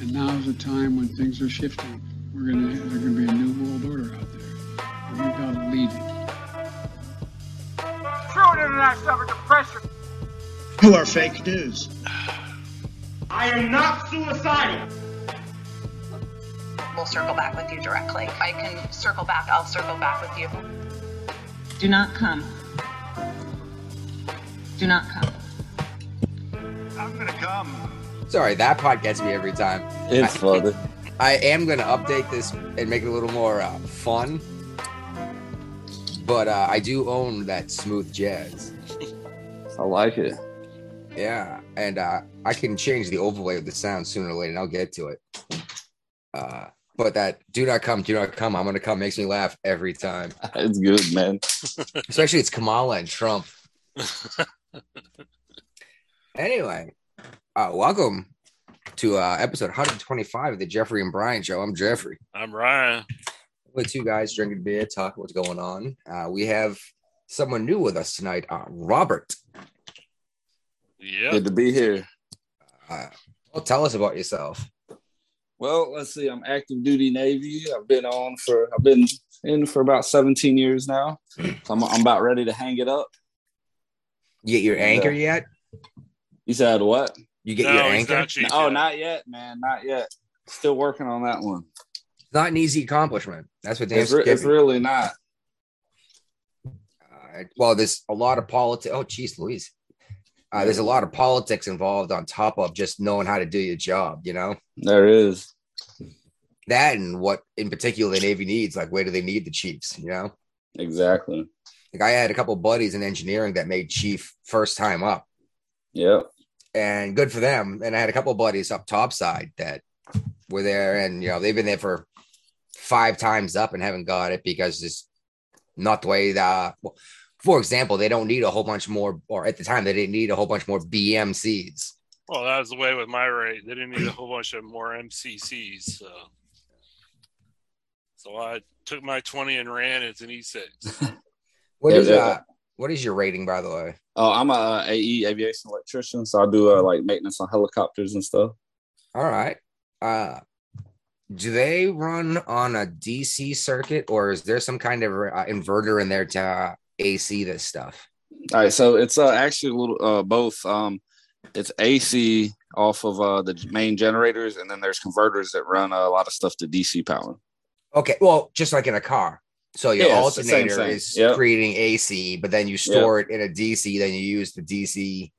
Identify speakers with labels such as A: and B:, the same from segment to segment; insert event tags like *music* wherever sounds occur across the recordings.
A: And now's the time when things are shifting. We're gonna, there's gonna be a new world order out there. And we gotta lead it.
B: True international suffrage oppression.
C: Who are fake news?
D: I am not suicidal.
E: We'll circle back with you directly. If I can circle back, I'll circle back with you. Do not come. Do not come.
D: I'm gonna come.
F: Sorry, that part gets me every time.
G: It's
F: I-
G: flooded.
F: I am going to update this and make it a little more uh, fun. But uh, I do own that smooth jazz.
G: I like it.
F: Yeah, and uh, I can change the overlay of the sound sooner or later, and I'll get to it. Uh, but that "do not come, do not come," I'm gonna come makes me laugh every time.
G: It's good, *laughs* man.
F: Especially it's Kamala and Trump. anyway, uh, welcome to uh, episode 125 of the Jeffrey and Brian Show. I'm Jeffrey.
H: I'm Ryan.
F: We're two guys drinking beer, talking what's going on. Uh, we have someone new with us tonight, uh, Robert.
H: Yep.
G: Good to be here.
F: Uh, well, tell us about yourself.
G: Well, let's see. I'm active duty Navy. I've been on for I've been in for about 17 years now. So I'm, I'm about ready to hang it up.
F: You get your anchor
G: Yeah.
F: yet?
G: You said what?
F: You get
H: no,
F: your
H: he's
F: anchor?
H: not cheating.
G: Oh, not yet, man. Not yet. Still working on that one.
F: It's not an easy accomplishment. That's what
G: It's,
F: Dan's
G: re- it's
F: giving.
G: really not.
F: Uh, well, there's a lot of politics. Oh, geez, Louise. Uh, there's a lot of politics involved on top of just knowing how to do your job, you know?
G: There is.
F: That and what in particular the Navy needs. Like, where do they need the chiefs, you know?
G: Exactly.
F: Like, I had a couple buddies in engineering that made chief first time up.
G: Yep.
F: and good for them. And I had a couple buddies up topside that were there, and you know they've been there for five times up and haven't got it because it's not the way that. Well, for example, they don't need a whole bunch more, or at the time they didn't need a whole bunch more BMCs.
H: Well, that was the way with my rate. They didn't need a whole bunch of more MCCs. So, so I took my 20 and ran E as an E6.
F: What
G: Yeah,
F: is
G: yeah.
F: uh, what is your rating, by the way?
G: Oh, I'm a uh, AE aviation electrician, so I do uh, like maintenance on helicopters and stuff.
F: All right, uh, do they run on a DC circuit, or is there some kind of uh, inverter in there to uh, AC this stuff?
G: All right, so it's uh, actually a little uh, both. Um, it's AC off of uh, the main generators, and then there's converters that run uh, a lot of stuff to DC power.
F: Okay, well, just like in a car. So your
G: Yeah, it's the same
F: alternator
G: thing.
F: is
G: Yep.
F: creating AC, but then you store it in a DC, then you use the DC.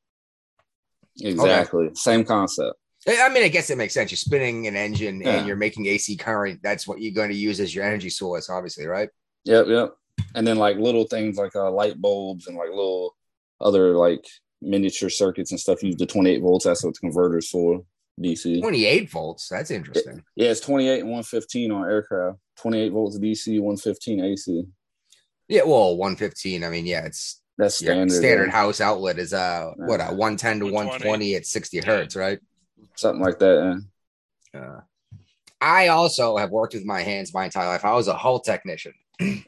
G: Exactly, same concept.
F: I I mean, I guess it makes sense. You're spinning an engine
G: Yeah.
F: and you're making AC current. That's what you're going to use as your energy source, obviously, right?
G: Yep, yep. And then like little things like uh, light bulbs and like little other like miniature circuits and stuff use the 28 volts. That's what the converters for DC.
F: 28 volts. That's interesting.
G: Yeah, it's 28 and 115 on aircraft. 28 volts DC, 115 AC.
F: Yeah, well, 115. I mean, yeah, it's
G: That's
F: your
G: standard.
F: standard
G: yeah.
F: house outlet is uh
G: Yeah.
F: what a 110 to 120,
H: 120
F: at 60 hertz, right?
G: something like that. yeah.
F: Uh, I also have worked with my hands my entire life. I was a hull technician.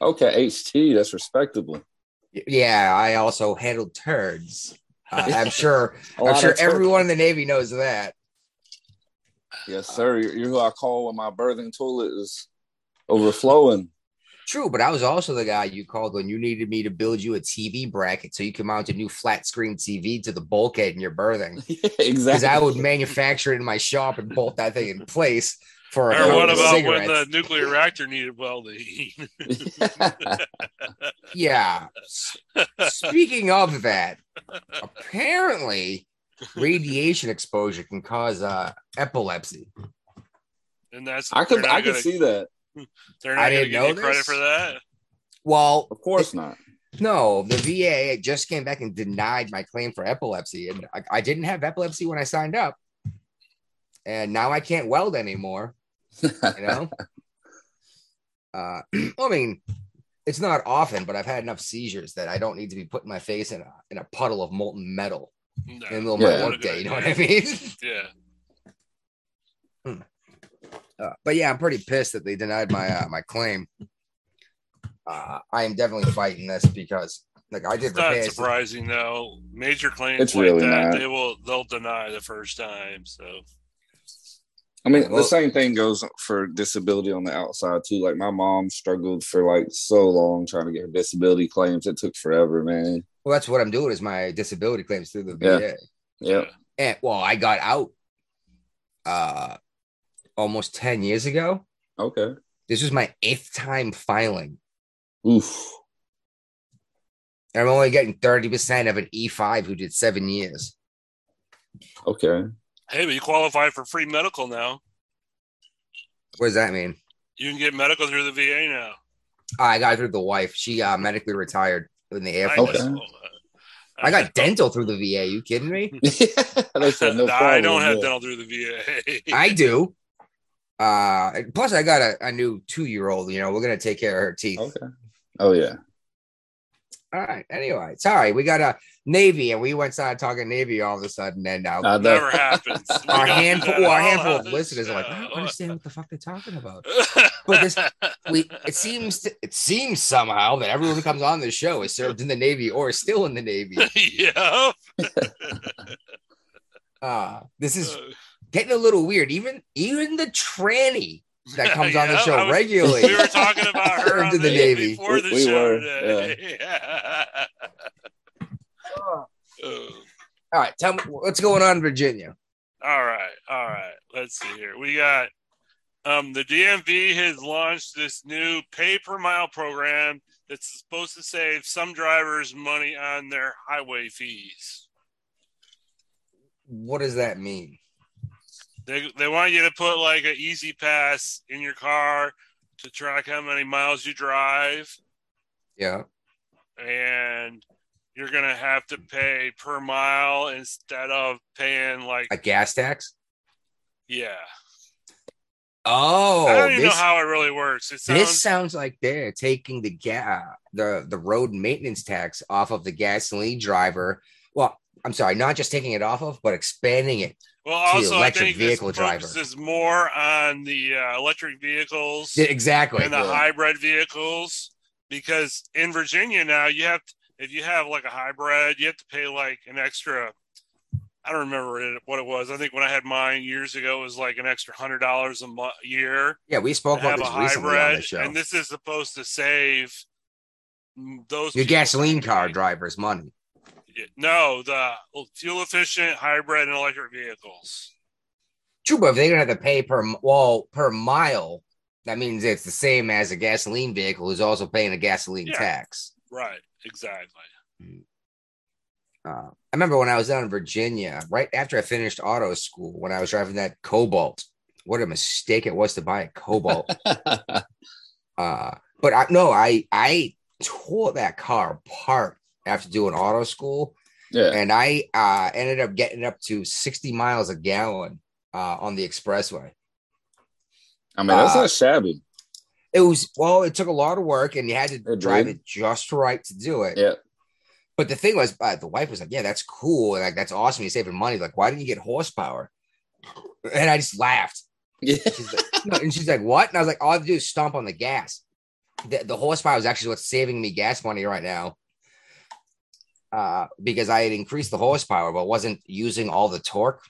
G: Okay, HT, that's respectable.
F: Y- Yeah, I also handled turds. Uh, I'm
G: *laughs*
F: sure.
G: A lot
F: I'm
G: of
F: sure
G: tur-
F: everyone in the Navy knows that.
G: Yes, sir. You're, you're who I call when my birthing toilet is overflowing. *laughs*
F: True, but I was also the guy you called when you needed me to build you a TV bracket so you could mount a new flat screen TV to the bulkhead in your berthing.
G: Yeah,
F: Because
G: exactly.
F: I
G: *laughs*
F: would manufacture it in my shop and bolt that thing in place for a
H: Or what
F: couple of
H: about when the
F: cigarettes.
H: nuclear reactor needed welding? *laughs*
G: *laughs*
F: Yeah. S- Speaking of
H: *laughs*
F: that, apparently radiation exposure can cause uh, epilepsy.
H: and that's
G: I could
H: they're not
G: I could
H: gonna-
G: see that.
H: They're not
F: I
H: going to
F: didn't
H: give
F: know
H: you credit
F: this.
H: for that.
F: Well,
G: Of course not. *laughs*
F: No, the VA just came back and denied my claim for epilepsy, and I, I didn't have epilepsy when I signed up, and now I can't weld anymore. You know, uh, *clears throat* I mean, it's not often, but I've had enough seizures that I don't need to be putting my face in a in a puddle of molten metal
H: No.
F: in the middle of
G: Yeah.
F: my workday. You know what I mean?
H: *laughs*
F: *laughs*
H: Yeah.
F: Uh, but yeah, I'm pretty pissed that they denied my uh, my claim. Uh, I am definitely fighting this because, like, I did
H: It's not
F: repairs.
H: surprising though. Major claims
G: It's
H: like
G: really
H: that,
G: not.
H: they will they'll deny the first time. So
G: I mean,
F: Well-
G: the same thing goes for disability on the outside too. Like my mom struggled for like so long trying to get her disability claims. It took forever, man.
F: Well, that's what I'm doing is my disability claims through the
G: Yeah.
F: VA.
G: Yeah.
F: And well, I got out uh almost 10 years ago.
G: Okay.
F: This was my eighth time filing.
G: Oof.
F: And I'm only getting 30% of an E5 who did seven years.
G: Okay. *laughs*
H: Hey, but you qualify for free medical now.
F: What does that mean? Oh,
H: You can get medical through the VA now.
F: I got it through the wife. She uh, medically retired in the Air
H: I
F: Force.
G: Okay.
H: know.
F: I
H: *laughs*
F: got dental through the VA. You kidding
G: *laughs*
F: me?
G: They said no
H: I don't
G: problem,
H: have
G: yeah.
H: dental through the VA.
F: I do. Uh, plus, I got a, a new two year old. You know, we're gonna take care of her teeth.
G: Okay. Oh yeah.
F: All right. Anyway, sorry, we got a Navy, and we went started talking Navy all of a sudden, and now
G: I know.
H: *laughs* Never happens. We
F: *laughs* our
H: *laughs* don't do
F: handful, our
H: that. Uh, All
F: handful of
H: happens.
F: listeners are like,
H: Yeah.
F: I don't
H: *laughs*
F: understand what the fuck they're talking about.
H: But
F: But this- We it seems to, it seems somehow that everyone who comes on this show is served in the Navy or is still in the Navy.
H: yeah.
F: Uh, this is getting a little weird. Even even the tranny
H: *laughs*
F: that comes on the
H: Yeah,
F: show
H: I was-
F: regularly.
H: We were talking
F: *laughs*
H: about her
F: Served
H: on
F: in
H: the,
F: the Navy.
H: before the
G: We- we
H: show
G: were,
H: today. *laughs* Yeah. Oh.
F: All right, tell me what's going on in Virginia.
H: All right, all right. Let's see here. We got um, the DMV has launched this new pay per mile program that's supposed to save some drivers money on their highway fees.
F: What does that mean?
H: They they want you to put like an easy pass in your car to track how many miles you drive,
F: Yeah.
H: and you're gonna have to pay per mile instead of paying like
F: A gas tax?
H: yeah.
F: Oh,
H: I don't even
F: this,
H: know how it really works. It sounds
F: this sounds like they're taking the ga- uh, the the road maintenance tax off of the gasoline driver. Well, I'm sorry, not just taking it off of, but expanding it.
H: Well,
F: to
H: also, I
F: electric
H: think
F: vehicle
H: this
F: driver.
H: focuses more on the uh, electric vehicles
F: Yeah, Exactly.
H: and the hybrid vehicles because in Virginia now you have to, if you have like a hybrid, you have to pay like an extra. I don't remember it, what it was. I think when I had mine years ago, it was like an extra hundred dollars a mo- year
F: yeah, we
H: to
F: spoke about
H: have a
F: this recently on the
H: hybrid,
F: show.
H: and this is supposed to save mm, those
F: Your
H: people
F: gasoline car
H: money.
F: driver's money.
H: No, the fuel efficient hybrid and electric vehicles.
F: True, but if they're gonna have to pay per m- well per mile, that means it's the same as a gasoline vehicle who's also paying a gasoline
H: Yeah.
F: tax.
H: Right, exactly.
F: uh, I remember when I was down in Virginia, right after I finished auto school, when I was driving that Cobalt. What a mistake it was to buy a Cobalt. uh, but I, no, I I tore that car apart after doing auto school,
G: *laughs* yeah.
F: and I uh, ended up getting up to sixty miles a gallon uh, on the expressway.
G: I mean, that's
F: Uh,
G: not shabby. *laughs*
F: It was well, it took a lot of work, and you had to
G: did.
F: drive it just right to do it.
G: Yeah.
F: But the thing was, uh, the wife was like, "Yeah, that's cool. Like, that's awesome. You're saving money. Like, why didn't you get horsepower?" And I just laughed.
G: Yeah.
F: She's like, no, and she's like, "What?" And I was like, "All I have to do is stomp on the gas. The, the horsepower is actually what's saving me gas money right now, uh, because I had increased the horsepower but wasn't using all the torque.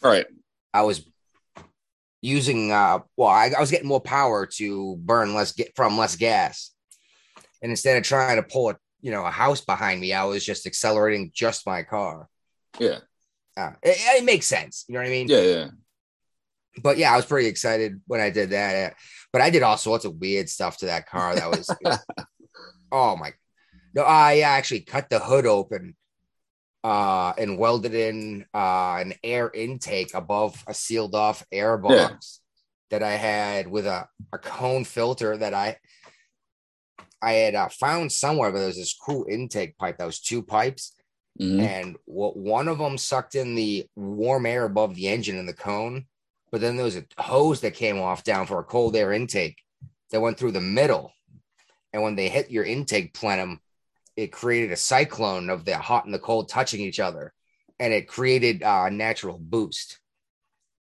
G: Right.
F: I was using uh, well, I, I was getting more power to burn less get from less gas, and instead of trying to pull a you know a house behind me, I was just accelerating just my car.
G: Yeah.
F: Uh, it, it makes sense. You know what I mean?
G: Yeah. Yeah.
F: but yeah, I was pretty excited when I did that. Eh, But I did all sorts of weird stuff to that car. That was, oh my, no, I actually cut the hood open, uh, and welded in uh an air intake above a sealed off air
G: Yeah.
F: box that I had with a a cone filter that I I had uh, found somewhere. But there was this cool intake pipe that was two pipes,
G: Mhm.
F: and what one of them sucked in the warm air above the engine in the cone, but then there was a hose that came off down for a cold air intake that went through the middle, and when they hit your intake plenum, it created a cyclone of the hot and the cold touching each other, and it created a natural boost.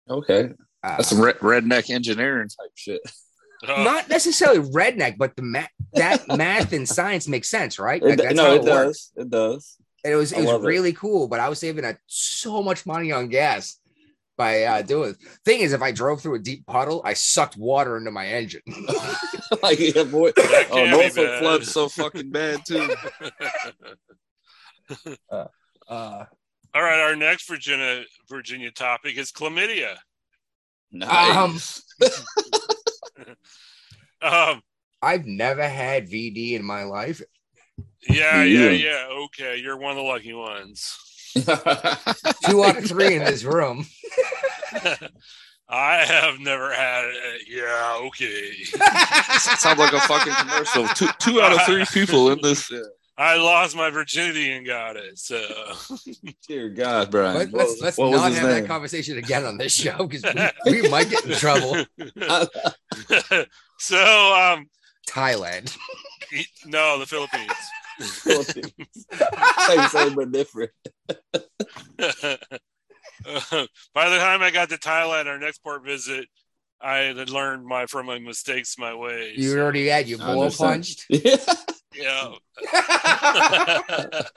G: Okay.
F: Uh,
G: That's some re- redneck engineering type shit. *laughs*
H: Uh,
F: not necessarily redneck, but the ma- that math and science makes sense, right?
G: It,
F: Like,
G: d-
F: that's
G: no,
F: how
G: it
F: works.
G: does. It does.
F: And it was
G: I
F: it was
G: love it.
F: really cool, but I was saving a, so much money on gas by uh, doing. It. Thing is, if I drove through a deep puddle, I sucked water into my
G: *laughs*
F: engine.
G: *laughs* like, yeah, boy.
H: That
G: Oh,
H: can't be
G: Norfolk
H: bad.
G: flood's so fucking bad too.
F: *laughs* Uh,
H: *laughs* All right, our next Virginia Virginia topic is chlamydia.
G: Nice.
H: Um,
F: I've never had VD in my life.
H: yeah,
G: Yeah.
H: yeah, yeah. Okay, you're one of the
G: *laughs*
H: lucky ones.
F: Um, *laughs* Two out of three in this room.
H: I have never had it. Yeah, okay.
G: Sounds like a fucking commercial. Two, *laughs* two out of three
H: *laughs*
G: people in this. Yeah.
H: I lost my virginity and got it. So
G: Dear God, Brian.
F: Let,
G: what,
F: us let's
G: what
F: not
G: was his
F: have that
G: name?
F: conversation again on this show because
G: *laughs*
F: we, we might get in trouble.
H: *laughs* so um e,
F: Thailand.
G: *laughs*
H: no, the Philippines.
G: Same, same,
F: *laughs*
G: but different.
H: *laughs* By the time I got to Thailand, our next port visit, I had learned my from my mistakes, my ways.
F: You already had your
G: I
F: ball
G: understand.
F: punched.
G: *laughs*
H: *laughs*
G: Yeah. *laughs*
H: yeah.
F: *laughs* That's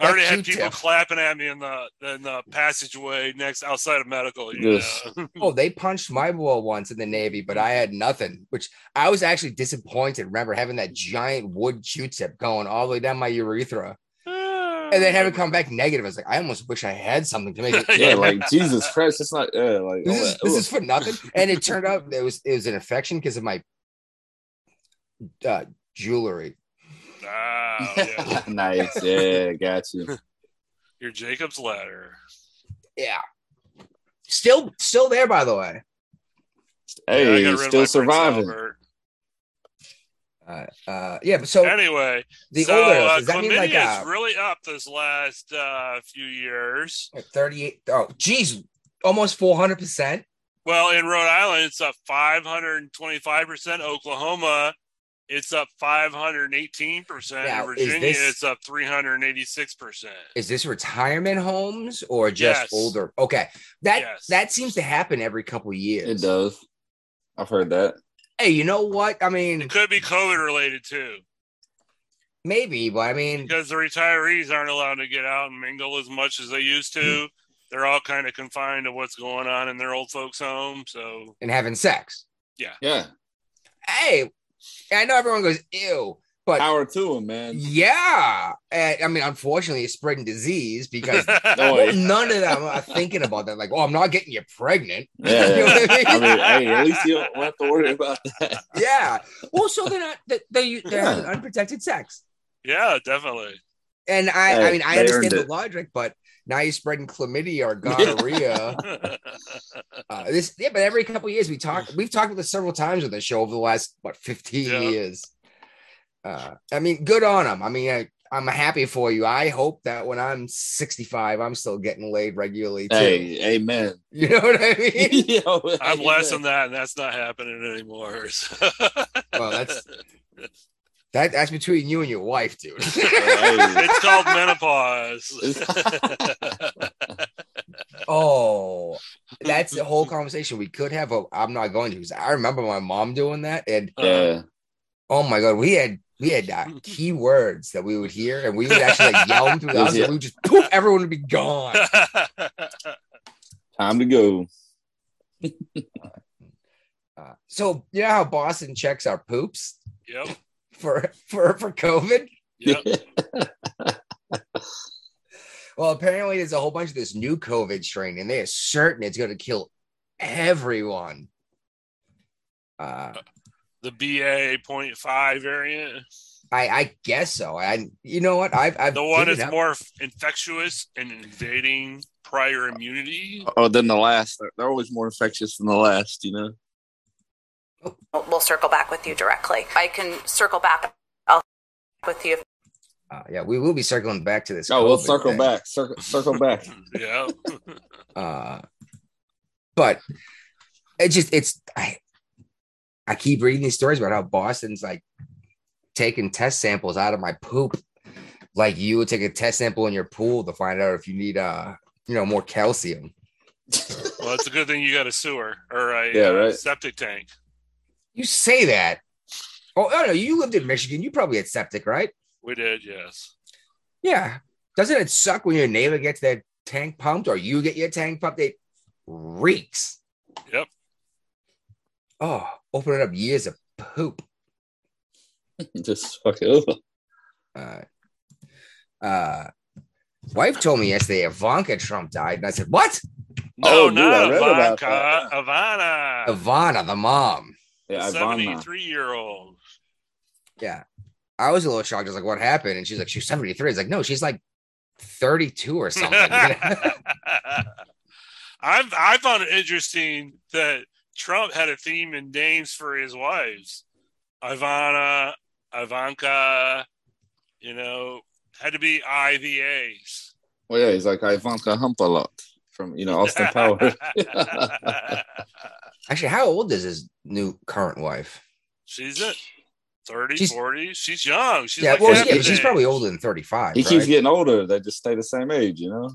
H: I already
F: you,
H: had people
F: Tim.
H: clapping at me in the in the passageway next outside of medical. You
G: Yes.
H: know?
F: Oh, they punched my ball once in the Navy, but I had nothing, which I was actually disappointed. Remember having that giant wood Q-tip going all the way down my urethra,
G: *laughs*
F: and then having it come back negative. I was like, I almost wish I had something to make it.
G: *laughs* yeah, like Jesus Christ, it's not. Yeah, like
F: *laughs*
G: all
F: this is
G: that.
F: this is for nothing. And it turned out there was it was an infection because of my uh, jewelry.
H: *laughs* Ah,
G: *laughs*
H: yeah.
G: Ugh. *laughs* nice. Yeah, got
H: *laughs*
G: you.
H: Your Jacob's ladder.
F: *laughs* Yeah, still still there by the way.
H: Yeah, I
G: Hey,
H: got rid
G: you're
H: of my
G: still
H: Prince
G: surviving.
H: Albert.
F: Uh, uh, yeah, but so
H: Anyway,
F: the
H: so
F: older
H: uh,
F: does that mean
H: chlamydia
F: like
H: is
F: uh,
H: really up this last uh, few years.
F: thirty-eight? Oh, geez, almost four hundred percent.
H: Well, in Rhode Island, it's up 525%. Oklahoma, it's up 518%.
F: Now,
H: in
F: is
H: Virginia,
F: this-
H: it's up 386%.
F: Is this retirement homes or just
H: Yes.
F: older? Okay, that
H: Yes.
F: that seems to happen every couple of years.
G: It does. I've heard that.
F: Hey, you know what? I mean,
H: It could be COVID related too,
F: maybe, but I mean,
H: because the retirees aren't allowed to get out and mingle as much as they used to. They're all kind of confined to what's going on in their old folks' home. So,
F: and having sex.
G: Yeah,
F: Hey, I know everyone goes ew, but
G: power to him, man.
F: Yeah. And, I mean, unfortunately, it's spreading disease
H: *laughs*
F: because
G: No
H: Oh,
G: way.
F: *laughs* none of them are thinking about that. Like, oh, I'm not getting you pregnant. You know
G: Yeah, *laughs* yeah.
F: what I mean?
G: I mean, hey, at least you don't have to worry about that.
F: yeah. Well, so they're not, they, they, they're
G: Yeah.
F: having unprotected sex.
H: yeah,
F: *laughs*
H: definitely.
F: And I, I
G: Hey,
F: mean, I
G: they
F: understand
G: earned
F: the
G: it.
F: logic, but now you're spreading chlamydia
G: *laughs*
F: or gonorrhea. uh, this, yeah, but every couple of years we talk, we've talked about this several times on the show over the last, what, 15
H: Mm. Yeah.
F: years. Uh, I mean, good on them. I mean, I, I'm happy for you. I hope that when I'm 65, I'm still getting laid regularly. Too.
G: *laughs* Hey, *laughs* amen.
F: *laughs* You know what I mean?
G: Yo,
H: I'm
G: amen.
H: less than that, and that's not happening anymore. so.
F: well, that's that, that's between you and your wife, dude.
G: *laughs* Hey,
H: *laughs*
F: *laughs*
H: it's called menopause. *laughs*
F: oh, that's the whole conversation we could have. But I'm not going to because I remember my mom doing that, and
G: yeah.
F: oh my god, we had we had
H: *laughs*
F: uh, key words that we would hear, and we would actually like, yell them through the house, and we would just poof, everyone would be
H: *laughs*
F: gone.
G: Time to go.
F: Uh, so you know how Boston checks our poops
H: *laughs* yep.
F: for for for COVID.
G: *laughs*
H: Yep.
F: Well, apparently there's a whole bunch of this new COVID strain, and they are certain it's going to kill everyone. Uh,
H: The BA.5 variant.
F: I, I guess so. And you know what? I've, I've
H: The one
F: dated
H: that's
F: up-
H: more f- infectious and invading prior immunity.
G: Oh, then the last. They're- They're always more infectious than the last, you know?
E: We'll- We'll circle back with you directly. I can circle back I'll with you.
F: Uh, yeah, we will be circling back to this.
G: Oh, we'll
F: COVID
G: circle
F: thing.
G: back. Circle, circle back.
H: Yeah.
F: Uh, but it just it's I, I keep reading these stories about how Boston's like taking test samples out of my poop, like you would take a test sample in your pool to find out if you need uh you know more calcium.
H: Well, it's a good thing you got a sewer or a
G: Yeah,
H: uh,
G: right.
H: septic tank.
F: You say that. Oh, oh no, you lived in Michigan. You probably had septic, right?
H: We did, yes.
F: Yeah. Doesn't it suck when your neighbor gets their tank pumped or you get your tank pumped? They reeks.
H: Yep.
F: Oh, opening up years of poop.
G: *laughs* Just fuck it over.
F: Uh, uh, wife told me yesterday Ivanka Trump died, and I said, "What?
H: No,
G: Oh, dude, I
H: not
G: read about
H: Ivanka. Ivana.
F: Ivana, the mom."
G: Yeah, Ivana.
H: Seventy-three year old.
F: Yeah, I was a little shocked. I was like, "What happened?" And she's like, "She's 73." It's like, no, she's like 32 or something. *laughs*
H: *laughs* I I found it interesting that Trump had a theme in names for his wives, Ivana, Ivanka. You know, had to be IVAs.
G: Well, yeah, he's like Ivanka Humpalot from you know
H: *laughs*
G: Austin Power.
F: Actually, how old is his new current wife?
H: she's at 30,
F: She's-
H: 40. She's young. She's
F: yeah,
H: like
F: well,
H: half
F: yeah,
H: his
F: she's
H: age.
F: probably older than 35.
G: he
F: right?
G: keeps getting older. They just stay the same age, you know.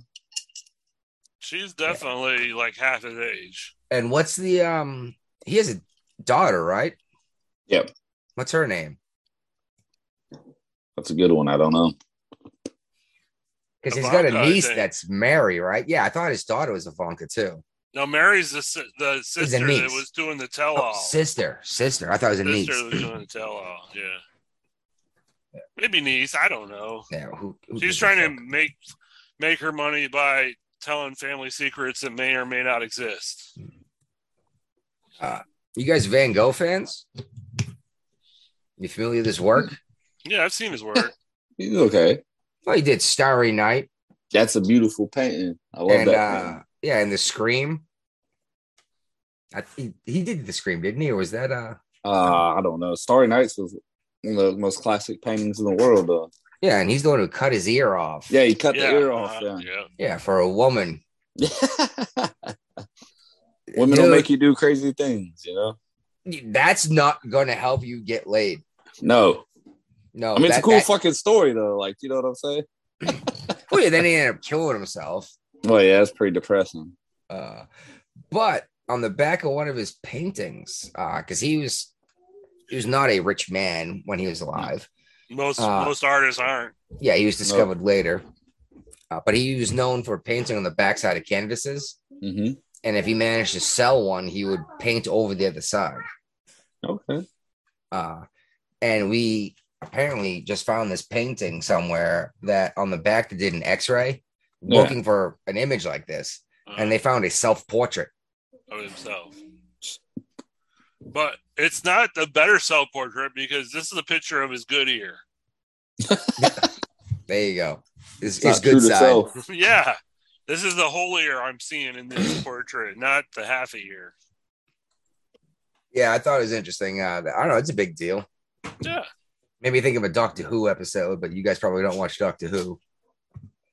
H: She's definitely like half his age.
F: And what's the um? He has a daughter, right?
G: Yep.
F: What's her name?
G: That's a good one. I don't know.
F: Because he's got
H: Ivanka,
F: a
H: I
F: niece
H: think.
F: that's Mary, right? Yeah, I thought his daughter was Ivanka too.
H: Now, Mary's the, si- the sister that
F: niece.
H: was doing the tell
F: Oh,
H: all.
F: sister, sister. I thought it was a
H: sister
F: niece.
H: that was doing the tell all. Yeah. Maybe niece. I don't know.
F: Yeah, who, who
H: She was
F: gives a
H: trying to
F: fuck?
H: make make her money by telling family secrets that may or may not exist.
F: Hmm. You guys Van Gogh fans? You familiar with his work?
H: Yeah, I've seen his work.
G: He's okay.
F: Well, he did Starry Night
G: That's a beautiful painting. I love
F: and
G: that.
F: uh,
G: painting.
F: yeah, and the Scream. I, he, he did the Scream, didn't he? Or was that uh?
G: Uh, I don't know. Starry Nights was one of the most classic paintings in the world, though.
F: Yeah, and he's the one who cut his ear off.
G: Yeah, he cut
H: yeah.
G: the ear off.
H: uh-huh,
G: Yeah.
H: yeah.
F: yeah, for a woman. *laughs*
G: Women
F: Dude,
G: will make you do crazy things, you know.
F: That's not going to help you get laid.
G: No,
F: No,
G: I mean it's a
F: that-
G: cool
F: that-
G: fucking story though. Like, you know what I'm saying?
F: Well, yeah, then he ended up killing himself.
G: Well, yeah, it's pretty depressing.
F: Uh, but on the back of one of his paintings, because he was he was not a rich man when he was alive.
H: Most
F: Uh,
H: most artists aren't.
F: Yeah, he was discovered later. Uh, but he was known for painting on the backside of canvases,
G: hmm
F: and if he managed to sell one, he would paint over the other side.
G: Okay.
F: Uh, and we apparently just found this painting somewhere that on the back that did an X-ray,
G: Yeah.
F: looking for an image like this,
H: Uh,
F: and they found a self-portrait.
H: of himself. But it's not the better self portrait because this is a picture of his good ear. *laughs*
F: There you go. It's,
G: It's not
F: it's
G: true
F: good
G: to
F: side.
G: self.
H: yeah. This is the whole ear I'm seeing in this portrait, not the half a ear.
F: Yeah, I thought it was interesting. Uh, I don't know. It's a big deal.
H: Yeah.
F: Made me think of a Doctor Who episode, but you guys probably don't watch Doctor Who.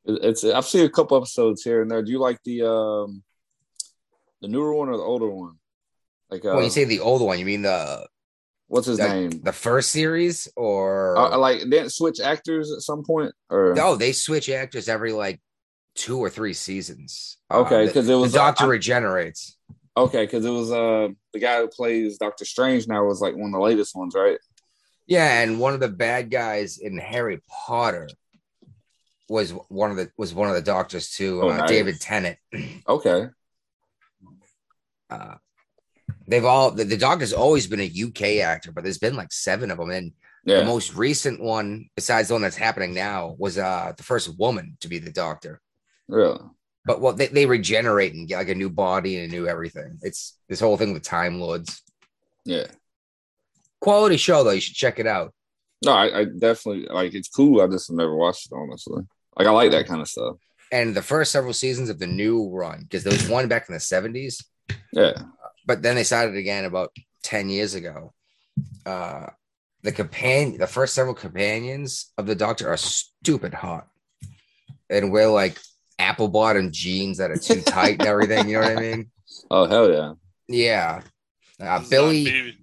G: It- It's I've seen a couple episodes here and there. Do you like the um the newer one or the older one? Like uh,
F: When you say the old one, you mean the
G: what's his
F: like,
G: name?
F: the first series, or
G: Uh, like they didn't switch actors at some point or
F: no? They switch actors every like two or three seasons. Um,
G: Okay,
F: the-
G: 'cause it
F: the
G: was- uh,
F: Doctor
G: I-
F: regenerates.
G: okay because it was uh the guy who plays Doctor Strange now was like one of the latest ones right
F: Yeah, and one of the bad guys in Harry Potter was one of the was one of the doctors too,
G: Oh,
F: uh,
G: nice.
F: David Tennant.
G: okay
F: uh, they've all the, the doctor's always been a UK actor, but there's been like seven of them, and the
G: yeah
F: most recent one, besides the one that's happening now, was uh the first woman to be the doctor.
G: really
F: But well, they, they regenerate and get like a new body and a new everything. It's this whole thing with Time Lords.
G: yeah
F: Quality show though, you should check it out.
G: no I, I definitely like it's cool I just never watched it honestly like I like that kind of stuff
F: And the first several seasons of the new run, because there was one back in the seventies,
G: yeah
F: but then they started again about 10 years ago uh the companion the first several companions of the doctor are stupid hot and wear like apple bottom jeans that are too tight and everything you know what i mean
G: oh hell yeah
F: yeah uh,
H: This is on
F: billy
H: B-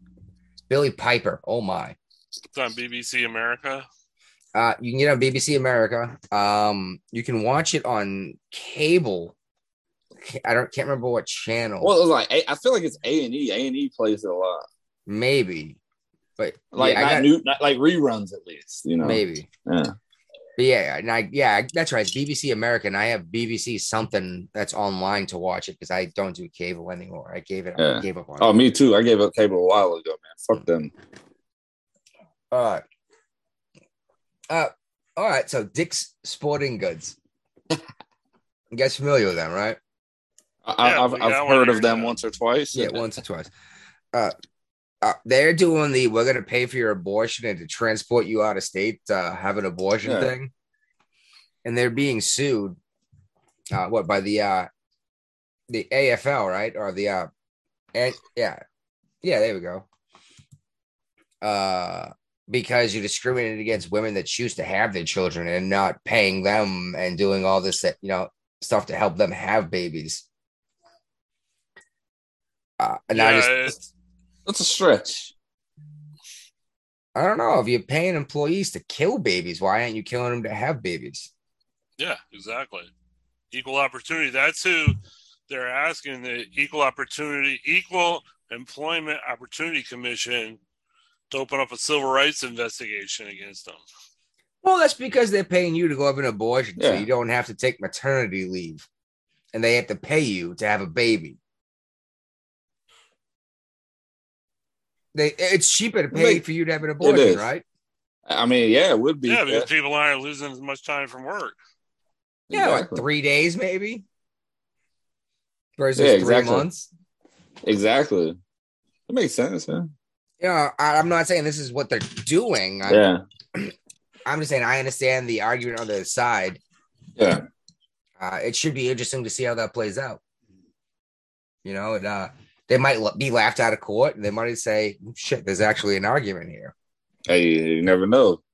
F: billy piper oh my
H: it's on BBC America.
F: uh you can get it on bbc america um you can watch it on cable i don't can't remember what channel
G: well it was like A- I feel like it's A and E A and E plays it a lot
F: maybe but
G: like
F: yeah, I
G: not
F: got-
G: new not like reruns at least you know
F: maybe
G: yeah
F: But yeah, and I yeah, that's right. It's BBC American. I have BBC something that's online to watch it because I don't do cable anymore. I gave it.
G: Yeah.
F: I gave up on.
G: Oh,
F: it.
G: me too. I gave up cable a while ago, man. Fuck them.
F: All right. Uh, all right. So Dick's Sporting Goods. you guys familiar with them, right?
G: I,
H: Yeah,
G: I've,
H: we got
G: I've
H: one
G: heard
H: here
G: of them
H: now.
G: once or twice.
F: Yeah, once or twice. Uh, uh, they're doing the we're going to pay for your abortion and to transport you out of state to uh, have an abortion
G: Yeah.
F: thing. And they're being sued. Uh, what by the uh, the AFL, right? Or the uh, and yeah, yeah, there we go. Uh, because you discriminated against women that choose to have their children and not paying them and doing all this that you know stuff to help them have babies. Uh, and I just
H: Yeah, it's-
G: That's a stretch.
F: I don't know. If you're paying employees to kill babies, why aren't you killing them to have babies?
H: yeah, exactly. Equal opportunity. That's who they're asking. The equal opportunity, equal employment opportunity commission to open up a civil rights investigation against them.
F: Well, that's because they're paying you to go have an abortion, so
G: Yeah.
F: you don't have to take maternity leave, and they have to pay you to have a baby. They, it's cheaper to pay
G: They-
F: for you to have an abortion,
G: is.
F: right?
G: I mean, yeah, it would be.
H: Yeah, because people aren't losing as much time from work.
F: Yeah, what,
G: Exactly.
F: three days maybe versus
G: Yeah,
F: three
G: exactly.
F: months.
G: Exactly. That makes sense, man.
F: You know, I, I'm not saying this is what they're doing. I'm,
G: Yeah.
F: I'm just saying I understand the argument on the other side.
G: Yeah.
F: uh, it should be interesting to see how that plays out. You know, and uh, they might l- be laughed out of court, and they might say, "Shit, there's actually an argument here."
G: Hey, you never know. *laughs*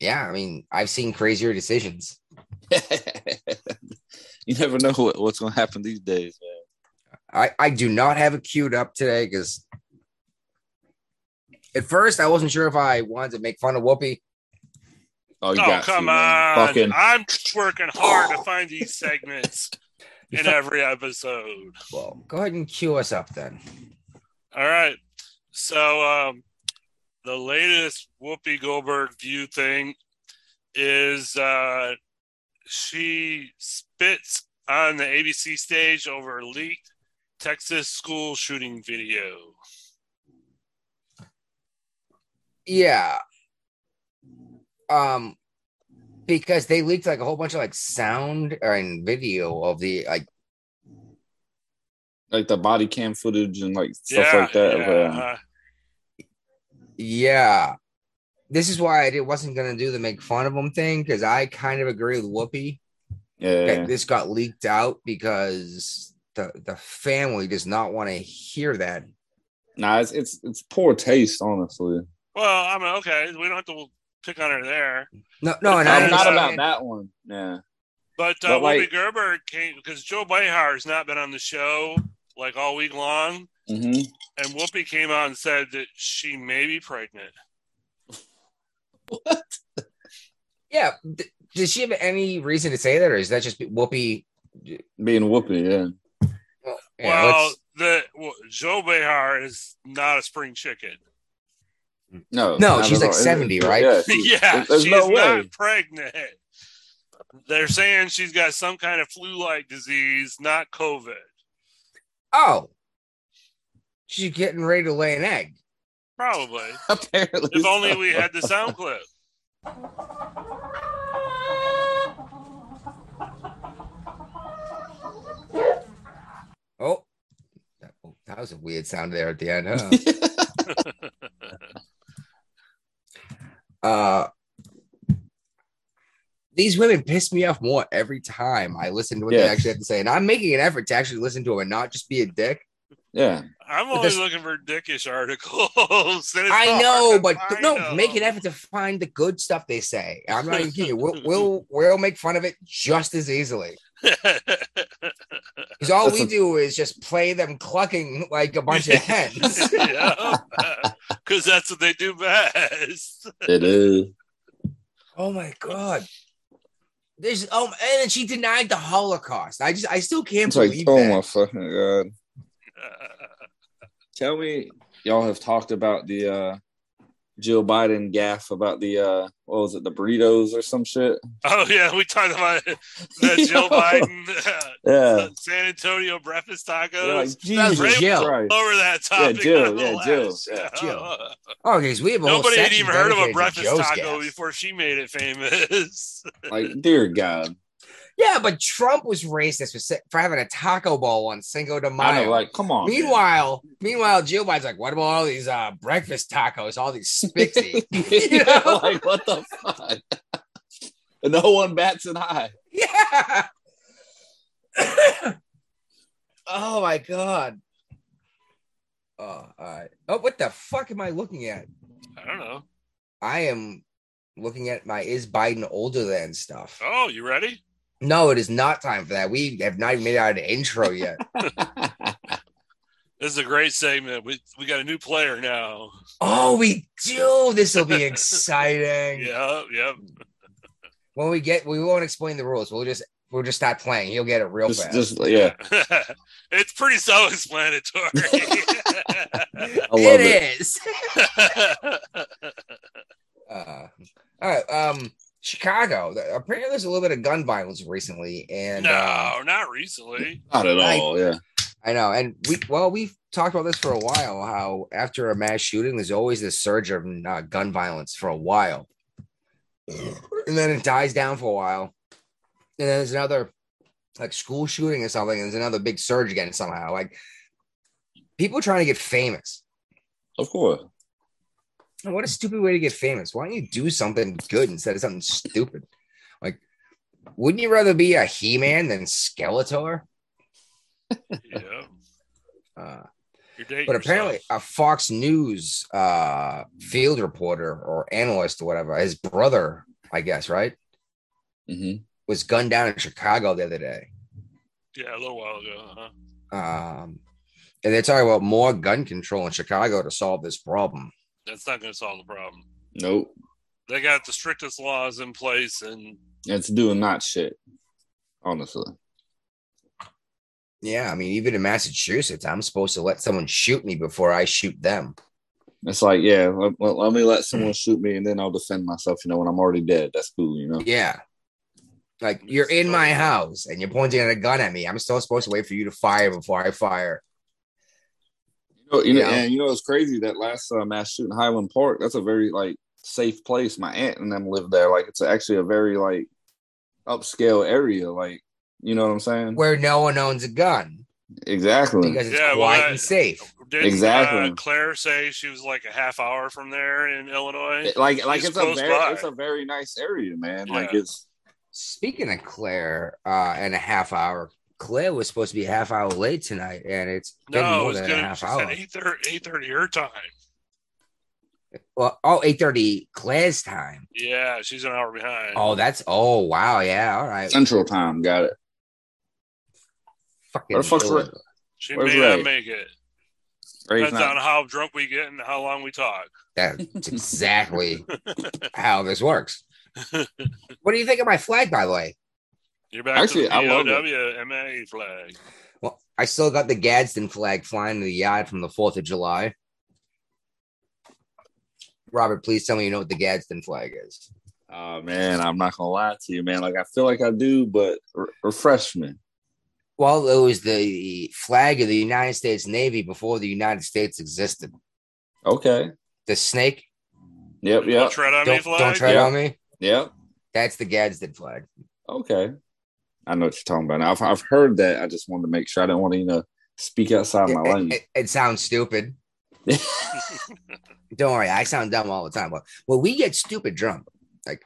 F: Yeah, I mean, I've seen crazier decisions.
G: you never know what, what's going to happen these days, man.
F: I I do not have it queued up today because at first I wasn't sure if I wanted to make fun of Whoopi.
G: Oh, you
H: oh,
G: got
H: come
G: to, man.
H: on.
G: Fucking,
H: I'm working hard to find these
G: *laughs*
H: segments in every episode.
F: Well, go ahead and cue us up then.
H: All right. So um, the latest Whoopi Goldberg view thing is uh, she spits on the ABC stage over a leaked Texas school shooting video.
F: Yeah. Um, because they leaked like a whole bunch of like sound and video of the like
G: like the body cam footage and like stuff
H: yeah,
G: like that.
H: yeah,
G: Yeah.
H: uh-huh.
F: Yeah. This is why I did, wasn't going to do the make fun of him thing because I kind of agree with Whoopi
G: yeah.
F: that this got leaked out because the, the family does not want to hear that.
G: Nah, it's, it's it's poor taste, honestly.
H: Well, I mean, okay, we don't have to pick on her there.
F: No, no, and I
G: I'm not
F: understand-
G: about that one. Yeah.
H: But, uh,
G: But, like-
H: Whoopi Gerber came because Joe Behar has not been on the show like all week long,
G: hmm
H: and Whoopi came out and said that she may be pregnant.
F: Yeah. d- does she have any reason to say that, or is that just Whoopi?
G: Being whooping, yeah.
F: Yeah,
H: well,
F: let's-
H: the well, Joe Behar is not a spring chicken. *laughs*
G: No.
F: no,
G: not
F: she's
G: at
F: like
G: all.
F: 70, right?
G: Yeah. she-
H: *laughs* yeah,
G: there- there's
H: she's
G: no way.
H: not pregnant. They're saying she's got some kind of flu-like disease, not COVID.
F: Oh, she's getting ready to lay an egg.
H: Probably.
G: *laughs* Apparently.
H: If only
G: so.
H: we
F: *laughs*
H: had the sound clip.
F: Oh, that, oh, that was a weird sound there at the end.
G: *laughs*
F: Huh? uh these women piss me off more every time I listen to what they
G: Yes.
F: actually have to say. And I'm making an effort to actually listen to them and not just be a dick.
G: Yeah.
H: I'm
F: But
H: only
F: this-
H: looking for dickish articles. *laughs* and it's
F: I
H: hard
F: know,
H: to
F: but
H: find
F: no,
H: them.
F: make an
H: *laughs*
F: *laughs* effort to find the good stuff they say. I'm not even kidding. you. *laughs* We'll, we'll we'll make fun of it just as easily because all
G: That's
F: we
G: a-
F: do is just play them clucking like a
G: *laughs*
F: bunch of hens.
H: yeah, *laughs* because that's what they do best. *laughs*
G: It is.
F: oh my god! There's oh, and then she denied the Holocaust. I just I still can't
G: It's like,
F: believe
G: oh
F: that.
G: my fucking god. Tell me, y'all have talked about the uh Jill Biden gaff about the uh what was it, the burritos or some shit?
H: Oh yeah, we talked
F: *laughs*
H: about it. the Jill Biden, *laughs*
G: Yeah.
H: San Antonio breakfast
G: They're
H: tacos.
G: like,
H: That's
F: Jesus,
H: right
F: Jill.
G: Christ.
H: over that topic.
G: Yeah, Jill,
H: on the
G: yeah,
H: last
G: Jill,
H: show. *laughs*
G: yeah,
F: Jill. Oh, because we have a whole
H: Nobody had
F: section
H: even heard of
F: dedicated
H: a
F: to
H: breakfast
F: Joe's
H: taco
F: gas.
H: before she made it famous. *laughs*
G: Like, dear God.
F: Yeah, but Trump was racist for, se- for having a taco bowl on Cinco de
G: I
F: Mayo.
G: know, like, come on.
F: *laughs*
G: man. *laughs*
F: meanwhile, meanwhile, Jill Biden's like, "What about all these uh, breakfast tacos? All these spixy?" *laughs* you
G: *laughs* Yeah,
F: know?
G: like what the fuck? *laughs* And no one bats an eye.
F: Yeah. *coughs* oh my god. Oh, all right. Oh, what the fuck am I looking at?
H: I don't know.
F: I am looking at my is Biden older than stuff.
H: Oh, you ready?
F: No, it is not time for that. We have not even made out an intro
H: *laughs*
F: yet.
H: This is a great segment. We we got a new player now.
F: oh, we do. This will
H: *laughs*
F: be exciting.
H: Yeah, yep.
F: When we get, we won't explain the rules. We'll just, we'll just start playing. You'll get it real
G: Just,
F: fast.
G: just yeah,
H: *laughs* it's pretty self-explanatory. *laughs*
G: I love it.
F: it is. *laughs* uh, all right. Um, Chicago. th- Apparently, there's a little bit of gun violence recently, and uh,
H: no, not recently.
G: Not at
F: Like-
G: all. Yeah,
F: I know. And we well, we've talked about this for a while. How after a mass shooting, there's always this surge of uh, gun violence for a while, and then it dies down for a while, and then there's another like school shooting or something, and there's another big surge again somehow. Like people trying to get famous.
G: of course.
F: And What a stupid way to get famous. Why don't you do something good instead of something stupid? Like, wouldn't you rather be a He Man than Skeletor?
H: Yeah.
F: Uh,
H: You're dating
F: but apparently, a Fox News uh, field reporter or analyst or whatever, his brother, I guess, right,
G: hmm
F: was gunned down in Chicago the other day.
H: yourself. Yeah, a little while ago. uh-huh. Huh?
F: Um, and they're talking about more gun control in Chicago to solve this problem.
H: That's not going to solve the problem.
G: Nope,
H: They got the strictest laws in place, and
G: it's doing not shit. Honestly,
F: Yeah, I mean, even in Massachusetts, I'm supposed to let someone shoot me before I shoot them.
G: it's like yeah, let, let- let me let someone shoot me and then I'll defend myself. You know, when I'm already dead, that's cool. You know,
F: Yeah. Like you're in my house and you're pointing a gun at me. I'm still supposed to wait for you to fire before I fire.
G: you know, you know
F: Yeah.
G: and you know it's crazy that last uh, mass shooting in Highland Park. That's a very like safe place. My aunt and them live there. Like it's actually a very like upscale area. Like you know what I'm saying?
F: Where no one owns a gun
G: exactly.
F: because it's
H: Yeah, well,
F: quiet
H: that-
F: and safe.
H: did
G: Exactly.
H: uh, Claire say she was like a half hour from there in Illinois?
G: It- like like
H: It's
G: it's, a
H: close
G: very
H: by.
G: it's a very nice area, man.
H: Yeah.
G: Like it's
F: Speaking of Claire uh and a half hour, Claire was supposed to be a half hour late tonight, and it's been
H: No, it
F: more
H: was
F: than
H: good.
F: a half
H: She
F: hour.
H: said eight thirty, eight thirty her time.
F: Well, oh, 8:30 Claire's time.
H: Yeah, she's an hour behind.
F: Oh, that's oh wow, yeah, all right.
G: Central Time. Got it.
F: Fucking
G: Where the fuck's
F: Illinois.
G: Ray?
H: she
G: where's
H: may not
G: Ray?
H: make it.
G: Ray's
H: Depends
G: not.
H: on how drunk we get and how long we talk. *laughs*
F: That's exactly how this works. What do you think of my flag, by the way?
H: You're back
G: Actually,
H: to the
G: I love it.
H: POWMA flag.
F: Well, I still got the Gadsden flag flying to the yard from the 4th of July. Robert, please tell me you know what the Gadsden flag is.
G: Oh man, I'm not gonna lie to you, man. Like I feel like I do, but re- refresh me.
F: Well, it was the flag of the United States Navy before the United States existed.
G: Okay.
F: The snake,
G: Yep. Yep.
H: Tread on me
F: don't,
H: flag.
F: don't tread
G: Yeah.
F: on me.
G: Yep.
F: That's the Gadsden flag.
G: Okay. I know what you're talking about. Now, I've I've heard that. I just wanted to make sure I didn't want to you know speak outside my *laughs*
F: It,
G: language.
F: it- it sounds stupid. Don't worry, I sound dumb all the time. But well, we get stupid drunk. Like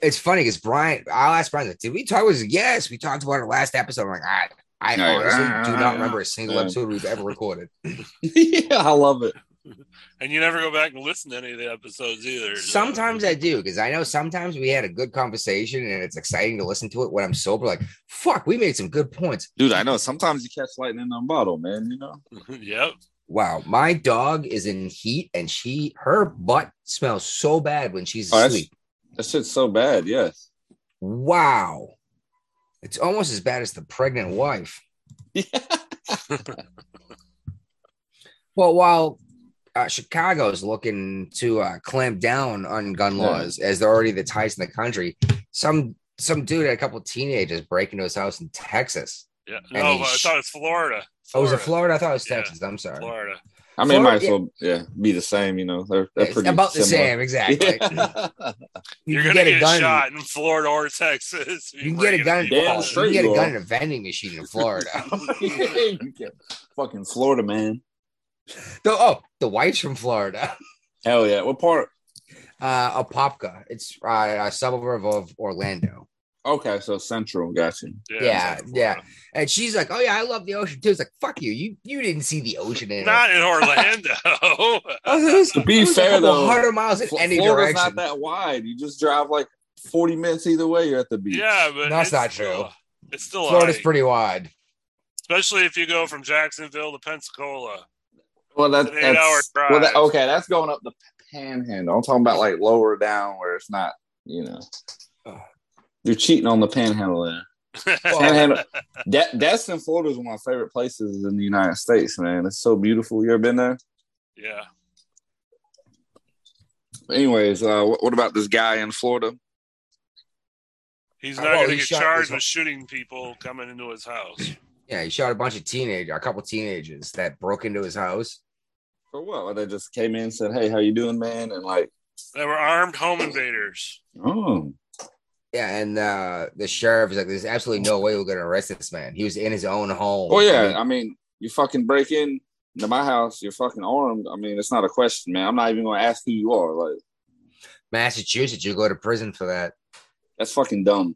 F: it's funny because Brian, I'll ask Brian, like, did we talk? I Was like, yes, we talked about it last episode. I'm like, I, I
G: Yeah,
F: honestly do not
G: yeah, yeah. *laughs*
F: remember a single
G: Yeah.
F: episode we've ever recorded.
G: yeah, I love it.
H: And you never go back and listen to any of the episodes either. so-
F: Sometimes I do because I know sometimes we had a good conversation and it's exciting to listen to it when I'm sober. Like, fuck, we made some good points.
G: Dude, I know. Sometimes you catch lightning in a bottle, man. You know.
H: *laughs* yep.
F: Wow, my dog is in heat and she her butt smells so bad when she's
G: Oh, that's
F: asleep.
G: that shit's so bad. *laughs* Yes.
F: Wow. It's almost as bad as the pregnant wife.
G: Yeah.
F: Well, while uh, Chicago's looking to uh, clamp down on gun laws as they're already the tightest in the country. Some some dude and a couple teenagers break into his house in Texas.
H: Yeah.
F: And
H: No,
F: he
H: I
F: sh-
H: thought it's Florida.
F: Oh, was it
H: Florida.
F: Florida? I thought it was
H: Yeah.
F: Texas. I'm sorry.
H: Florida.
G: I mean, it might as
F: Yeah.
G: well yeah be the same. You know, they're they're
F: It's
G: pretty
F: about the
G: similar.
F: same,
G: *laughs*
H: *laughs*
F: exactly.
G: Yeah.
F: You
H: You're
F: can get
H: gonna get,
F: a gun.
H: shot in Florida or Texas. *laughs*
F: You can get a gun.
G: Damn
F: well, you
G: straight
F: can get a
G: you
F: gun in
G: are.
F: a vending machine in
H: *laughs*
F: Florida. *laughs*
G: You get- *laughs* Fucking Florida, man.
F: Though, oh, the wife's from Florida. *laughs*
G: Hell yeah. What part?
F: Uh, Apopka. It's uh, a suburb of Orlando.
G: Okay, so Central. Got you.
F: Yeah, yeah. And she's like, "Oh yeah, I love the ocean too." It's like, "Fuck you, you you didn't see the ocean in *laughs*
H: *laughs* Not in Orlando.
G: To be fair
F: fair
G: though,
F: hundred miles in
G: Fl-
F: any
G: Florida's
F: direction."
G: not that wide. You just drive like 40 minutes either way. You're at the beach.
H: yeah, but
F: That's
H: it's
F: not
H: still-
F: true.
H: It's still
F: Florida's
H: alright,
F: pretty wide.
H: especially if you go from Jacksonville to Pensacola. *laughs*
G: Well, that,
H: It's an
G: that's
H: eight-hour
G: well, that,
H: drive.
G: okay. That's going up the panhandle. I'm talking about like lower down where it's not. You
H: *sighs*
G: know, you're cheating on the panhandle there.
H: Oh. *laughs*
G: Panhandle. that Destin, Florida is one of my favorite places in the United States. Man, it's so beautiful. You ever been there?
H: yeah.
G: Anyways, uh, what, what about this guy in Florida?
H: He's not
F: Well,
H: going
F: he
H: to get
F: shot-
H: charged
F: he's-
H: with shooting people coming into his house.
F: Yeah, he shot a bunch of teenager, a couple teenagers that broke into his house.
G: For what? Well, they just came in and said, "Hey, how you doing, man?" And like,
H: They were armed home invaders.
G: oh,
F: Yeah, and uh, the sheriff is like, "There's absolutely no way we're gonna arrest this man. He was in his own home."
G: oh
F: I
G: yeah.
F: mean,
G: I mean, you fucking break in to my house. You're fucking armed. I mean, it's not a question, man. I'm not even gonna ask who you are. Like,
F: Massachusetts, you go to prison for that.
G: that's fucking dumb.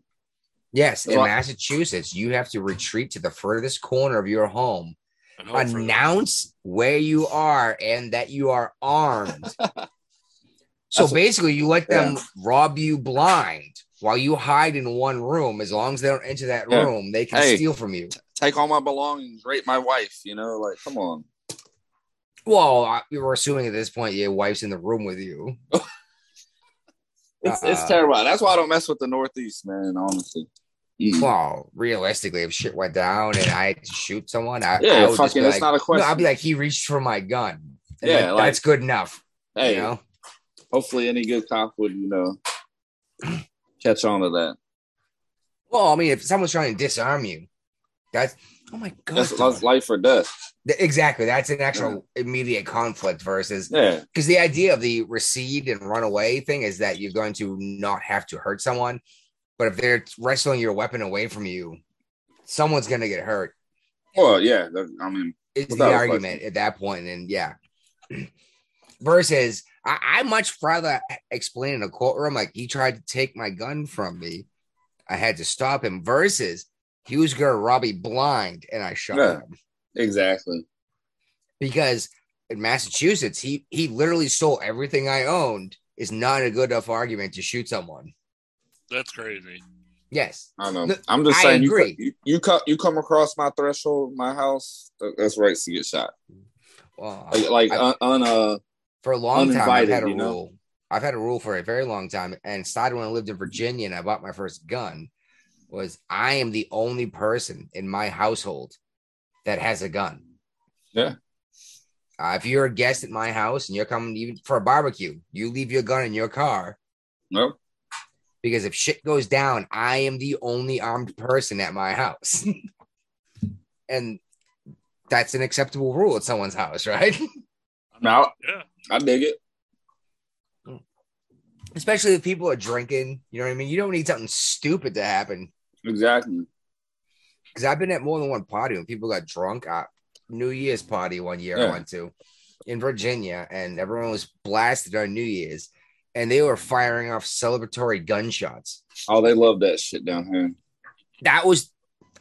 F: Yes, in
G: Well-
F: Massachusetts, you have to retreat to the furthest corner of your home,
G: Oh,
H: And hope for them.
F: announce where you are, and that you are
G: *laughs*
F: armed. so
G: That's a-
F: basically, you let them rob you blind while you hide in one room. As long as they don't enter that
G: Yeah.
F: room, they can
G: Hey.
F: steal from you.
G: Take all my belongings, rape my wife. You know, like, come on.
F: Well, I- we were assuming at this point your wife's in the room with you.
G: It's, it's
F: Uh,
G: terrible. That's why I don't mess with the Northeast, man. Honestly. Mm.
F: Well, realistically, if shit went down and I had to shoot someone, I, I
G: yeah,
F: would just
G: fucking.
F: be
G: It's
F: like,
G: not a
F: no,
G: question.
F: I'd be like, he reached for my gun. And
G: Yeah,
F: like,
G: like-
F: that's good enough.
G: hey,
F: You know?
G: hopefully, any good cop would, you know, catch on to that.
F: Well, I mean, if someone's trying to disarm you, that's oh my god.
G: That's,
F: Tom.
G: that's life or death.
F: Th- exactly. That's an actual immediate conflict versus
G: Yeah.
F: because the idea of the recede and run away thing is that you're going to not have to hurt someone, but if they're wrestling your weapon away from you, someone's going to get hurt.
G: Well, yeah. that- I mean,
F: It's
G: Without
F: the
G: question.
F: argument at that point, and yeah. *clears throat* Versus, I, I much rather explain in a courtroom like he tried to take my gun from me, I had to stop him. Versus, he was gonna rob me blind, and I shot
G: Yeah.
F: him
G: exactly.
F: because in Massachusetts, he he literally stole everything I owned. Is not a good enough argument to shoot someone.
H: That's crazy.
F: Yes,
G: I know.
F: No,
G: I'm just
F: I
G: saying. you
F: agree.
G: co- You you, co- you come across my threshold, my house. th- That's right to get shot.
F: well,
G: Like, like
F: I-
G: un, un, uh,
F: for a long time I've
G: uninvited,
F: had a
G: you know?
F: rule. I've had a rule for a very long time, and it started when I lived in Virginia and I bought my first gun. Was I am the only person in my household that has a gun.
G: Yeah.
F: Uh, if you're a guest at my house and you're coming even for a barbecue, you leave your gun in your car
G: no.
F: because if shit goes down, I am the only armed person at my house. *laughs* and that's an acceptable rule at someone's house, right?
G: No,
H: Yeah.
G: I dig it.
F: especially if people are drinking. You know what I mean? You don't need something stupid to happen.
G: Exactly.
F: Because I've been at more than one party when people got drunk. I, New Year's party one year
G: Yeah.
F: I went to in Virginia, and everyone was blasted on New Year's, and they were firing off celebratory gunshots.
G: Oh, they love that shit down here.
F: That was,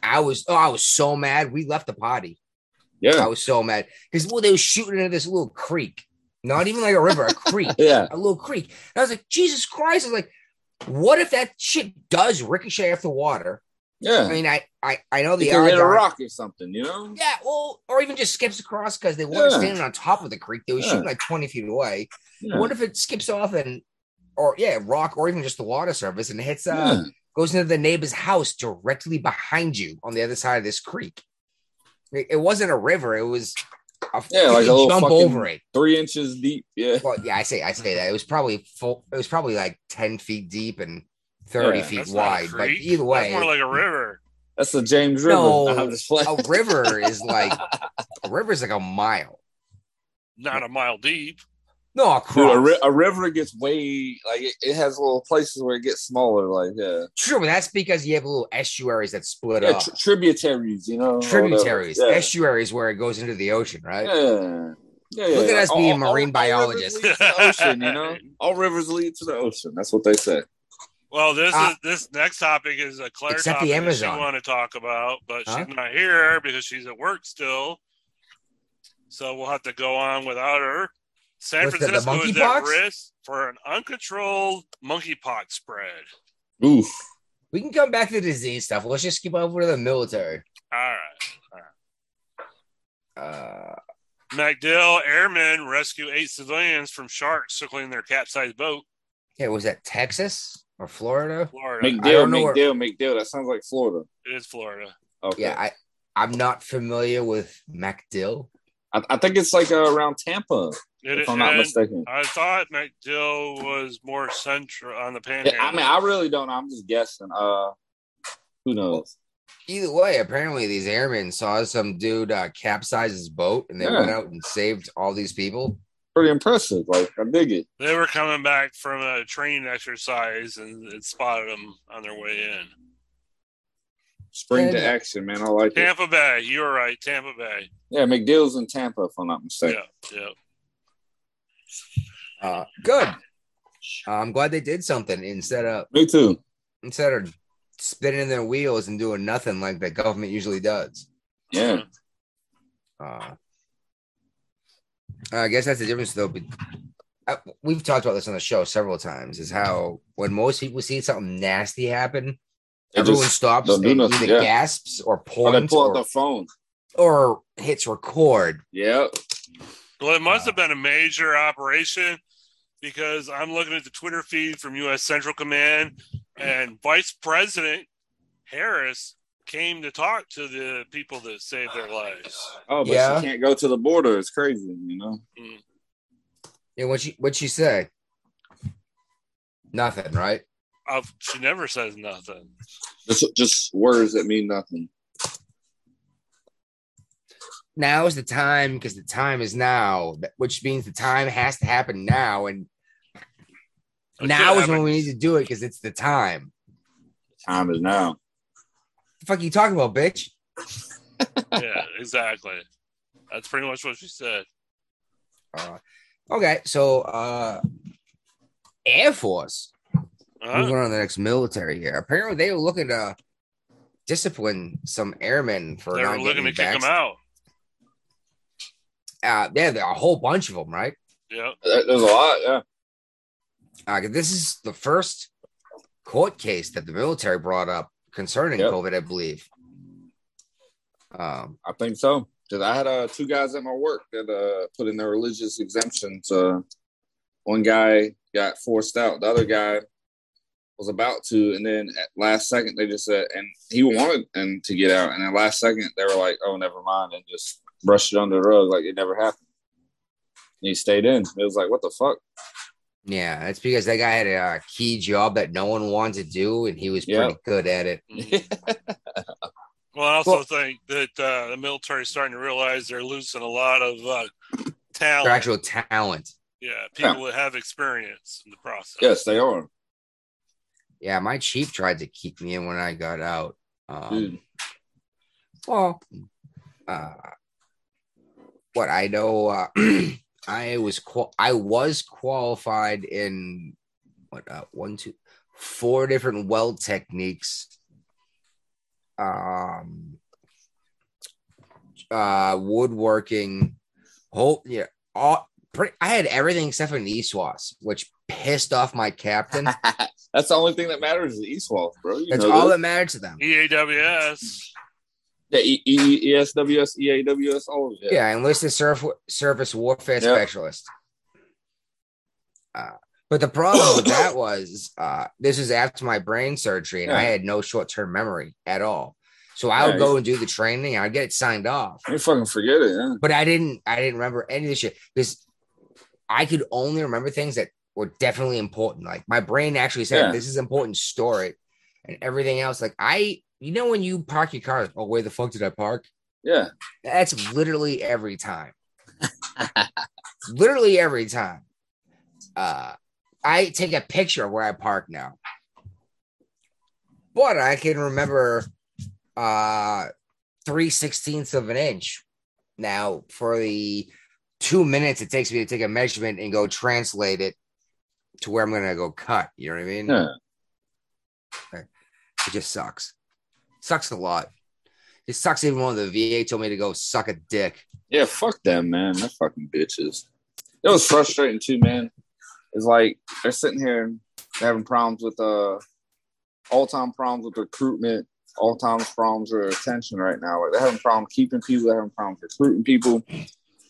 F: I was, oh, I was so mad. We left the party. I
G: Yeah.
F: was so mad because well, they were shooting into this little creek, not even like a river, a creek.
G: Yeah.
F: a little creek. And I was like, Jesus Christ! I was like, what if that shit does ricochet off the water? I
G: Yeah.
F: mean, I I, I know the
G: You can hit a
F: Aragon-
G: rock or something, you know?
F: Yeah, well, or even just skips across because they weren't
G: Yeah.
F: standing on top of the creek; they were
G: Yeah.
F: shooting like twenty feet away.
G: Yeah.
F: What if it skips off and, or yeah, rock or even just the water surface and hits uh
G: Yeah.
F: goes into the neighbor's house directly behind you on the other side of this creek. It, it wasn't a river; it was
G: Yeah, like a little
F: jump
G: fucking
F: over it.
G: three inches deep. Yeah.
F: Well, yeah, I say I say that it was probably full. It was probably like ten feet deep and thirty
G: Yeah,
F: feet
H: That's not a
F: wide. But
H: creek.
F: either way,
H: that's more like a river.
G: That's the James River.
F: no,
G: *laughs* I'm just playing.
F: a river is like a river is like a mile.
H: Not a mile deep.
F: No, a
G: Dude,
F: cross.
G: a, ri- a river gets way like it, it has little places where it gets smaller. Like yeah,
F: Sure, but that's because you have little estuaries that split
G: yeah
F: up.
G: tr- tributaries. You know, or whatever.
F: uh, Tributaries,
G: Yeah.
F: estuaries where it goes into the ocean, right?
G: yeah. Yeah, yeah,
F: Look at
G: yeah.
F: us being marine biologists.
G: All rivers lead to the ocean,
F: *laughs*
G: you know, all rivers lead to the ocean. That's what they say.
H: Well, this
F: Uh,
H: is this next topic is a Claire
F: except the
H: topic that she
F: Amazon.
H: want to talk about, but
F: Huh?
H: she's not here because she's at work still. So we'll have to go on without her. San
F: What's that, the
H: Francisco is at
F: monkeypox?
H: risk for an uncontrolled monkeypox spread.
G: Oof.
F: We can come back to the disease stuff. Let's just skip over to the military.
H: All right.
F: Uh,
H: MacDill airmen rescue eight civilians from sharks circling their capsized boat,
F: yeah, was that Texas or Florida?
H: Florida.
G: McDill,
F: I don't know where-
G: McDill, McDill. That sounds like Florida.
H: It is Florida.
G: Okay.
F: Yeah, I, I'm not familiar with MacDill.
G: I, I think it's like uh, around Tampa,
H: It,
G: if I'm not
H: and
G: mistaken.
H: I thought MacDill was more central on the panhandle.
G: Yeah, I mean, I really don't know. I'm just guessing. Uh, who knows?
F: Either way, apparently these airmen saw some dude uh, capsize his boat and they
G: Yeah.
F: went out and saved all these people.
G: Pretty impressive. Like I dig it.
H: They were coming back from a training exercise and it spotted them on their way in.
G: Spring to
F: Yeah.
G: action, man. I like it.
H: Tampa Bay, you were right, Tampa Bay.
G: Yeah, McDill's in Tampa, if I'm not
H: Yeah,
G: mistaken.
H: yeah.
F: Uh, good. Uh, I'm glad they did something instead of
G: Me too.
F: instead of spinning their wheels and doing nothing like the government usually does.
G: Yeah.
F: Uh, I guess that's the difference, though. But I, we've talked about this on the show several times. Is how when most people see something nasty happen,
G: They
F: everyone
G: just
F: stops
G: don't
F: and
G: do nothing,
F: either
G: yeah.
F: gasps or
G: Oh, they
F: points
G: pull out
F: or,
G: the phone.
F: or hits record.
G: Yep.
H: Well, it must have been a major operation because I'm looking at the Twitter feed from U.S. Central Command, and Vice President Harris came to talk to the people that saved their lives.
G: Oh, but
F: Yeah.
G: she can't go to the border. It's crazy, you know.
F: And what she what she say? Nothing, right?
H: Uh, she never says nothing.
G: Just, just words that mean nothing.
F: Now is the time because the time is now, that- which means the time has to happen now, and
H: It
F: now
H: could
F: is when
H: happen.
F: we need to do it because it's the time.
G: Time is now.
F: The fuck you talking about, bitch?
H: yeah, exactly. That's pretty much what she said.
F: Uh, okay, so uh, Air Force
H: Uh,
F: moving on to the next military here. Apparently, they were looking to discipline some airmen for
H: they
F: not
H: were looking to
F: getting
H: kick
F: vaccinated.
H: him out.
F: Uh, yeah, there are a whole bunch of them, right?
H: Yeah.
G: There- There's a lot. Yeah.
F: Uh, this is the first court case that the military brought up concerning
G: Yep.
F: COVID, I believe. Um,
G: I think so. Cause I had uh, two guys at my work that uh, put in their religious exemptions. Uh, one guy got forced out. The other guy was about to, and then at last second they just said, and he wanted and to get out, and at last second they were like, "Oh, never mind," and just brushed it under the rug like it never happened. And he stayed in. It was like, "What the fuck?"
F: yeah, that's because that guy had a uh, key job that no one wanted to do, and he was
G: Yeah.
F: pretty good at it.
H: Well, I also
F: Well-
H: think that uh, the military is starting to realize they're losing a lot of uh, talent.
F: Their actual talent.
H: yeah, people that have experience in the process.
G: Yes, they are. *laughs*
F: Yeah, my chief tried to keep me in when I got out. Um,
G: Dude.
F: Well, uh, what I know, uh, *clears throat* I was qual- I was qualified in what uh, one, two, four different weld techniques. Um, uh, woodworking, whole yeah, all. Pretty, I had everything except for an ESWAS, which pissed off my captain.
G: That's the only thing that matters is East Wall, bro. You
F: That's
G: know
F: all
G: that.
F: that mattered to
H: E
F: them.
H: EAWS.
G: Yeah, E- E- ESWS, EAWS, all of it.
F: Yeah, enlisted surf, surface warfare
G: Yeah.
F: specialist. Uh, but the problem with
G: *coughs*
F: that was uh, this is after my brain surgery, and I
G: Yeah.
F: had no short term memory at all. So I would
G: Nice.
F: go and do the training. I'd get it signed off.
G: You fucking forget it. Yeah.
F: But I didn't I didn't remember any of this shit because I could only remember things that were definitely important. Like my brain actually said,
G: Yeah.
F: This is important, store it. And everything else, like I you know when you park your car, oh, where the fuck did I park?
G: Yeah.
F: That's literally every time. literally every time. Uh, I take a picture of where I park now. But I can remember uh, three sixteenths of an inch. Now, for the two minutes it takes me to take a measurement and go translate it to where I'm going to go cut. You know what I mean?
G: Yeah.
F: It just sucks. Sucks a lot. It sucks even when the VA told me to go suck a dick.
G: Yeah, fuck them, man. They're fucking bitches. It was frustrating too, man. It's like they're sitting here and they're having problems with uh all time problems with recruitment, all time problems with attention right now. Like they're having problems keeping people, they're having problems recruiting people.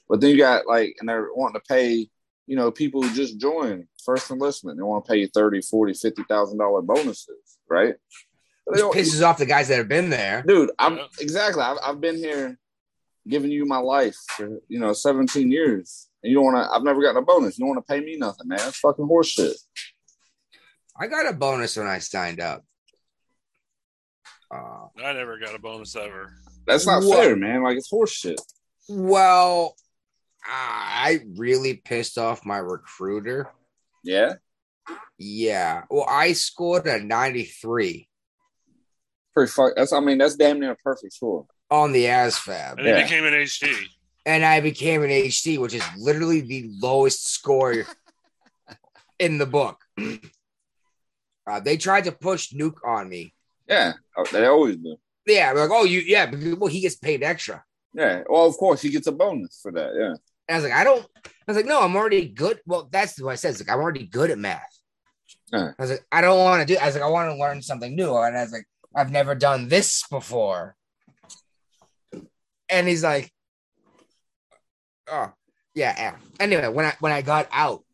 G: But then you got like and they're wanting to pay, you know, people who just joined first enlistment. They want to pay you 30, 40, 50 thousand dollar bonuses, right? But
F: Which
G: they don't-
F: pisses off the guys that have been there.
G: dude i'm
H: Yeah.
G: exactly I've, I've been here giving you my life for you know 17 years and you don't want to i've never gotten a bonus you don't want to pay me nothing man that's fucking horseshit
F: I got a bonus when I signed up. Uh,
H: I never got a bonus ever.
G: that's not
F: What?
G: fair man like it's horseshit
F: well, I really pissed off my recruiter.
G: yeah
F: Yeah. Well, I scored a 93
G: pretty fuck that's i mean that's damn near a perfect score
F: on the ASFAB,
H: And it
G: Yeah.
H: became an HD.
F: and I became an HD, which is literally the lowest score in the book. *clears throat* Uh, they tried to push Nuke on me.
G: yeah oh, they always do
F: Yeah, like, oh, you, yeah, because, well, he gets paid extra.
G: yeah well of course he gets a bonus for that yeah
F: And I was like, I don't. I was like, no, I'm already good. Well, that's what I said. It's like I'm already good at math.
G: Huh.
F: I was like, I don't want to do. I was like, I want to learn something new. And I was like, I've never done this before. And he's like, oh yeah. yeah. Anyway, when I when I got out,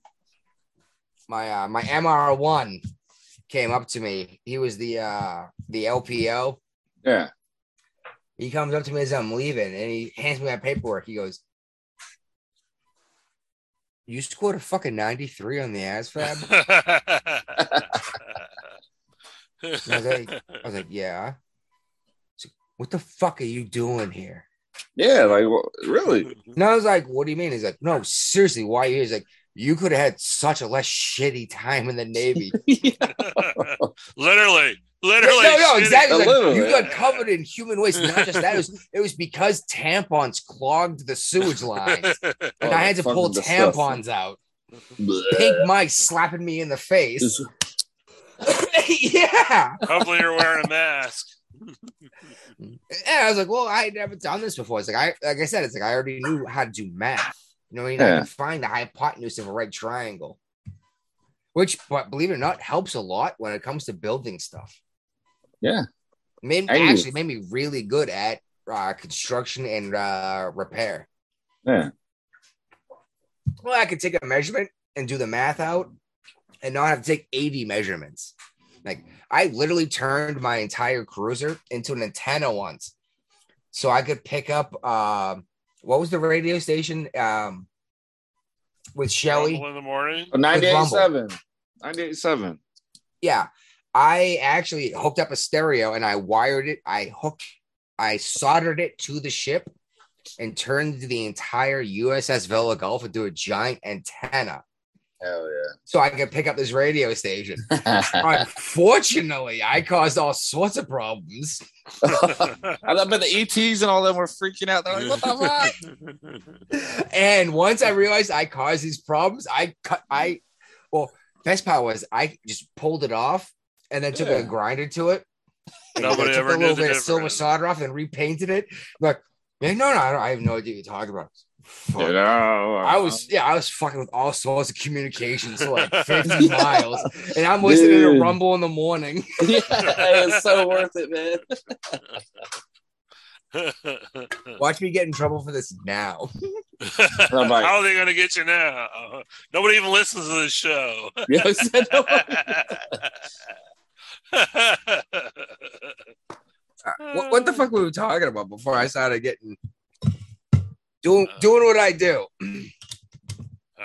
F: my uh, my MR one came up to me. He was the uh the LPO.
G: yeah
F: He comes up to me as I'm leaving and he hands me my paperwork. He goes, You scored a fucking 93 on the ASFAB?
H: *laughs*
F: I was like, Yeah. He's like, what the fuck are you doing here?
G: yeah like well, *laughs* really
F: And I was like, What do you mean? He's like, No, seriously, why are you? here?" He's like, You could have had such a less shitty time in the Navy.
H: literally, literally.
F: no, no,
H: shitty.
F: exactly. He's like, you
G: Literally.
F: got covered in human waste. Not just that, it was, *laughs* it was because tampons clogged the sewage lines.
H: *laughs*
F: And I had to
G: Fucking
F: pull
G: disgusting.
F: tampons out.
G: Bleh.
F: Pink Mike slapping me in the face.
G: Just-
F: *laughs* yeah.
H: Hopefully, you're wearing a mask.
F: *laughs* And I was like, well, I had never done this before. It's like I like I said, it's like I already knew how to do math. You know, what I mean? I
G: Yeah.
F: can find the hypotenuse of a right triangle. Which, but believe it or not, helps a lot when it comes to building stuff.
G: Yeah.
F: Made,
G: Angles.
F: actually made me really good at uh, construction and uh, repair.
G: yeah
F: Well, I could take a measurement and do the math out and not have to take 80 measurements. Like I literally turned my entire cruiser into an antenna once. So I could pick up um what was the radio station um with Shelly?
H: Rumble in
G: *laughs*
H: the morning.
G: But 987 987
F: Yeah. I actually hooked up a stereo and I wired it. I hooked I soldered it to the ship and turned the entire USS Vela Gulf into a giant antenna.
G: hell
F: so I could pick up this radio station. *laughs*
G: yeah
F: Unfortunately, I caused all sorts of problems.
G: I bet the ETs and all them were freaking out. They're like, "What *laughs* the fuck?"
F: And once I realized I caused these problems, I cut I well, best part was I just pulled it off and then took
G: Yeah.
F: a grinder to it. And
H: Nobody
F: I took
H: ever
F: a
H: knew
F: little
H: the
F: bit of silver
H: difference.
F: solder off and repainted it. Like, man, no, no, I, don't, I have no idea what you're talking about. Fuck.
G: Yeah, no,
F: I was yeah, I was fucking with all sorts of communications for like 50
H: *laughs*
F: miles. And I'm listening to
G: Dude.
F: Rumble in the morning.
G: *laughs* yeah, it's so worth it, *laughs* man.
H: *laughs*
F: Watch me get in trouble for this now.
G: Nobody-
H: How are they going to get you now? Uh-huh. Nobody even listens to this show. *laughs*
G: You know, so-
F: what, what the fuck were we talking about before I started getting doing doing what I do?
H: I don't know.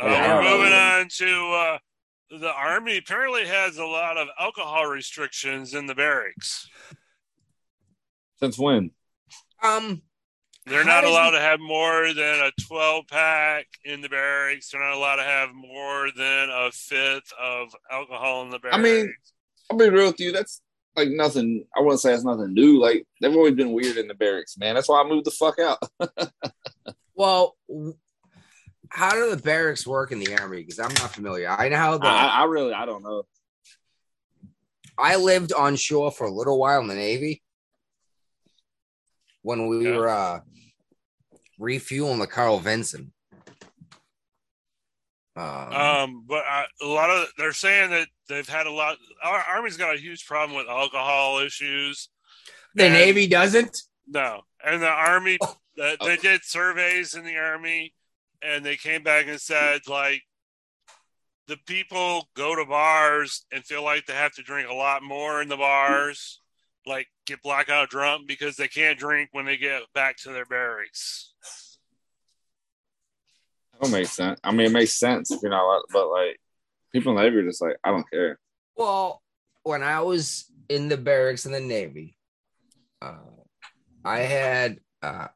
F: Yeah, I
H: we're
F: don't know.
H: moving on to uh, the army. Apparently, has a lot of alcohol restrictions in the barracks.
G: Since when?
F: Um,
H: They're
F: How
H: not
F: does
H: allowed
F: it-
H: to have more than a 12 pack in the barracks. They're not allowed to have more than a fifth of alcohol in the barracks.
G: I mean, I'll be real with you. That's like nothing. I wouldn't say that's nothing new. Like they've always been weird in the barracks, man. That's why I moved the fuck out. *laughs*
F: Well, w- how do the barracks work in the army? Because I'm not familiar. I know how the
G: I, I really, I don't know.
F: I lived on shore for a little while in the Navy when we
H: Yeah.
F: were uh, refueling the Carl Vinson. Um,
H: Um, but I, a lot of they're saying that they've had a lot. Our army's got a huge problem with alcohol issues.
F: the
H: and-
F: Navy doesn't.
H: No, and the army
F: Oh.
H: uh, they did surveys in the army, and they came back and said like the people go to bars and feel like they have to drink a lot more in the bars, like get blackout drunk because they can't drink when they get back to their barracks.
G: That makes sense. I mean, it makes sense if you're not, allowed- but like people in the Navy are just like, I don't care.
F: Well, when I was in the barracks in the Navy, uh, I had uh,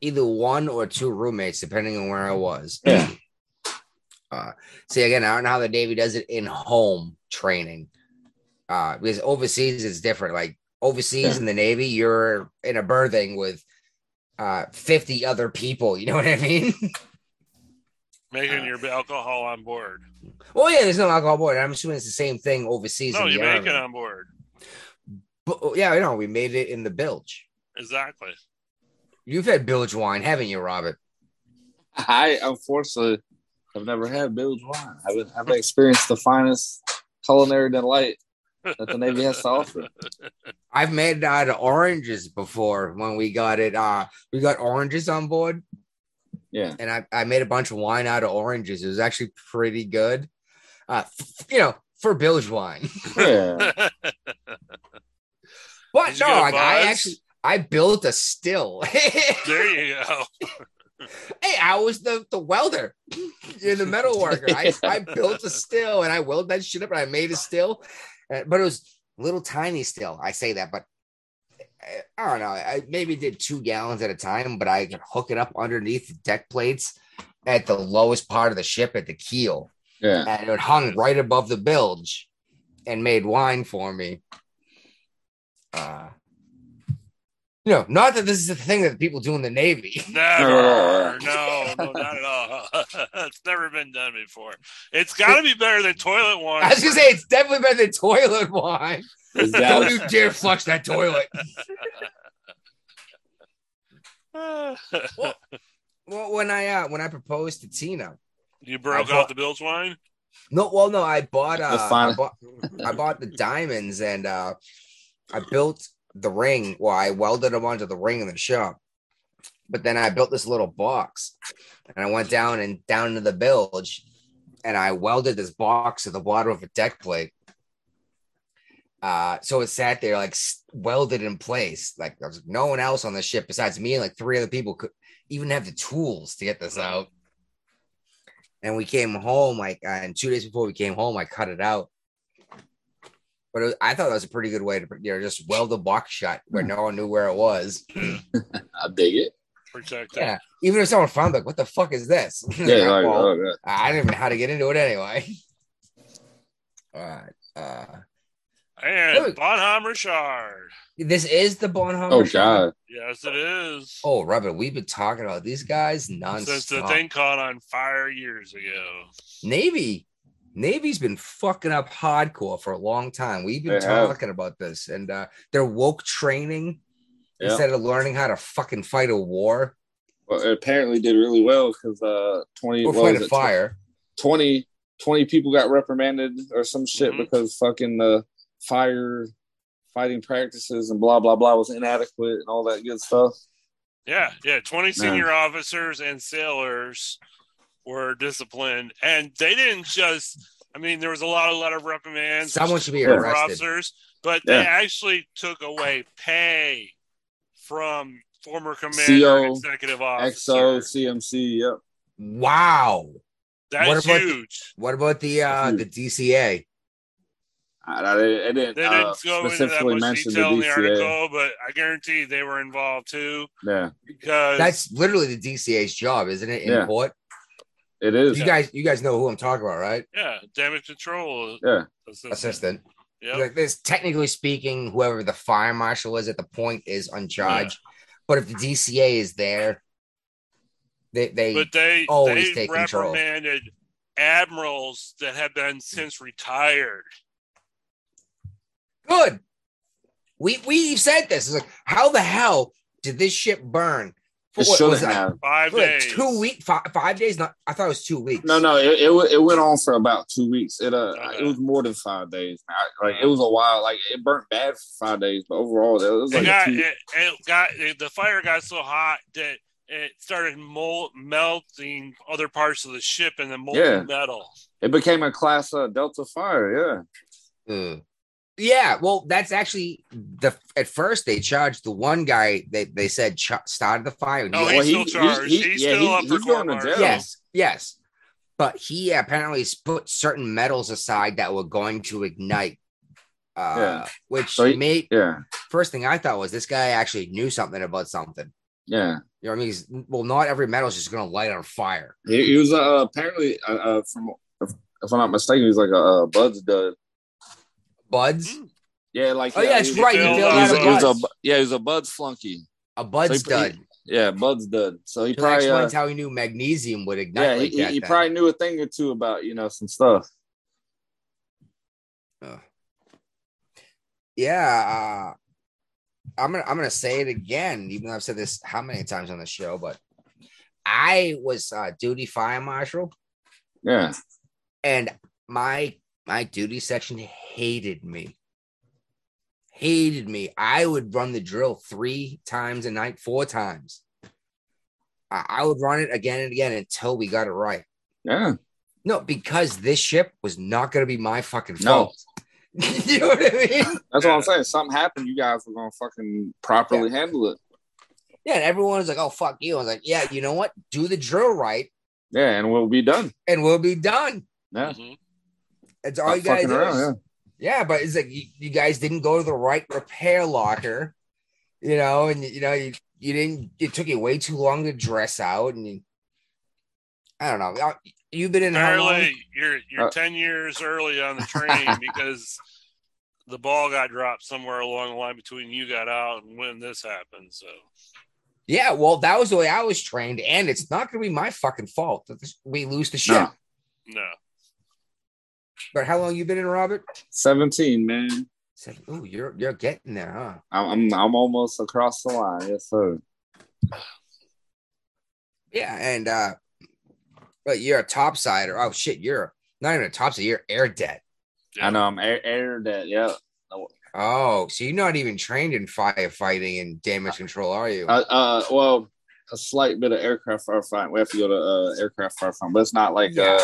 F: either one or two roommates, depending on where I was.
G: Yeah.
F: Uh, see, again, I don't know how the Navy does it in home training uh, because overseas it's different. Like overseas
G: Yeah.
F: in the Navy, you're in a birthing with uh, 50 other people. You know what I mean? *laughs*
H: Making
F: Uh,
H: your alcohol on board.
F: well, yeah, there's no alcohol board. I'm assuming it's the same thing overseas.
H: No,
F: in the
H: you make
F: Army.
H: it on board.
F: But, oh, yeah, I know. We made it in the bilge.
H: Exactly.
F: You've had bilge wine, haven't you, Robert?
G: *laughs* I unfortunately have never had Bill's wine. I've, been- I've experienced the finest culinary delight that the Navy has to offer.
F: I've made it out of oranges before when we got it. Uh, we got oranges on board,
G: Yeah.
F: and I, I made a bunch of wine out of oranges. It was actually pretty good. Uh, f- you know, for bilge
H: *laughs*
F: wine.
G: Yeah.
F: But
H: Did you
F: no,
H: get a
F: like I
H: buzz?
F: actually I built a still. *laughs* hey,
H: *laughs* There you go.
F: I was the, the welder. You're the metal worker. I, I built a still and I willed that shit up and I made a still. Uh, but it was little tiny still. I say that, but uh, I don't know. I maybe did two gallons at a time, but I could hook it up underneath the deck plates at the lowest part of the ship at the keel.
G: Yeah.
F: And it hung right above the bilge and made wine for me. Uh, you know, not that this is the thing that people do in the Navy.
H: Never. No, no, not at all. *laughs* it's never been done before. It's got to be better than toilet *laughs* wine.
F: I was gonna say it's definitely better than toilet wine.
G: Is
F: *laughs* Don't
G: that-
F: you dare flush that toilet.
H: *laughs*
F: Well, when I uh, when I proposed to Tina,
H: you broke
F: I bought-
H: out the Bill's wine?
F: no, well, no, I bought uh,
G: The fun-
F: I bought, I bought the diamonds and uh, I built the ring. Well, I welded them onto the ring in the shop, but then I built this little box, and I went down and down to the bilge, and I welded this box to the bottom of a deck plate. Uh, so it sat there like s- welded in place. Like there was no one else on the ship besides me and like three other people could even have the tools to get this out. And we came home like, uh, and two days before we came home, I cut it out. But it was, I thought that was a pretty good way to, you know, just weld the box shut where
G: Hmm.
F: no one knew where it was.
G: I dig it.
H: Protect
F: Yeah. Even if someone found, like, what the fuck is this? *laughs*
G: Yeah. Like,
F: Well,
G: oh, yeah.
F: I don't even know how to get into it anyway. *laughs* All right. Uh,
H: it. And
F: Look.
H: Bonham Richard.
F: this is the Bonhomme.
G: oh
F: Richard.
G: God.
H: Yes, it is.
F: Oh, Robert, we've been talking about these guys
H: Since the
F: nonstop.
H: thing caught on fire years ago.
F: Navy, Navy's been fucking up hardcore for a long time. We've been
G: They have.
F: talking about this, and uh, their woke training
G: Yeah.
F: instead of learning how to fucking fight a war
G: Well, it apparently did really well because uh, 20,
F: or
G: what
F: fight
G: was
F: a
G: it?
F: fire.
G: 20, 20 people got reprimanded or some shit
F: Mm-hmm.
H: Mhm.
G: because fucking the fire fighting practices and blah blah blah was inadequate and all that good stuff.
H: Yeah, yeah. 20 senior officers and sailors were disciplined. And they didn't just, I mean, there was a lot, a lot of reprimands.
F: Someone should be
H: for
F: arrested.
H: officers, But
G: Yeah.
H: they actually took away pay from former commander and
G: CO,
H: executive
G: XO,
H: officer.
G: CMC. Yep.
F: Wow.
H: That's
F: about-
H: huge.
F: What about the uh the DCA?
G: I, I didn't, I didn't,
H: They
G: uh,
H: didn't go into that
G: specifically
H: much
G: mention the
H: detail in the
G: DCA.
H: article, but I guarantee they were involved too
G: Yeah,
H: because
F: That's literally the DCA's job, isn't it? In
G: Yeah.
F: court.
G: it is.
F: You guys you guys know who I'm talking about, right?
H: yeah, damage control.
G: Yeah.
F: Assistant.
H: Yep.
F: Like this technically speaking, whoever the fire marshal is at the point is on charge. But if the DCA is there, they they
H: but they
F: always
H: they
F: take control.
H: reprimanded admirals that have been since retired.
F: good. We we said this. It's like, how the hell did this ship burn?
G: It
F: what,
G: shouldn't
F: it like,
G: have.
H: Five
F: for like
H: days.
F: two weeks, five, five days. Not, I thought it was two weeks.
G: No, no, it, it w- it went on for about two weeks. It uh,
H: Okay.
G: it was more than five days. I- Like it was a while. Like it burnt bad for five days, but overall, it was
H: It
G: like a
H: got
G: two.
H: it, it got it, the fire got so hot that it started mol- melting other parts of the ship and the molten
G: Yeah.
H: metal.
G: It became a class uh, Delta fire. Yeah,
F: Mm. Yeah, well, that's actually the. At first, they charged the one guy. They they said ch- started the fire. and
H: Oh,
F: he-
H: he's
G: Well,
H: still
G: he-
H: charged.
G: he- he-
H: he's
G: yeah,
H: still
G: he-
H: up for
G: he's going
H: court
G: to
H: martial.
G: jail.
F: yes, yes, but he apparently put certain metals aside that were going to ignite. Uh,
G: Yeah.
F: Which
G: So he-
F: made
G: yeah,
F: first thing I thought was this guy actually knew something about something.
G: yeah.
F: You know what I mean? He's- well, not every metal is just going to light on fire.
G: He, he was uh, apparently uh, uh, from if, if I'm not mistaken, he was like a uh, Bud's dud.
F: Buds,
H: Mm.
G: Yeah, like
F: Oh, yeah,
G: he
F: that's
G: was-
F: right,
H: he
G: He
H: built
G: was,
H: out of
G: he was
F: Buds.
G: a yeah, he was a Bud's flunky.
F: a buds
G: So he-
F: stud.
G: Yeah, Bud's dud. So he
F: So that
G: probably uh,
F: explains how he knew magnesium would ignite.
G: yeah,
F: like
G: he,
F: that
G: he
F: then.
G: probably knew a thing or two about you know some stuff.
F: yeah uh, i'm gonna i'm gonna say it again even though i've said this how many times on the show but i was uh duty fire marshal
G: Yeah,
F: and my my duty section hated me hated me i would run the drill three times a night four times i, I would run it again and again until we got it right
G: yeah.
F: no because this ship was not going to be my fucking
G: No.
F: fault *laughs* you know what i mean
G: That's what I'm saying. Something happened. You guys were gonna fucking properly handle it.
F: Yeah, and everyone was like, "Oh fuck you!" I was like, "Yeah, you know what? Do the drill right,
G: Yeah, and we'll be done.
F: and we'll be done."
G: Yeah.
H: Mhm.
F: That's all you
G: Stop
F: guys.
G: fucking around, yeah.
F: yeah. but it's like you, you guys didn't go to the right repair locker, you know, and you know you, you didn't. It took you way too long to dress out, and you, I don't know. Uh, You've been in how long?
H: Apparently, you're you're
G: Uh,
H: ten years early on
G: *laughs*
H: the train because the ball got dropped somewhere along the line between you got out and when this happened. So
F: Yeah, well, that was the way I was trained, and it's not going to be my fucking fault that this- we lose the ship.
G: No.
H: no,
F: But how long you been in, Robert?
G: Seventeen, man.
F: Said, oh, you're you're getting there, huh?
G: I'm, I'm I'm almost across the line. Yes, sir.
F: Yeah, and uh but you're a topsider. Oh shit, you're not even a topsider, you're air debt.
G: I know. I'm air, air that. Yeah.
F: Oh, so you're not even trained in firefighting and damage control, are you?
G: Uh, uh. Well, a slight bit of aircraft firefighting. We have to go to uh, aircraft firefighting, but it's not like uh,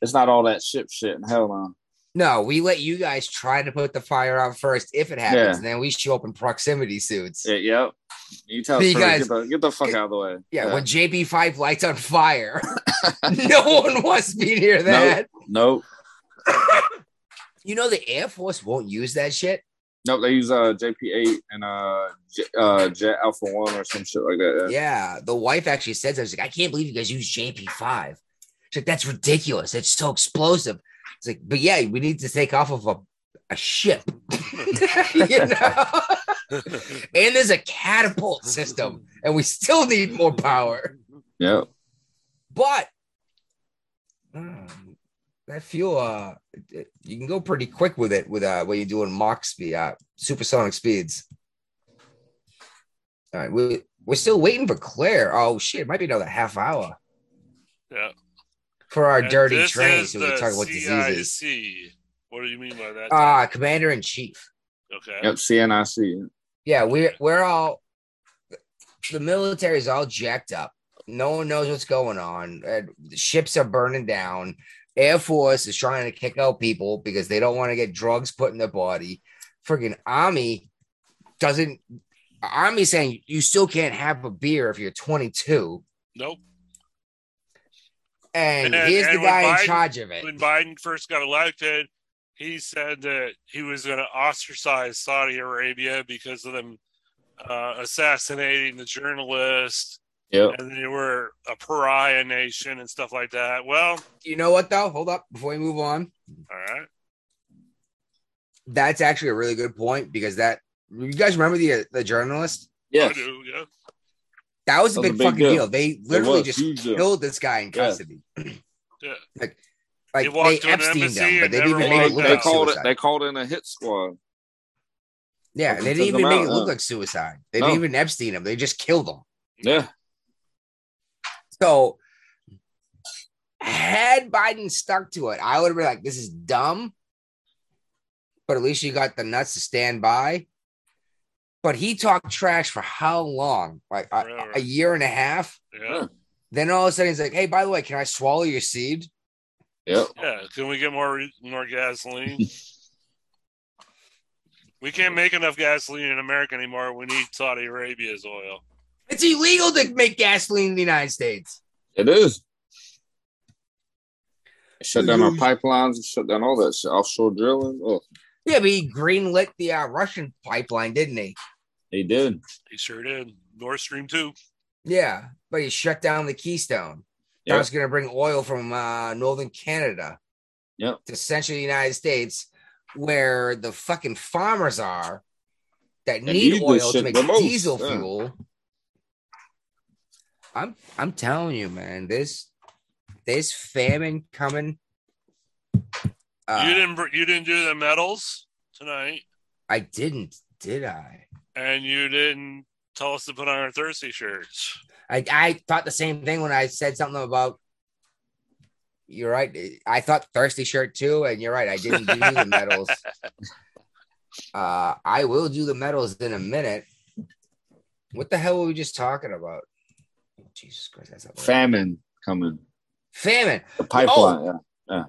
G: it's not all that ship shit. And hell no.
F: no, we let you guys try to put the fire out first if it happens,
G: Yeah.
F: and then we show up in proximity suits.
G: Yeah, yep. You tell
F: You
G: Trey,
F: guys-
G: get, the, get the fuck out of the way.
F: Yeah, when JB5 lights on
G: *laughs*
F: fire, *laughs* no one wants me near that.
G: nope.
F: You know the Air Force won't use that shit.
G: Nope. They use uh JP8 and uh, J, uh Jet Alpha One or some shit like that. Yeah.
F: Yeah, the wife actually said, "I was like, I can't believe you guys use JP5." She's like, "That's ridiculous. It's so explosive." It's like, but yeah, we need to take off of a, a ship, *laughs* you know. and there's a catapult system, and we still need more power.
G: Yep.
F: But mm, that fuel, uh, it- you can go pretty quick with it with uh, what you're doing Mach speed, uh, supersonic speeds. All right, we we're still waiting for Claire. Oh shit, it might be another half hour
H: yeah.
F: for our
H: And
F: dirty
H: this
F: train.
H: is
F: So we
H: the E
F: can talk about diseases.
H: CIC. What do you mean by that?
F: Ah, commander in chief.
H: okay.
G: Yep. CNIC.
F: Yeah, we're we're all the military's all jacked up. No one knows what's going on. Uh, the ships are burning down. Air Force is trying to kick out people because they don't want to get drugs put in their body. friggin' Ami doesn't. Ami saying you still can't have a beer if you're 22.
H: Nope.
F: And,
H: then-
F: here's
H: and
F: the
H: when
F: guy
H: Biden-
F: in charge of it.
H: When Biden first got elected, he said that he was going to ostracize Saudi Arabia because of them uh, assassinating the journalist,
G: Yep.
H: and they were a pariah nation and stuff like that. Well,
F: You know what though? Hold up before we move on.
H: all right.
F: That's actually a really good point because that you guys remember the uh, the journalist?
H: I
G: Yes.
H: do, yeah.
F: That was a
G: That was
F: big, fucking deal. They literally
G: was,
F: just
G: huge deal.
F: killed this guy in
G: Yeah.
F: custody. *clears throat*
H: Yeah.
F: Like,
H: He
F: like
H: walked
F: they
H: to an
F: Epstein
H: embassy
F: them, but
H: and
F: they didn't
H: never
F: even
H: walked
F: make it
G: They,
H: out.
F: look
G: they
F: like
G: called it.
F: suicide.
G: They called in a hit squad.
F: yeah,
G: they
F: they
G: took
F: didn't even
G: them
F: make
G: out,
F: it look
G: huh?
F: like suicide. They
G: No.
F: didn't even Epstein them. They just killed them.
G: Yeah.
F: So had Biden stuck to it, I would have been like, this is dumb. But at least you got the nuts to stand by. But he talked trash for how long? Like a,
H: Forever.
F: a year and a half.
H: Yeah,
F: Then all of a sudden he's like, hey, by the way, can I swallow your seed?
G: Yep.
H: yeah. Can we get more more gasoline? we can't make enough gasoline in America anymore. We need Saudi Arabia's oil.
F: It's illegal to make gasoline in the United States.
G: It is. Shut down our
F: Huge.
G: pipelines. Shut down all that shit. Offshore drilling. Oh,
F: Yeah, but he greenlit the uh, Russian pipeline, didn't he?
G: they did.
H: He sure did. Nord Stream two.
F: Yeah, but he shut down the Keystone. That
G: Yep.
F: was going to bring oil from uh, northern Canada
G: Yep.
F: to central United States, where the fucking farmers are that
G: That
F: need
G: need this
F: oil to
G: shit
F: make
G: the most,
F: diesel
G: yeah.
F: fuel. I'm I'm telling you, man, this this famine coming. Uh,
H: you didn't. br- You didn't do the medals tonight,
F: I didn't, did I?
H: and you didn't tell us to put on our Thursday shirts.
F: I, I thought the same thing when I said something about. You're right. I thought thirsty shirt too, and you're right. I didn't do the medals. Uh, I will do the medals in a minute. What the hell were we just talking about? Jesus Christ, that's a word.
G: Famine coming.
F: famine.
G: The pipeline. yeah.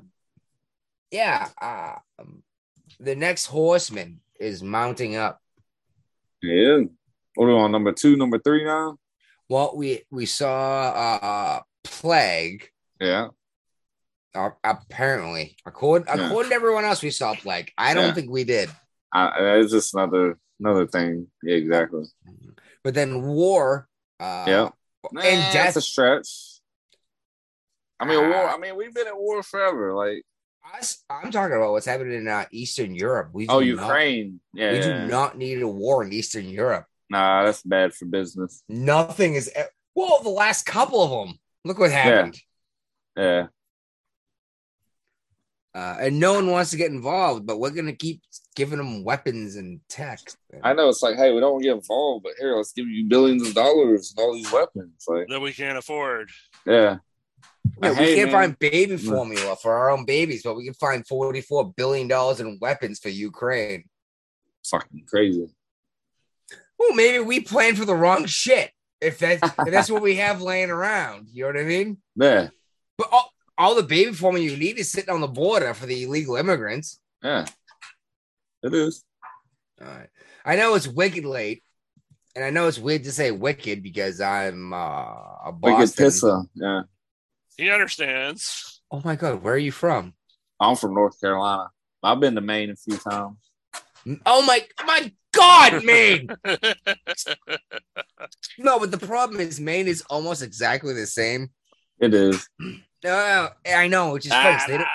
F: Yeah, uh, um, the next horseman is mounting up.
G: Yeah. What are we on number two, number three now?
F: Well, we we saw uh, plague.
G: Yeah.
F: Uh, apparently, according
G: Yeah.
F: according to everyone else, we saw plague. I don't
G: Yeah.
F: think we did.
G: I, it's just another another thing. Yeah, exactly.
F: But then war, uh,
G: Yeah.
F: and
G: Nah,
F: death.
G: That's a stretch. I mean, war.
F: Ah.
G: I mean, we've been at war forever. Like,
F: us- I'm talking about what's happening in uh, Eastern Europe. We do
G: oh,
F: not-
G: Ukraine. Yeah.
F: we
G: yeah.
F: do not need a war in Eastern Europe.
G: Nah, that's bad for business.
F: Nothing is. e- Well, the last couple of them. Look what happened.
G: Yeah.
F: Uh, and no one wants to get involved, but we're going to keep giving them weapons and tech.
G: I know. It's like, hey, we don't want to get involved, but here, let's give you billions of dollars and all these weapons. Like,
H: that we can't afford.
G: yeah.
F: Yeah, we
G: Hey,
F: can't
G: man. Mm.
F: find baby formula for our own babies, but we can find $44 billion in weapons for Ukraine.
G: Fucking crazy.
F: Well, maybe we planned for the wrong shit. If that's, if that's what we have laying around, you know what I mean?
G: Yeah.
F: But all, all the baby formula you need is sitting on the border for the illegal immigrants.
G: Yeah. It is.
F: All right. I know it's wicked late, and I know it's weird to say wicked because I'm uh, a
G: We could
F: Boston.
G: piss her. Yeah.
H: He understands. *laughs*
F: Oh my god, where are you from?
G: I'm from North Carolina. I've been to Maine a few times.
F: Oh my my
H: *laughs*
F: god, Maine!
H: yeah,
F: no, but the problem is Maine is almost exactly the same.
G: It is.
F: No, no, I know, which is
H: Ah,
F: funny. 'cause They don't,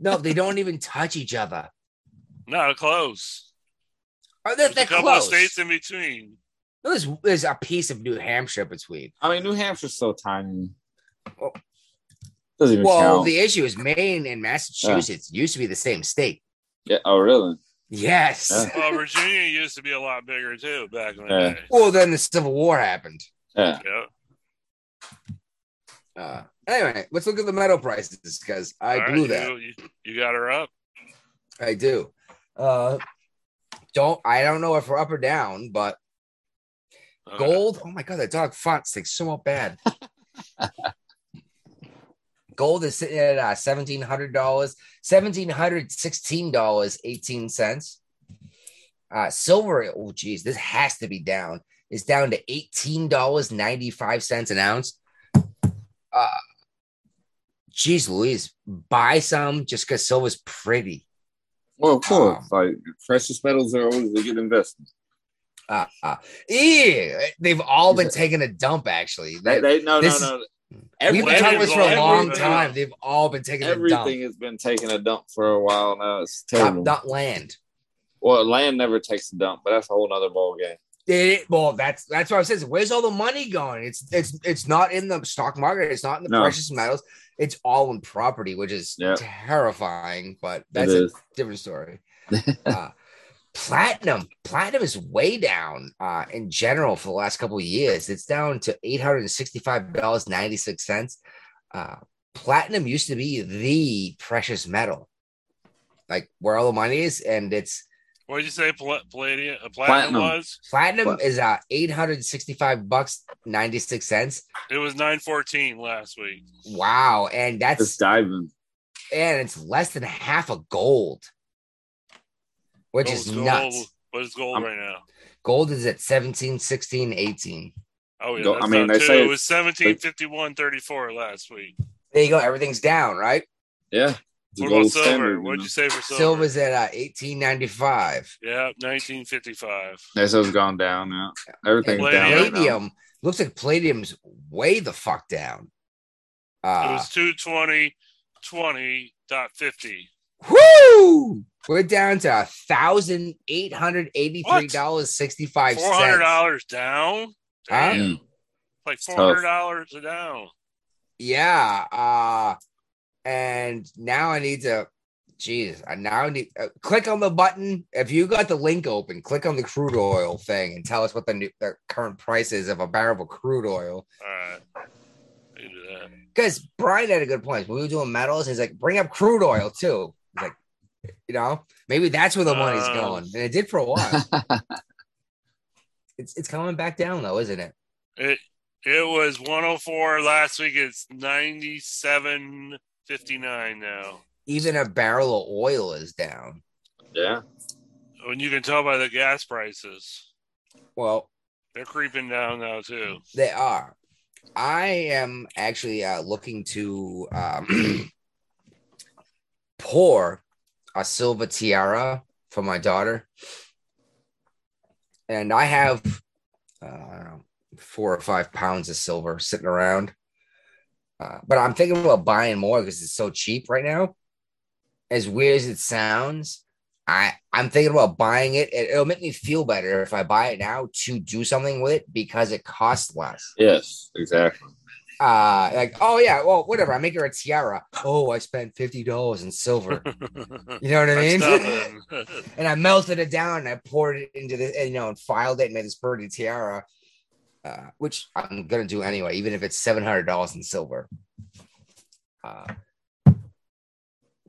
F: no, they don't even touch each other.
H: not close.
F: Oh, they're,
H: There's
F: they're
H: a couple
F: close.
H: of states in between.
F: There's, there's a piece of New Hampshire between.
G: I mean, New Hampshire's so tiny.
F: Oh.
G: Doesn't even
F: Well,
G: count.
F: the issue is Maine and Massachusetts used to be the same state.
G: yeah. Oh, really?
F: Yes.
G: Yeah.
H: Well, Virginia used to be a lot bigger too back in the
G: Yeah.
H: day.
F: Well, then the Civil War happened.
G: Yeah.
H: Yeah.
F: Uh, anyway, let's look at the metal prices because I
H: All right,
F: blew that.
H: You, you- you got her up.
F: I do. Uh, don't I don't know if we're up or down, but
H: Okay.
F: gold. Oh my god, that dog font sticks so bad. gold is sitting at uh, seventeen hundred dollars, seventeen hundred sixteen dollars eighteen cents. Uh, silver, oh geez, this has to be down. It's down to eighteen dollars ninety five cents an ounce. Uh, geez, Louise, buy some just because silver's pretty.
G: Well, of
F: Um,
G: course, like precious metals are always a good investment.
F: Uh, uh, ew, they've all been taking a dump. Actually,
G: They, they, no,
F: This-
G: no, no.
F: We've been talking this for a
G: everything-
F: long
G: everything-
F: time. They've all been taking
G: Everything
F: a dump.
G: has been taking a dump for a while now. It's terrible.
F: Top not land.
G: Well, land never takes a dump, but that's a whole nother ball game.
F: It- well, that's that's what I says. Where's all the money going? It's it's it's not in the stock market. It's not in the
G: No.
F: precious metals. It's all in property, which is
G: Yeah.
F: terrifying. But that's a
G: is.
F: different story. uh, platinum, platinum is way down uh, in general for the last couple of years. It's down to eight hundred and sixty-five dollars ninety-six cents. Uh, platinum used to be the precious metal, like where all the money is, and it's
H: What did you say? Pla- Palladium, uh, platinum,
G: Platinum.
H: was?
F: Platinum
G: What?
F: is uh eight hundred and sixty-five bucks ninety-six cents.
H: It was nine fourteen last week.
F: Wow, and
G: It's
F: that's
G: diving.
F: and it's less than half of gold, which is
H: Gold's
F: nuts.
H: Gold, but it's gold
G: I'm-
H: right now.
F: Gold is at 17, 16, 18.
H: Oh yeah,
G: Go-
H: that's
G: I mean,
H: not
G: they
H: too.
G: say
H: it was seventeen fifty one thirty four last week.
F: There you go. Everything's down, right?
G: Yeah. It's a
H: What
G: gold
H: about silver?
G: standard, you
H: What'd
G: know?
H: you say for silver?
F: Silver's at uh, eighteen ninety five.
H: Yeah, nineteen fifty five.
G: That's what's gone down now. Everything's down. right now.
F: Palladium looks like palladium's way the fuck down.
H: it
F: Uh,
H: was two twenty twenty dot fifty.
F: whoo! We're down to a thousand eight hundred eighty three dollars sixty five
H: Four hundred
F: cents.
H: dollars down.
F: Huh?
H: Damn, like
G: tough.
H: four hundred dollars a down.
F: Yeah. Uh and now I need to jeez, I now need uh, click on the button. If you got the link open, click on the crude oil thing and tell us what the new the current price is of a barrel of crude oil.
H: All right, I can do that.
F: Because Brian had a good point. We were doing metals, he's like, bring up crude oil too. He's like, you know, maybe that's where the money's
H: Oh.
F: going. And it did for a while. it's it's coming back down though, isn't it?
H: It it was one hundred four last week. It's ninety seven fifty nine now.
F: Even a barrel of oil is down.
G: Yeah.
H: And you can tell by the gas prices.
F: Well,
H: They're creeping down
F: *laughs*
H: now too.
F: They are. I am actually uh, looking to um, *clears throat* pour a silver tiara for my daughter, and I have uh, I don't know, four or five pounds of silver sitting around. Uh, but I'm thinking about buying more because it's so cheap right now. As weird as it sounds, I I'm thinking about buying it. It, will make me feel better if I buy it now to do something with it because it costs less.
G: Yes, exactly.
F: Uh, like oh yeah, well whatever. I make her a tiara. Oh, I spent fifty dollars in
H: *laughs*
F: silver. You know what I
H: That's
F: mean? *laughs*
H: nothing. *laughs*
F: and I melted it down and I poured it into this, and, you know, and filed it and made this pretty tiara, uh, which I'm gonna do anyway, even if it's seven hundred dollars in silver. Uh,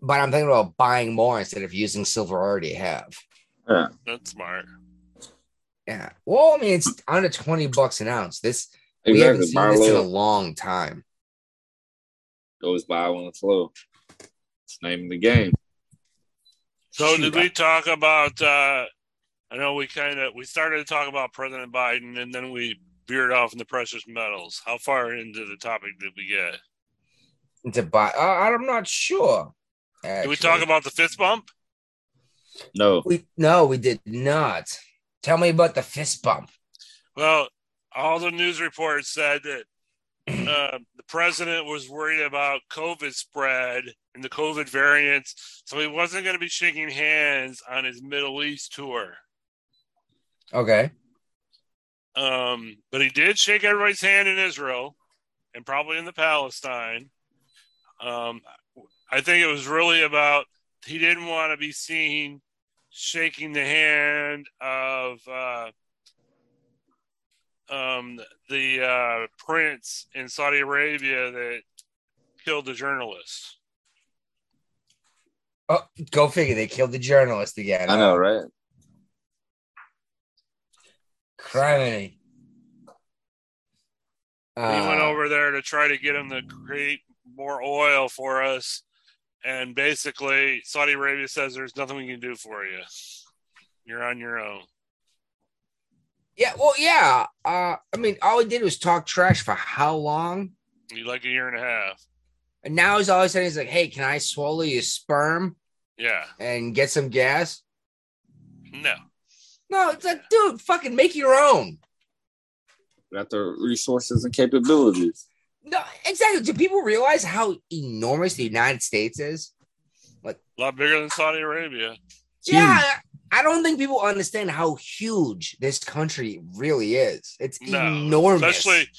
F: but I'm thinking about buying more instead of using silver I already have.
H: That's smart.
F: Yeah. Well, I mean, it's under twenty bucks an ounce. This we haven't
G: Exactly.
F: seen
G: Buy
F: this in a
G: low
F: long time.
G: goes by when it's low. It's the name of the game.
H: So
F: Shoot,
H: did we talk about? uh I know we kind of we started to talk about President Biden, and then we veered off in the precious metals. How far into the topic did we get?
F: I- to buy? Uh, I'm not sure.
H: Did we
F: actually.
H: talk about the fist bump?
G: No.
F: We no, we did not. Tell me about the fist bump.
H: Well, all the news reports said
F: *clears throat*
H: that uh, the president was worried about COVID spread and the COVID variants, so he wasn't going to be shaking hands on his Middle East tour.
F: Okay.
H: Um, but he did shake everybody's hand in Israel and probably in the Palestine. Um, I think it was really about he didn't want to be seen shaking the hand of uh, um, the uh, prince in Saudi Arabia that killed the journalist.
F: Go figure. They killed the journalist again.
G: I know, right?
F: Criminy.
H: We went
F: Uh,
H: over there to try to get him to create more oil for us. And basically, Saudi Arabia says there's nothing we can do for you. You're on your own.
F: Yeah, well, yeah. Uh, I mean, all he did was talk trash for how long?
H: You like a year and a half.
F: And now he's all of a sudden he's like, "Hey, can I swallow your sperm
H: Yeah.
F: and get some gas?"
H: No.
F: No, it's like, dude, fucking make your own.
G: Got the resources and capabilities.
F: No, exactly. Do people realize how enormous the United States is?
H: A lot bigger than Saudi Arabia.
F: Yeah, I don't think people understand how huge this country really is. It's
H: No.
F: enormous.
H: Especially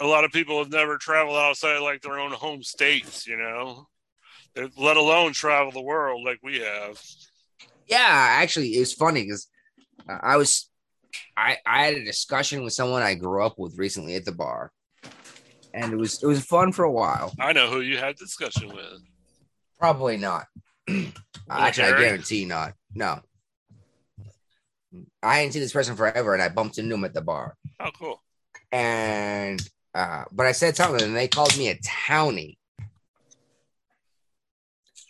H: a lot of people have never traveled outside like their own home states, you know, They- let alone travel the world like we have.
F: yeah actually it's funny because i was i i had a discussion with someone i grew up with recently at the bar and it was it was fun for a while
H: I know who you had discussion with.
F: probably not *clears throat* actually i
H: Jerry?
F: guarantee not no i hadn't seen this person forever and i bumped into him at the bar
H: Oh, cool.
F: and uh but i said something and they called me a townie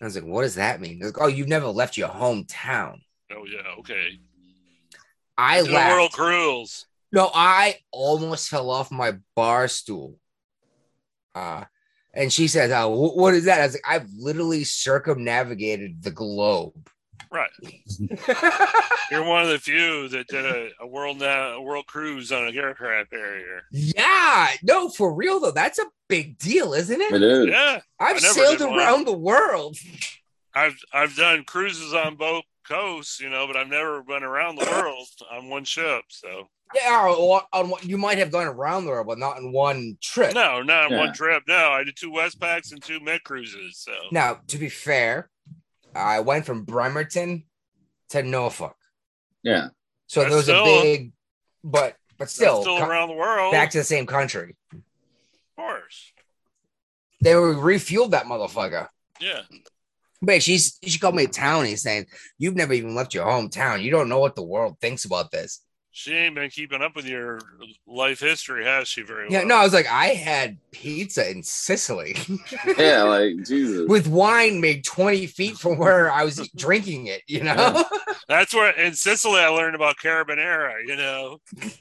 F: i was like what does that mean They're like, oh you've never left your hometown
H: Oh, yeah. Okay.
F: i
H: the
F: laughed.
H: world rules.
F: No, I almost fell off my bar stool. Uh, and she says, oh, wh- What is that? I was like, I've literally circumnavigated the globe.
H: Right.
F: yeah,
H: You're one of the few that did a, a world na- a world cruise on an aircraft carrier.
F: no, for real though. That's a big deal, isn't it?
G: It is.
H: Yeah,
F: I've
H: I never
F: sailed
H: did one.
F: around the world.
H: I've I've done cruises on both coasts, you know, but I've never been around the world on one ship. So
F: Yeah, or on what you might have gone around the world, but not in one trip.
H: no, not on
G: Yeah.
H: one trip. No, I did two Westpacs and two Met cruises. So
F: Now, to be fair, I went from Bremerton to Norfolk.
G: Yeah.
F: So
H: That's
F: there was
H: still-
F: a big, but but still,
H: That's still
F: co-
H: around the world.
F: back to the same country.
H: of course.
F: They were refueled that motherfucker.
H: Yeah,
F: But she's she called me a townie saying, You've never even left your hometown. You don't know what the world thinks about this.
H: she ain't been keeping up with your life history, has she? Very
F: Yeah,
H: well.
F: no, I was like, I had pizza in Sicily *laughs*
G: Yeah, like Jesus.
F: with wine made 20 feet
H: *laughs*
F: from where I was e-, drinking it, you know?
H: That's where in Sicily I learned about carbonara.
F: *laughs*
H: You know,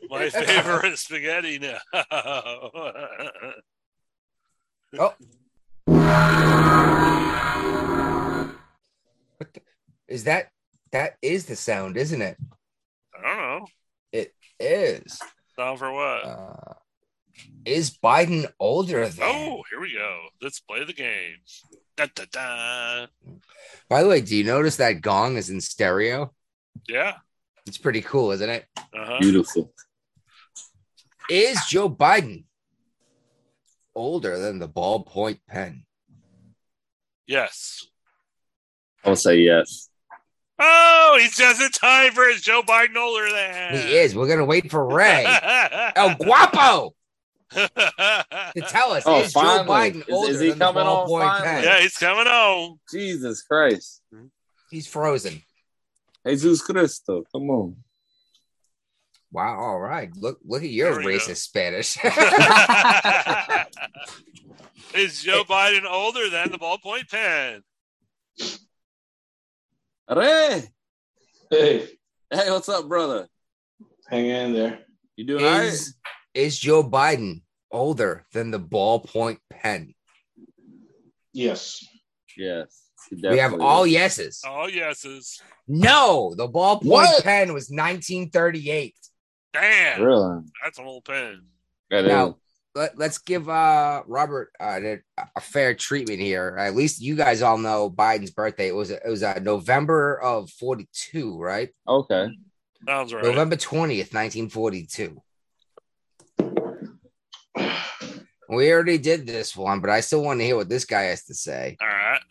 H: my favorite spaghetti now. *laughs*
F: Is that that is the sound, isn't it?
H: I don't know.
F: Is
H: Down for what?
F: uh is Biden older than
H: oh, here we go. Let's play the game. Dun, dun, dun.
F: by the way, do you notice that gong is in stereo?
H: Yeah.
F: It's pretty cool, isn't it?
H: Uh-huh.
G: Beautiful.
F: Is Joe Biden older than the ballpoint pen?
H: Yes.
G: I'll say yes.
H: Oh, he's just in time for his Joe Biden older than.
F: He is. Oh. We're gonna wait for
H: *laughs*
F: Ray El Guapo
H: *laughs*
F: to tell us
G: Oh,
F: is Joe
G: finally.
F: Biden
G: Is- is
F: older
G: he
F: than the
G: coming on
F: ballpoint
G: finally?
F: pen?
H: yeah, he's coming
F: *laughs*
H: home. *laughs*
G: Jesus Christ.
F: He's frozen.
G: Jesus Cristo. Come on.
F: Wow. All right. Look. Look at your
H: There we go.
F: racist
H: *laughs*
F: Spanish. *laughs*
H: is Joe Biden older than the ballpoint pen?
G: Ray.
I: Hey,
G: Hey, what's up, brother?
I: hang in there.
G: You doing all right?
F: is is Joe Biden older than the ballpoint pen?
I: Yes.
G: Yes. he
F: we have
G: definitely
F: all
G: is.
F: yeses.
H: All Oh, yeses.
F: No, the ballpoint
G: What?
F: pen was 1938.
H: Damn.
G: Really?
H: That's an old pen.
G: That is.
F: Now, let, let's give uh Robert uh, the- a fair treatment here. At least you guys all know Biden's birthday. It was it was uh, November of forty two, right?
G: Okay.
H: Sounds right.
F: November twentieth, nineteen forty two. We already did this one, but I still want to hear what this guy has to say.
H: All right.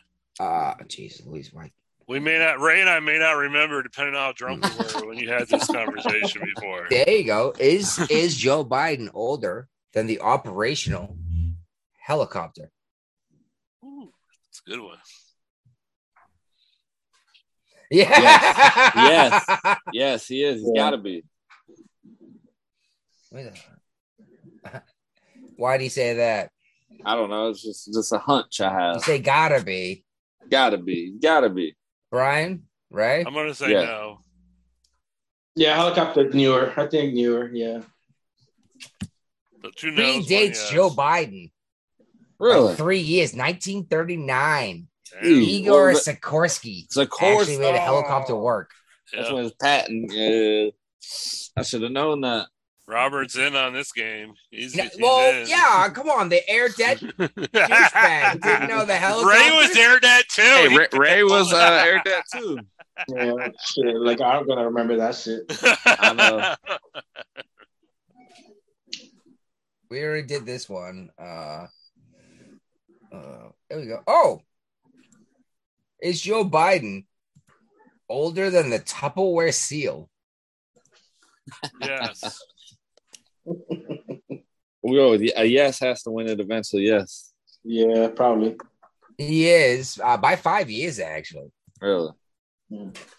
F: Uh jeez, Louise White.
H: We may not, Ray and I may not remember, depending on how drunk
F: Mm.
H: we were when you had
F: *laughs*
H: this conversation before.
F: There you go. Is is Joe Biden older than the operational helicopter?
H: Ooh, that's a good one.
F: Yeah.
G: Yes. Yes, he is. He's
I: Yeah.
G: got to be.
F: Wait a- *laughs* Why'd he say that?
G: I don't know. It's just just a hunch I
F: You
G: have.
F: say gotta be.
G: Got to be. Got to be.
F: Brian, right?
H: I'm gonna say
G: Yeah.
H: no.
I: Yeah, helicopter newer. I think newer. Yeah.
H: So two nose, one
F: Predates
H: yes.
F: Joe Biden.
G: Really?
F: Three years, 1939.
H: Damn.
G: Ew.
F: Igor
G: Well, the-
F: Sikorsky
G: Sikorsky.
F: actually made a helicopter
H: Oh.
F: work.
G: That's
H: Yeah.
G: when it's patent. Yeah. I should have known that.
H: Robert's in on this game. He's,
F: Yeah,
H: he's
F: well,
H: in.
F: yeah, come on. The air dead
H: *laughs*
F: douchebag didn't know the helicopter.
H: Ray was there that too.
G: Hey,
H: He-
I: *laughs*
G: Ray, Ray was uh, aired that too.
I: Yeah. shit. Like I'm gonna remember that shit.
G: I know.
F: We already did this one. Uh, uh, there we go. Oh, is Joe Biden older than the Tupperware seal?
H: *laughs* yes.
G: We always, a yes has to win it eventually. Yes.
I: Yeah, probably.
F: He is uh, by five years, actually.
G: Really?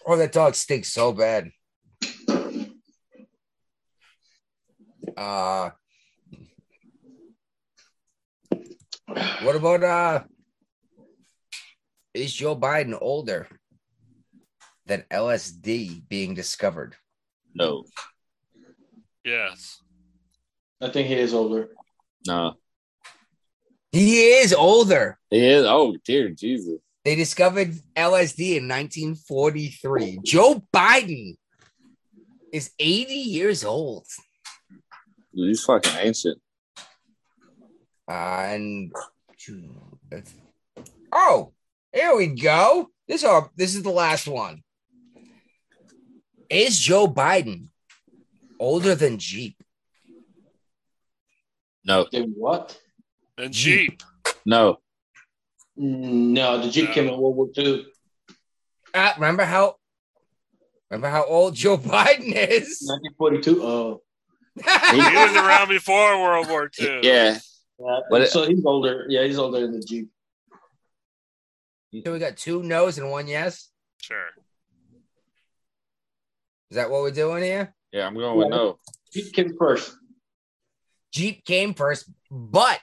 F: Oh, that dog stinks so bad. Uh, what about uh, is Joe Biden older than LSD being discovered?
G: No.
H: Yes.
I: I think he is older.
G: No.
F: He is older.
G: He is. Oh, dear Jesus.
F: They discovered LSD in 1943. Joe Biden is 80 years old.
G: Dude, he's fucking ancient.
F: Uh, and oh, here we go. This are this is the last one. Is Joe Biden older than Jeep?
G: No.
I: Then what?
H: And Jeep.
G: No.
I: Mm, No, the Jeep
H: No.
I: came in World War II.
F: Uh, remember how? Remember how old Joe *laughs* Biden is?
I: 1942. Oh.
F: *laughs*
H: He was around before World War II.
G: *laughs* Yeah.
I: Yeah.
G: What it-
I: Oh. so he's older. Yeah, he's older than the Jeep.
F: So we got two no's and one yes.
H: Sure.
F: Is that what we're doing here?
G: Yeah, I'm going with no.
I: Jeep came first.
F: Jeep came first, but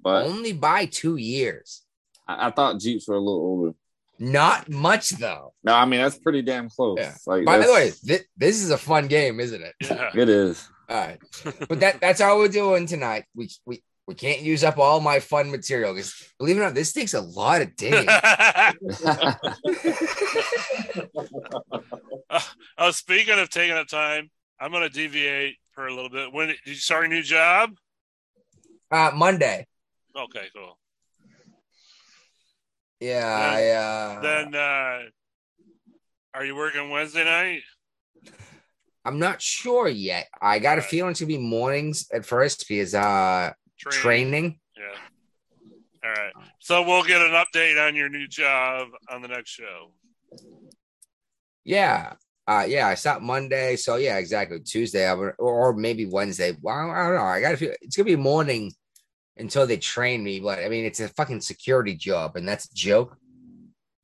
G: But
F: only by two years.
G: I, I thought Jeeps were a little older.
F: Not much though.
G: No, I mean, that's pretty damn close.
F: Yeah.
G: Like,
F: By the way,
G: that's-
F: thi- this is a fun game, isn't it?
H: Yeah.
F: *laughs*
G: it is.
F: All
H: *laughs*
F: right. But that that's all we're doing tonight. We we we can't use up all my fun material because believe it or not, this takes a lot of
H: *laughs*
F: digging.
H: oh, speaking of taking up time, I'm going to deviate for a little bit. When did you start a new job?
F: uh Monday.
H: Okay, cool.
F: Yeah, I, uh,
H: then uh, are you working Wednesday night?
F: I'm not sure yet. I got a
H: Right.
F: feeling it's gonna be mornings at first because uh
H: Train.
F: training.
H: Yeah. All right. So we'll get an update on your new job on the next show.
F: Yeah. Uh yeah, I stopped Monday. So yeah, exactly. Tuesday I would, or maybe Wednesday. Well, I don't know. I gotta feel it's gonna be morning until they train me, but I mean it's a fucking security job and that's a joke.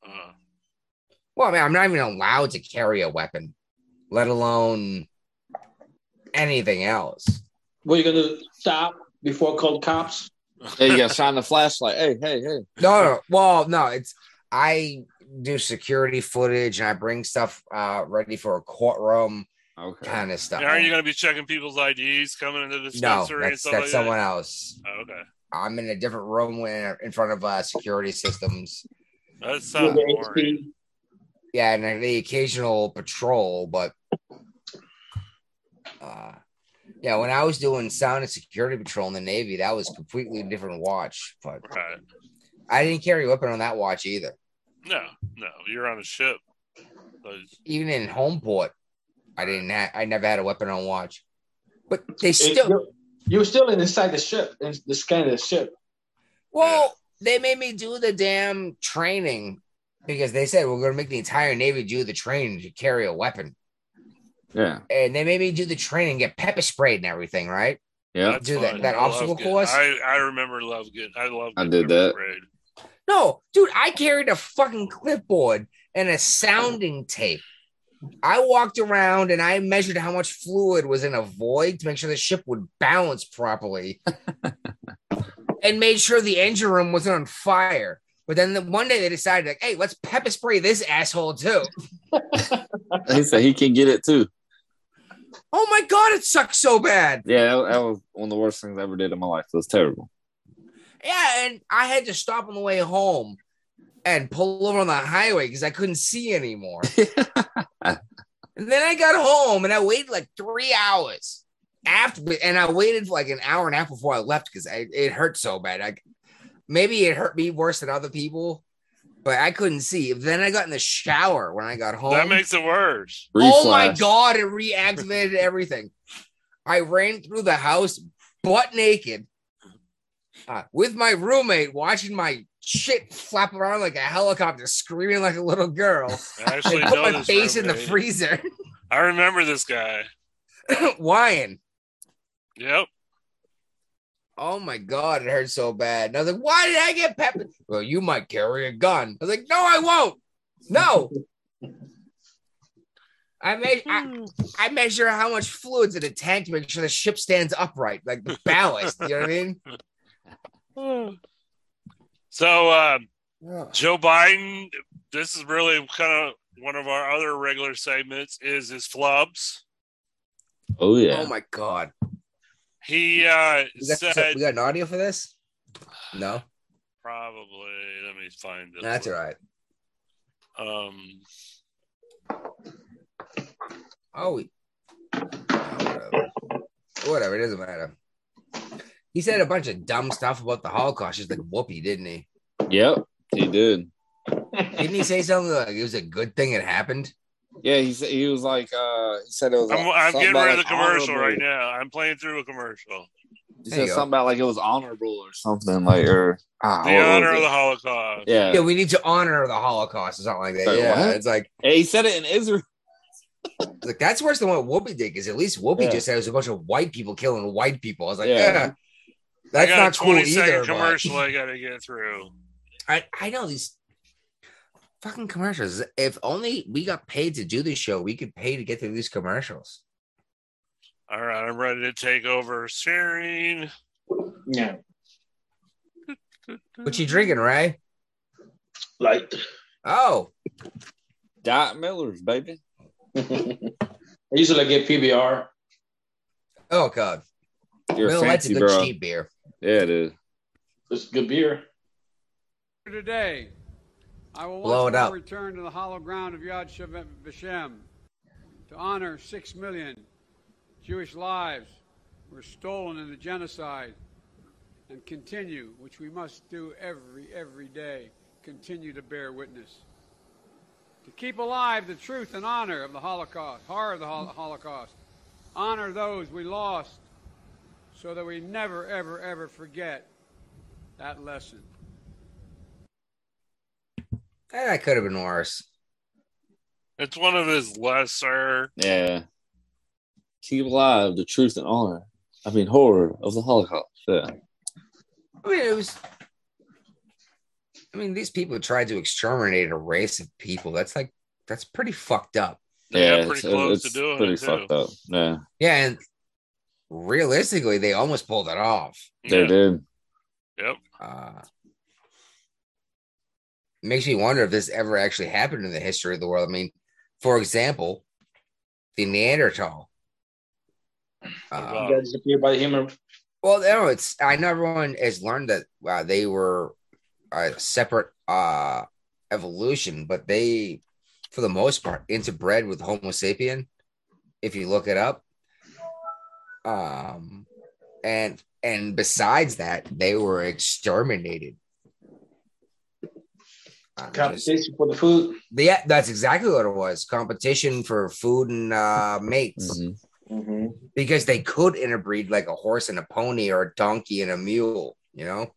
H: Uh,
F: Well, I mean, I'm not even allowed to carry a weapon, let alone anything else.
I: Were you gonna stop before called cops?
G: Hey, you got shine the flashlight. Hey, hey, hey.
F: No, no, well, no, it's I do security footage and I bring stuff uh, ready for a courtroom
G: Okay.
F: kind of stuff.
H: and are you going to be checking people's IDs coming into the
F: no,
H: dispensary and
F: that's,
H: stuff
F: that's
H: like
F: someone
H: that?
F: else.
H: Oh, okay.
F: I'm in a different room when, in front of uh, security systems.
H: That
I: With
H: sounds
I: the
H: boring.
I: HP?
F: Yeah, and the occasional patrol, but uh, yeah, when I was doing sound and security patrol in the Navy, that was completely different watch. But
H: Right.
F: I didn't carry a weapon on that watch either.
H: No, no. You're on a ship. So-
F: Even in Homeport, I didn't. Ha- I never had a weapon on watch. But they
I: It-
F: still.
I: you're- You're still inside the ship, in the scan of the ship.
F: Well, they made me do the damn training because they said we're going to make the entire Navy do the training to carry a weapon,
G: Yeah.
F: and they made me do the training, get pepper sprayed and everything. Right?
G: Yeah.
H: That's
F: Do that-
H: fun.
F: that
H: I love
F: obstacle
H: getting-
F: course?
H: I, I remember love good. I love.
G: I
H: getting
G: did
H: pepper
G: that.
H: sprayed.
F: No, dude, I carried a fucking clipboard and a sounding tape. I walked around and I measured how much fluid was in a void to make sure the ship would balance properly and made sure the engine room wasn't on fire. But then the, one day they decided, like, hey, let's pepper spray this asshole too.
G: He said he can get it too.
F: Oh my god, it sucks so bad.
G: Yeah, that, that was one of the worst things I ever did in my life. It was terrible.
F: Yeah, and I had to stop on the way home and pull over on the highway because I couldn't see *laughs* anymore. and then I got home and I waited like three hours after, and I waited for like an hour and a half before I left because it hurt so bad. I, maybe it hurt me worse than other people, but I couldn't see. Then I got in the shower when I got home.
H: That makes
F: *laughs*
H: it worse.
F: Oh my god! It reactivated everything. I ran through the house butt naked uh, with my roommate watching my shit flap around like a helicopter, screaming like a little girl.
H: I actually
F: I put
H: know
F: my
H: this
F: face in the
H: roommate.
F: freezer, *laughs*
H: I remember this guy.
F: whine.
H: Yep.
F: Oh my god, it hurt so bad. And I was like, why did I get pepper? Well, you might carry a gun. I was like, no, I won't. No. I, me- I, I measure how much fluid's in a tank to make sure the ship stands upright, like the ballast. you know what I mean?
H: So um,
F: Yeah.
H: Joe Biden, this is really kind of one of our other regular segments is his flubs.
G: Oh yeah.
F: Oh my god.
H: He uh,
F: We got,
H: said
F: we got an audio for this? No,
H: probably. Let me find this.
F: that's all
H: one.
F: right.
H: Um,
F: Oh, we- whatever. whatever. It doesn't matter. He said a bunch of dumb stuff about the Holocaust. He's like, whoopee, didn't he?
G: Yep, he did.
F: Didn't he say something like it was a good thing it happened?
G: Yeah, he said he was like uh he said it was.
H: I'm,
G: like,
H: I'm
G: something
H: getting
G: about,
H: rid of the
G: like,
H: commercial
G: honorable.
H: right now. I'm playing through a commercial.
G: He
F: There
G: said
F: you go.
G: something about like it was honorable or something like or ah,
H: The
G: what was
H: honor of
G: it?
H: the Holocaust.
G: yeah.
F: Yeah, we need to honor the Holocaust or something like that.
G: Like,
F: yeah,
G: what?
F: it's like,
G: Hey, he said it in Israel.
F: it's like, that's worse than what Whoopi did because at least Whoopi
G: Yeah.
F: just said it was a bunch of white people killing white people. I was like,
G: Yeah.
F: yeah,
H: I
F: that's
H: got
F: not
H: a
F: cool
H: 20 second
F: either. but-
H: commercial I got to get through.
F: I, I know these fucking commercials. If only we got paid to do this show, we could pay to get through these commercials.
H: All right, I'm ready to take over sharing.
I: Yeah.
F: What you drinking, Ray?
I: Like,
F: Oh,
G: Diet Miller's baby.
I: I usually get PBR.
F: oh god,
G: You're
F: Well, that's a
G: fancy,
F: good
G: bro.
F: cheap beer.
G: Yeah, it is.
I: It's good beer.
B: Today, I will
F: Blow
B: once
F: it
B: more
F: up.
B: return to the hollow ground of Yad Shem Vashem to honor six million Jewish lives were stolen in the genocide and continue, which we must do every, every day, continue to bear witness. To keep alive the truth and honor of the Holocaust, horror of the hol- Holocaust, honor those we lost so that we never, ever, ever forget that lesson.
F: Eh, That could have been worse.
H: It's one of his lesser.
G: Yeah. Keep alive the truth and honor. I mean, horror of the Holocaust. Yeah.
F: I mean, it was. I mean, these people tried to exterminate a race of people. That's like that's pretty fucked up.
H: They
G: yeah,
H: got pretty close to doing
G: pretty
H: it, too.
G: fucked up. Yeah,
F: Yeah, and realistically, they almost pulled it off.
G: they
H: Yeah.
G: did.
H: Yep.
F: Uh, makes me wonder if this ever actually happened in the history of the world. I mean, for example, the Neanderthal. Uh,
H: Wow.
I: Got disappeared by the human.
F: well, no, it's I know everyone has learned that uh, they were a separate uh, evolution, but they, for the most part, interbred with Homo sapien. If you look it up, um, and and besides that, they were exterminated. Uh, just-
I: Compensation for the food.
F: yeah, that's exactly what it was. Competition for food and uh, mates
G: Mhm.
I: Mm-hmm.
F: because they could interbreed like a horse and a pony or a donkey and a mule, you know?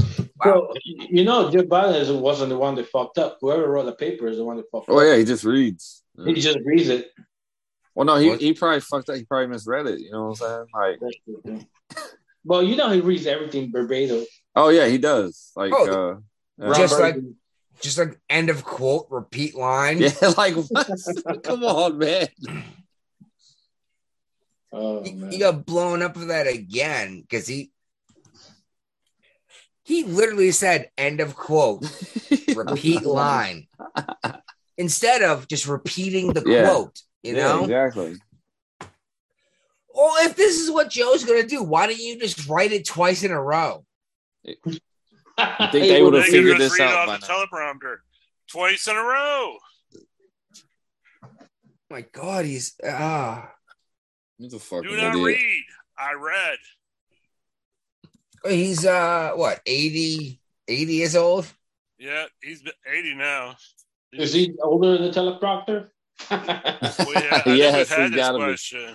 F: Wow.
I: Well, you know, Joe Biden is- wasn't the one that fucked up. Whoever wrote the paper is the one that fucked
G: Oh
I: up.
G: yeah, he just reads. Yeah.
I: He just reads it.
G: well, no, he,
F: What?
G: he probably fucked up. He probably misread it. You know what I'm saying? Like,
I: That's the thing. Well, you know, he reads everything verbatim.
G: oh yeah, he does. Like,
F: Oh,
G: uh,
I: Ron
F: Just like-
I: Burgundy.
F: Just like end of quote, repeat line.
G: *laughs* yeah, like what?
H: *laughs*
G: Come on, man.
I: Oh,
F: He,
I: man.
F: he
I: *laughs*
F: got blown up for that again because he
G: *laughs*
F: he literally said end of quote, repeat line. instead of just repeating the
G: Yeah.
F: quote, you
G: Yeah,
F: know?
G: exactly.
F: Well, if this is what Joe's going to do, why don't you just write it twice in a row?
G: I think they would have
H: could
G: figured
H: just
G: this
H: read it
G: out by
H: off the
G: now.
H: teleprompter twice in a row.
F: my God, he's ah.
G: He's a fucking
H: Do not
G: idiot. *laughs*
H: read. I read.
F: He's uh what 80, 80 years old.
H: Yeah, he's been 80 now.
I: Is he older than the teleprompter? *laughs*
G: *laughs*
H: Well, yeah, I
F: Yes,
H: yes, we've
F: he's
H: had this
F: gotta be.
H: question.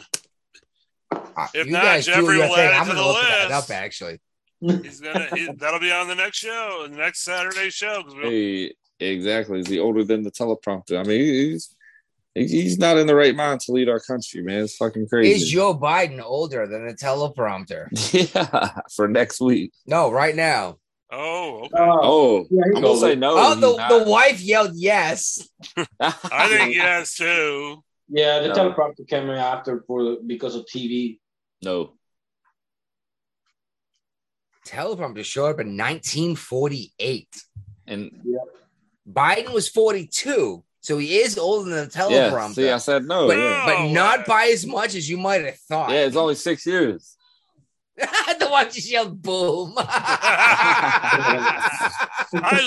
H: If
F: Uh, you
H: not,
F: guys do
H: Jeffrey
F: your
H: will
F: thing.
H: add it
F: I'm
H: to
F: gonna
H: the
F: look that
H: list.
F: up actually.
H: He's gonna. He, that'll be on the next show, the next Saturday show. 'cause we'll-
G: Hey, exactly. Is he older than the teleprompter? I mean, he's he's not in the right mind to lead our country, man. It's fucking crazy.
F: Is Joe Biden older than the teleprompter?
G: *laughs* yeah, for next week.
F: No, right now.
H: Oh, okay.
G: Oh,
F: Yeah, he's
G: I'm gonna say
F: older.
G: no.
F: Oh,
G: he's
F: the,
G: not.
F: the
G: *laughs*
F: wife yelled yes.
H: I think yes too.
I: Yeah, the
G: No.
I: teleprompter came in after for because of TV.
G: no.
F: Teleprompter showed up in 1948.
G: And
F: Biden was 42, so he is older than the
G: yeah,
F: teleprompter.
G: see, I said no.
F: but,
G: yeah.
F: but
H: No
F: not
H: way.
F: by as much as you might have thought.
G: yeah, it's only six years.
F: *laughs* the one just yelled
H: *laughs*
F: boom.
G: *laughs*
H: I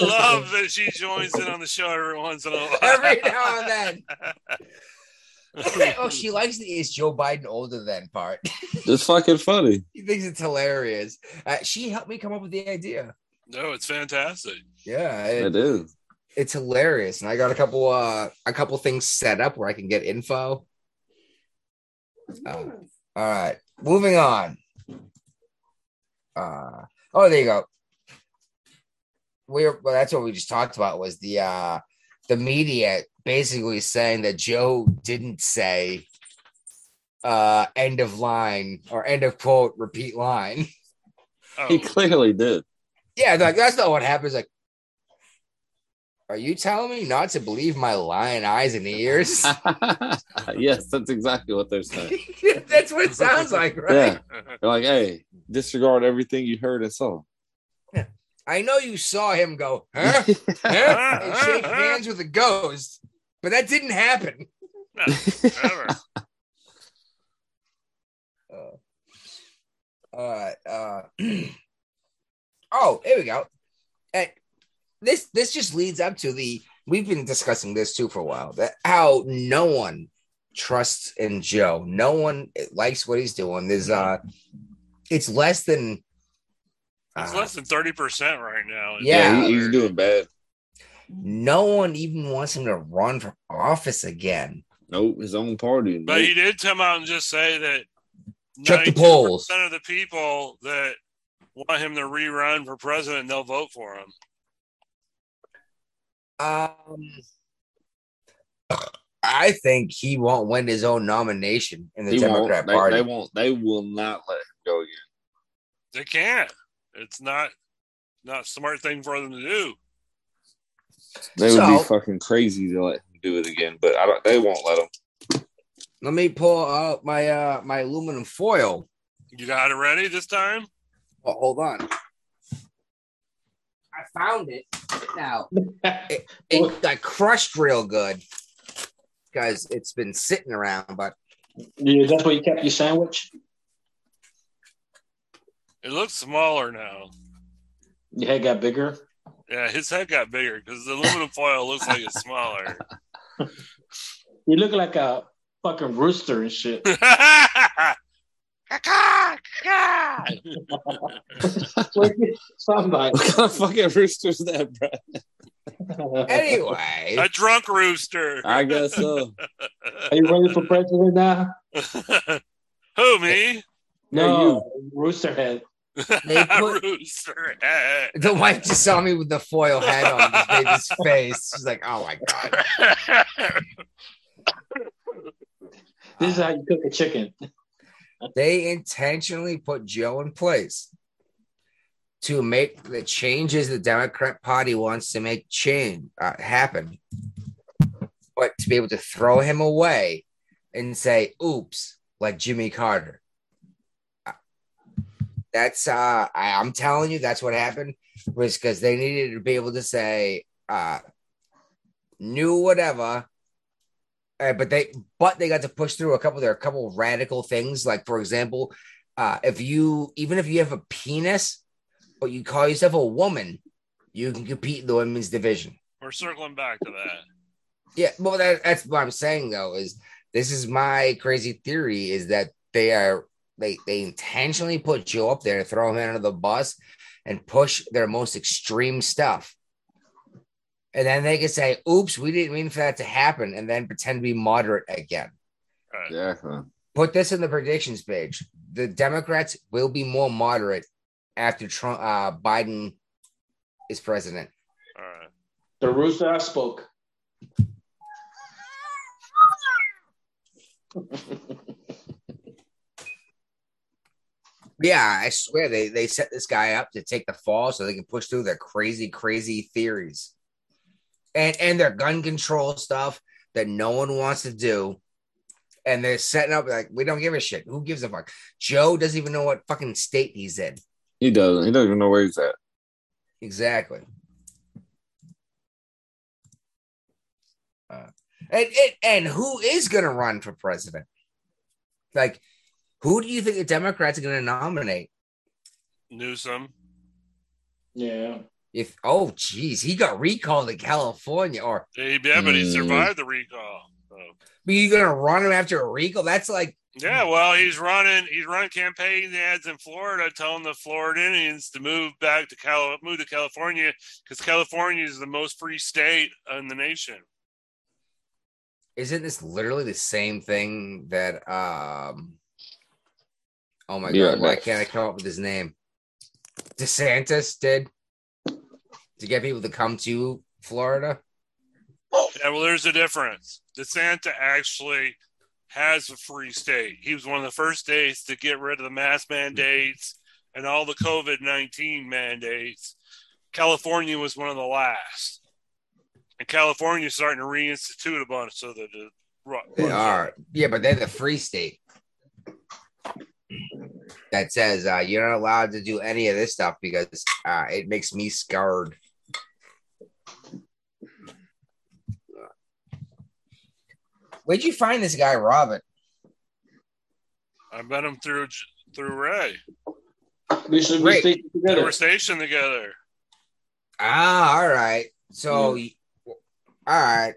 H: love that she joins in on the show every once in a while.
F: Every now and
H: *laughs*
F: then. oh, she likes the is Joe Biden older than part.
G: It's fucking funny.
F: He thinks it's hilarious. Uh, she helped me come up with the idea.
H: *laughs* No, it's fantastic.
F: Yeah, it-
G: It is.
F: it's hilarious, and I got a couple uh a couple things set up where I can get info. Uh, all right, moving on. Uh oh, there you go. We're well, that's what we just talked about was the uh the media basically saying that Joe didn't say uh end of line or end of quote repeat line.
G: He
H: Oh,
G: clearly did. *laughs*
F: Yeah, like that's not what happens. Like, are you telling me not to believe my lying eyes and
G: *laughs*
F: ears? *laughs*
G: yes, that's exactly what they're saying.
F: that's what it sounds like, *laughs* right?
G: Yeah.
H: Oh,
G: They're like, hey, disregard everything you heard and saw.
F: I know you saw him go, huh? huh? and shake hands with a ghost, but that didn't happen.
H: *laughs* no, never.
F: Uh, all right. Uh, *clears throat* oh, here we go. And this this just leads up to the we've been discussing this too for a while that how no one trusts in Joe. No one likes what he's doing. There's uh, it's less than.
H: It's
F: uh,
H: less than thirty percent right now.
F: Yeah.
G: he- he's doing bad.
F: no one even wants him to run for office again.
G: Nope, his own party.
H: But
G: Nope.
H: he did come out and just say that
F: Check the polls.
H: 92% of the people that want him to rerun for president, they'll vote for him.
F: Um, I think he won't win his own nomination in the
G: He won't.
F: Democrat
G: They-
F: Party.
G: They, won't. They will not let him go again.
H: They can't. It's not not a smart thing for them to do.
G: They would
F: So-
G: be fucking crazy to let him do it again. But I don't. They won't let him.
F: Let me pull out my uh my aluminum foil.
H: You got it ready this time?
F: Oh, hold on. I found it. Now it, it got crushed real good because it's been sitting around, but
I: Yeah, that's where you kept your sandwich.
H: It looks smaller now.
I: Your head got bigger.
H: Yeah, his head got bigger because
F: *laughs*
H: the aluminum foil looks like it's smaller.
I: You look like a fucking rooster
H: *laughs*
I: and shit. Somebody.
G: What kind of fucking rooster's that, bro?
F: anyway.
H: *laughs* a drunk rooster. *laughs*
G: I guess so.
I: Are you running for president now?
H: Who me?
I: No, rooster head.
H: *laughs*
F: They put-
H: rooster head. *laughs*
F: The wife just saw me with the foil hat on this baby's face. She's like, "Oh my god!"
I: This is how you cook a chicken.
F: They intentionally put Joe in place to make the changes the Democrat Party wants to make change uh, happen, but to be able to throw him away and say, "Oops," like Jimmy Carter. Uh, That's uh, I, I'm telling you, that's what happened was because they needed to be able to say, uh, new whatever. Uh, but they but they got to push through a couple there are a couple of radical things like for example uh, if you even if you have a penis but you call yourself a woman you can compete in the women's division
H: We're circling back to that.
F: yeah well that, that's what i'm saying though is this is my crazy theory is that they are they they intentionally put you up there throw him under the bus and push their most extreme stuff and then they can say oops we didn't mean for that to happen and then pretend to be moderate again
G: Exactly.
F: put this in the predictions page. The Democrats will be more moderate after Trump, uh, Biden is president.
H: All right.
I: The rooster spoke.
F: Yeah, I swear they they set this guy up to take the fall so they can push through their crazy, crazy theories, and and their gun control stuff that no one wants to do. And they're setting up like we don't give a shit. Who gives a fuck? Joe doesn't even know what fucking state he's in.
G: He doesn't. He doesn't even know where he's at.
F: Exactly. Uh, and, and and who is going to run for president? Like, who do you think the Democrats are going to nominate?
H: Newsom.
I: Yeah.
F: If oh, geez, he got recalled in California, or
H: Yeah, but he
G: Mm.
H: survived the recall. So.
F: are you going to run him after a recall? That's like
H: Yeah, well, he's running. He's running campaign ads in Florida, telling the Floridians to move back to Cal, move to California because California is the most free state in the nation.
F: isn't this literally the same thing that um oh my
G: Yeah,
F: god why
G: like-
F: can't i come up with his name desantis did to get people to come to florida
H: Yeah, well, there's a difference. DeSanta actually has a free state. He was one of the first states to get rid of the mask mandates and all the COVID 19 mandates. California was one of the last. And California's starting to reinstitute a bunch of the. the
F: they are yeah but they're the free state that says uh, you're not allowed to do any of this stuff because uh, it makes me scarred where'd you find this guy robert
H: I met him through through Ray.
I: We should be
F: Great.
I: sticking
H: They
I: together.
H: were stationed together.
F: Ah, all right. So, y- all right.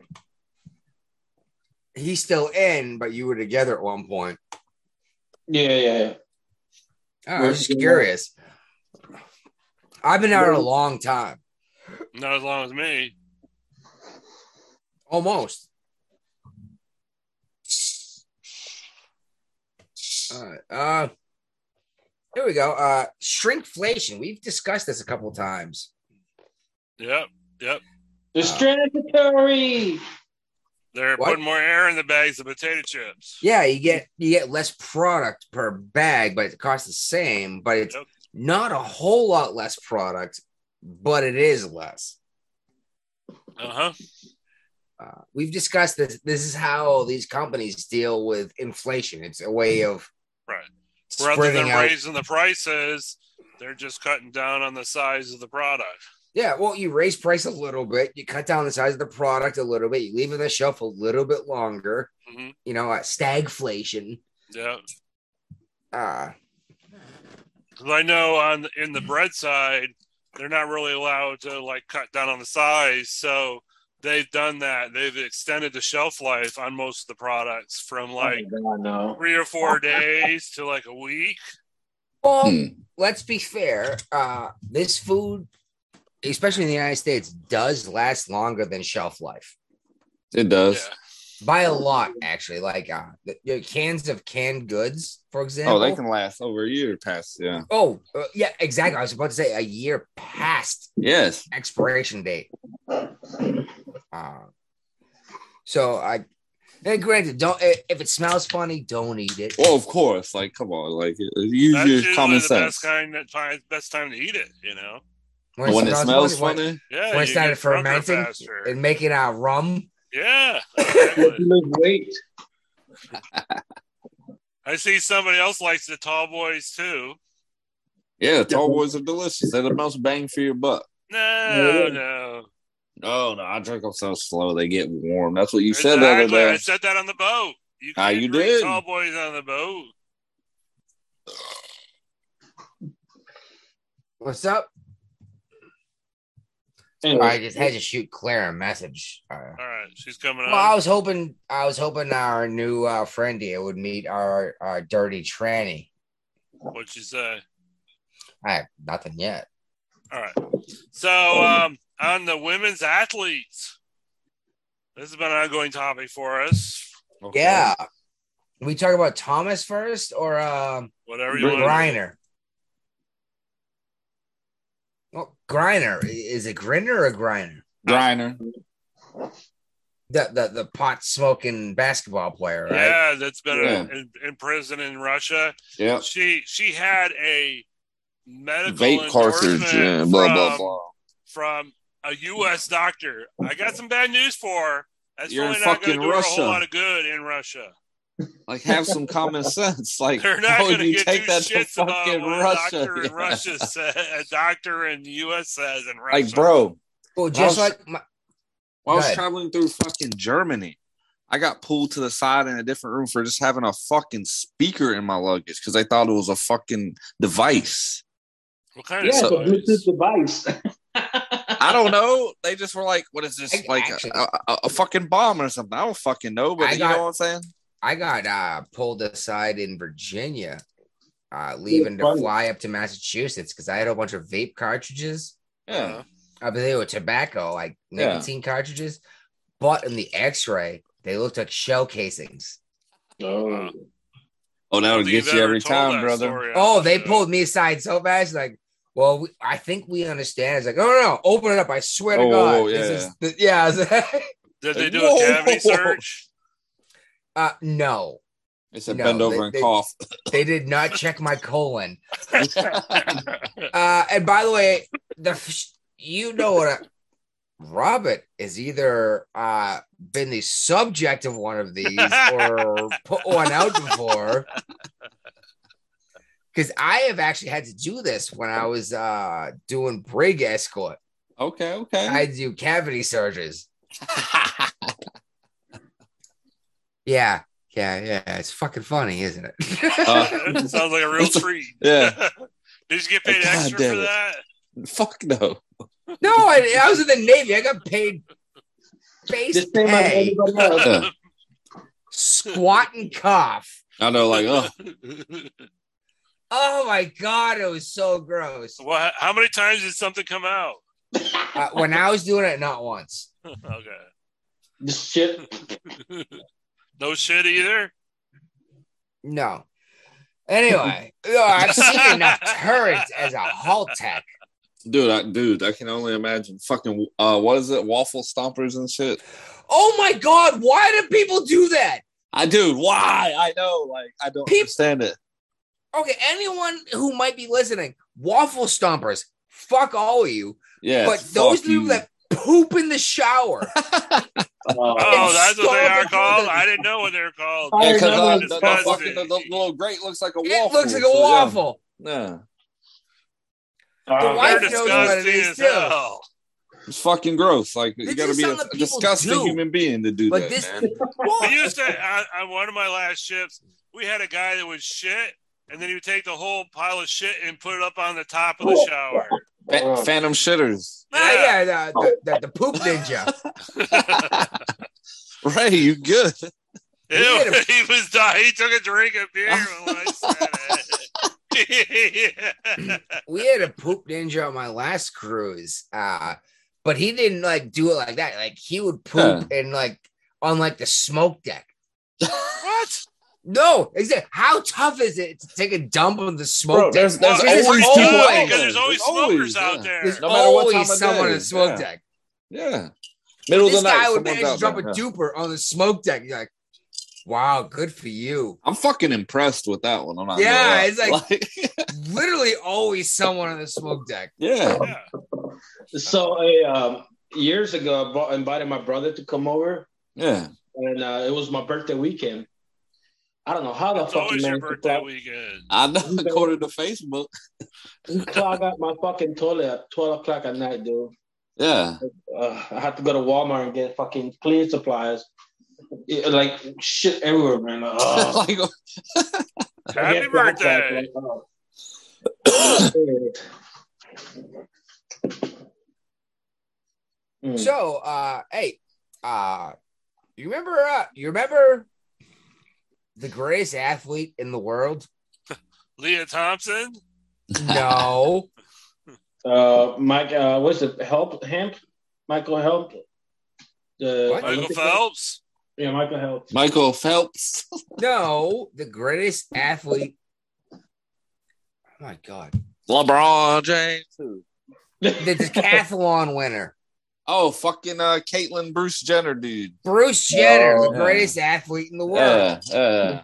F: He's still in, but you were together at one point.
I: Yeah, yeah, yeah.
F: I was just curious. I've been out a long time,
H: Not as long as me.
F: almost. All right. Uh, here we go. Uh, shrinkflation. We've discussed this a couple times.
H: Yep. Yep.
I: It's transitory.
H: They're
F: What?
H: putting more air in the bags of potato chips.
F: Yeah, you get you get less product per bag, but it costs the same. But it's
H: Yep.
F: not a whole lot less product, but it is less.
H: Uh huh.
F: Uh, we've discussed this. This is how these companies deal with inflation. It's a way of
H: Right. Rather than
F: spreading out.
H: raising the prices, they're just cutting down on the size of the product.
F: Yeah, well, you raise price a little bit, you cut down the size of the product a little bit, you leave it on the shelf a little bit longer.
H: Mhm.
F: You know, uh, stagflation.
H: Yeah,
F: Uh,
H: because I know on in the bread side, they're not really allowed to like cut down on the size, so they've done that. They've extended the shelf life on most of the products from like
I: oh my God, no.
H: three or four days to like a week.
F: well,
G: Hmm.
F: let's be fair. Uh, this food, especially in the United States, does last longer than shelf life
G: It does.
H: Yeah.
F: by a lot, actually. Like uh, the, the cans of canned goods, for example.
G: Oh, they can last over a year past. Yeah.
F: Oh, uh, yeah, exactly. I was about to say a year past
G: Yes.
F: expiration date. Uh, so I, and granted, don't i- if it smells funny, don't eat it.
G: Well, of course. Like, come on. Like, use
H: That's
G: your
H: usually
G: common
H: the
G: sense.
H: best kind that time, best time to eat it. You know,
F: When
G: When it smells
F: when-
G: funny,
H: yeah.
F: When, it
H: you
F: started
H: get drunker
F: fermenting
H: faster.
F: and making our rum. *laughs*
H: yeah.
I: If
H: Exactly.
I: you lose weight.
H: I see somebody else likes the tall boys too.
G: yeah, tall boys are delicious. They're the most bang for your buck.
H: Oh, No, no.
G: No, no, I drink them so slow they get warm. That's what you said the other
H: Exactly.
G: day.
H: I said that on the boat. You
G: Ah,
H: can't
G: you
H: drink
G: did.
H: Tall boys on the boat.
F: What's up?
I: Anyway.
F: I just had to shoot Claire a message. Uh,
H: All right, she's coming
F: well,
H: on.
F: I was hoping, I was hoping our new uh, friend here would meet our, our dirty tranny.
H: What'd she say?
F: I have nothing yet.
H: All right. So um, on the women's athletes, this has been an ongoing topic for us.
F: Yeah. We talk about Thomas first or uh,
H: Whatever you want.
F: Griner. Well, Griner is it Griner or Griner?
G: Griner.
F: The the the pot smoking basketball player, right?
H: Yeah, that's been
F: Yeah.
H: uh, in, in prison in Russia.
G: Yeah.
H: She she had a medical
G: Vape cartridge
H: endorsement
G: and blah blah
H: from-
G: blah.
H: from a U.S. doctor. I got some bad news for her. That's
G: You're
H: really
G: in
H: not going
G: fucking
H: to do her a whole
G: Russia.
H: lot of good in Russia.
G: Like, have some common
H: *laughs*
G: sense. *laughs* Like,
H: They're not
G: how
H: going
G: would
H: to
G: you
H: get
G: take
H: two
G: that to
H: shits about
G: fucking
H: what a
G: Russia?
H: doctor
G: *laughs*
H: in
G: Yeah.
H: Russia says, a doctor in the U.S. says in Russia.
G: Like, bro,
F: Well, just
G: Well,
F: like my,
G: while
F: Go
G: I was
F: ahead.
G: traveling through fucking Germany, I got pulled to the side in a different room for just having a fucking speaker in my luggage because they thought it was a fucking device.
H: What kind
I: Yeah,
H: of
I: it's a
G: So-
I: Bluetooth device.
G: I
F: *laughs*
G: don't know. They just were like, "What is this?
F: I-
G: like
F: actually-
G: a, a, a fucking bomb or something?" I don't fucking know, but
F: I
G: you
F: got-
G: know what I'm saying?
F: I got uh, pulled aside in Virginia, uh, leaving to
I: funny.
F: fly up to Massachusetts because I had a bunch of vape cartridges.
G: Yeah,
F: I believe they were tobacco, like
G: Yeah.
F: nicotine cartridges. But in the X-ray, they looked like shell casings.
I: Oh.
G: Oh,
H: I
G: that
H: don't
G: would
H: think
G: get
H: you've
G: you
H: ever
G: every
H: told that
G: time, brother.
H: story on
F: Oh,
H: the
F: they
H: show.
F: pulled me aside so fast. Like, well, we, I think we understand. It's like, oh no, no, open it up. I swear
G: Oh,
F: to God,
G: oh,
F: this
G: yeah.
F: is the, yeah. *laughs* I was like,
H: Did they do
G: Whoa.
H: a cavity search?
F: uh, no,
G: It's a
F: No,
G: bend over
F: they-
G: and
F: they-
G: cough.
F: *laughs* they did not check my colon. Uh, and by the way, the f- you know what? I, Robert has either uh, been the subject of one of these or put one out before. Because I have actually had to do this when I was uh, doing brig escort.
G: Okay, okay.
F: I had to do cavity surgeries. Yeah, yeah, yeah. It's fucking funny, isn't it?
G: *laughs* Uh,
H: *laughs* Sounds like a real
G: It's a-
H: treat.
G: *laughs* *laughs* yeah,
H: *laughs* Did you get paid
G: God
H: extra
G: damn
H: for
G: it.
H: that?
G: fuck no.
F: *laughs* no, I, I was in the Navy. I got paid base
I: Just same as
F: pay.
I: everybody else.
G: Yeah.
F: squat and cough.
G: I know, like, oh,
H: *laughs*
F: Oh my god, it was so gross.
H: What? How many times did something come out? *laughs*
F: Uh, when I was doing it, not once.
H: Okay.
I: Just shit.
H: No shit either.
F: No.
G: *laughs*
F: Anyway, oh, I've seen enough turrets as a halt tech.
G: dude, I, dude, I can only imagine fucking. Uh, what is it? Waffle stompers and shit.
F: Oh my god, why do people do that?
G: I do. Why? I know. Like, I don't
F: Peep-
G: understand it.
F: Okay, anyone who might be listening, waffle stompers, fuck all of you.
G: Yeah,
F: but
G: fuck
F: those people
G: you.
F: that poop in the
G: *laughs*
F: shower.
I: Uh,
H: Oh, that's what they
F: Installed
H: are
F: the
H: called.
F: hole.
H: I didn't know what they were called.
I: I
G: Yeah, 'cause,
I: remember
G: uh,
H: it's
G: the, the,
H: disgusting.
G: fucking, the, the little grate looks like a waffle.
F: it looks like a
G: so, yeah.
F: waffle.
G: Yeah.
I: uh,
F: wife
H: They're
F: knows what it
H: disgusting
F: is,
H: as
F: too.
H: hell.
G: It's fucking gross. Like you
F: This
G: got to
F: is
G: be a
F: something that people
G: disgusting
F: do.
G: human being to do
F: Like
G: that,
F: this-
G: man.
H: We
F: What?
H: used to on, on one of my last ships. We had a guy that would shit, and then he would take the whole pile of shit and put it up on the top of the shower.
G: Fa-
I: oh.
G: Phantom shitters. *laughs*
F: Ah, yeah, the, the, the poop ninja.
G: Ray, you good?
H: Ew,
F: We had a-
H: *laughs* he was dying. He took a drink of beer when I said it. *laughs*
F: we had a poop ninja on my last cruise, uh, but he didn't like do it like that. Like he would poop and like on like the smoke deck.
H: what?
F: No, exactly. How tough is it to take a dump on the smoke deck?
G: there's,
H: Well,
G: there's
F: there's
G: always
F: always-
G: people out
H: because there's always smokers out
G: yeah.
H: there.
F: There's
G: No matter what
F: always
G: time of
F: someone
G: day,
F: on the smoke
G: yeah.
F: deck.
G: Yeah. Middle
F: this
G: of the
F: guy
G: night.
F: would
G: someone's
F: manage to
G: out
F: drop a
G: there, yeah.
F: duper on the smoke deck. You're like, wow, good for you.
G: I'm fucking impressed with that one. I'm not
F: Yeah,
G: gonna lie.
F: it's like- Literally, always someone on the smoke deck.
G: *laughs* yeah.
H: Yeah.
I: So I, um, years ago, I brought, invited my brother to come over,
G: Yeah.
I: and uh, it was my birthday weekend. I don't know how the
H: It's
I: fuck he
H: always your
I: managed to
H: birthday
I: clog,
H: weekend.
G: I know *laughs* according to Facebook.
I: *laughs* he clog up my fucking toilet at twelve o'clock at night, dude.
G: Yeah.
I: Uh, I had to go to Walmart and get fucking cleaning supplies. It- like shit everywhere, man. Like,
H: *laughs*
I: oh.
G: *laughs* Like,
I: I
H: Happy
I: get flashbacks,
H: birthday.
I: like, oh.
G: Hmm.
I: Mm.
F: So, uh, hey, uh, you remember? Uh, you remember the greatest athlete in the
G: *laughs*
F: world?
H: Leah Thompson.
F: No,
I: Uh, Mike, uh, what's it? Help Hemp? Michael Help? The
F: What?
H: Michael
I: Olympic-
H: Phelps.
I: Yeah, Michael Help.
G: Michael
H: *laughs*
G: Phelps.
F: no, the greatest athlete. Oh my God,
G: LeBron James. Who?
F: the decathlon winner,
G: Oh, fucking uh, Caitlin Bruce Jenner, dude.
F: Bruce Jenner,
G: Oh,
F: the
G: yeah.
F: greatest athlete in the world.
G: Yeah, yeah.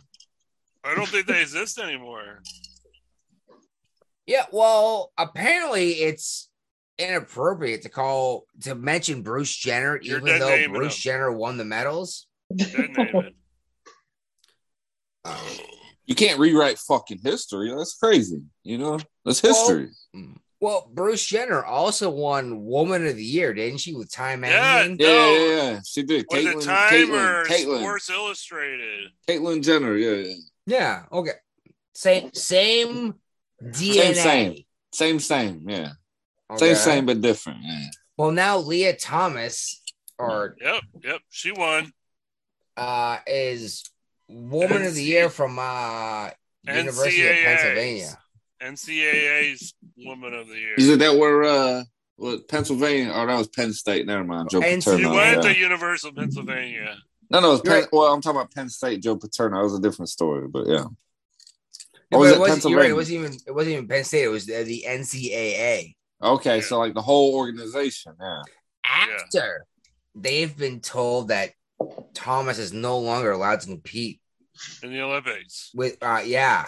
H: I don't think they exist anymore.
F: Yeah, well, apparently it's inappropriate to call to mention Bruce Jenner,
H: You're
F: even though
H: dead-naming
F: Bruce
H: him.
F: Jenner won the medals.
H: Dead name it.
G: You can't rewrite fucking history. That's crazy. You know, that's history.
F: Well, Bruce Jenner also won Woman of the Year, didn't she? With Time
H: Yeah.
F: Magazine.
G: yeah,
H: no.
G: yeah, yeah. She did.
H: Was
G: Caitlyn,
H: it Time
G: Caitlyn,
H: or
G: Caitlyn,
H: Sports Illustrated?
G: Caitlyn Jenner. Yeah, yeah.
F: Yeah. Okay. Same. Same. DNA.
G: Same, same. Same, same. Yeah.
F: Okay.
G: Same, same, but different. Yeah.
F: Well, now Leah Thomas, or
H: Yep, yep. She won.
F: uh, is Woman of the Year from uh, University of
H: NCAAs.
G: Oh,
F: Pennsylvania.
H: NCAA's Woman of the Year.
G: Is it that where uh what Pennsylvania? Oh, that was Penn State. Never mind. Joe
F: And
H: She
G: Paterno.
H: went
G: yeah.
H: to University of Pennsylvania.
G: No, no, it was
F: You're
G: Penn,
F: right.
G: well, I'm talking about Penn State, Joe Paterno. That was a different story, but yeah.
F: Yeah,
G: Or was
F: but
G: it
F: it wasn't, you're right,
G: Pennsylvania?
F: it wasn't even. It wasn't even Penn State. It was the, the NCAA.
G: Okay, so like the whole organization. Yeah.
F: After they've been told that Thomas is no longer allowed to compete
H: in the Olympics.
F: with uh yeah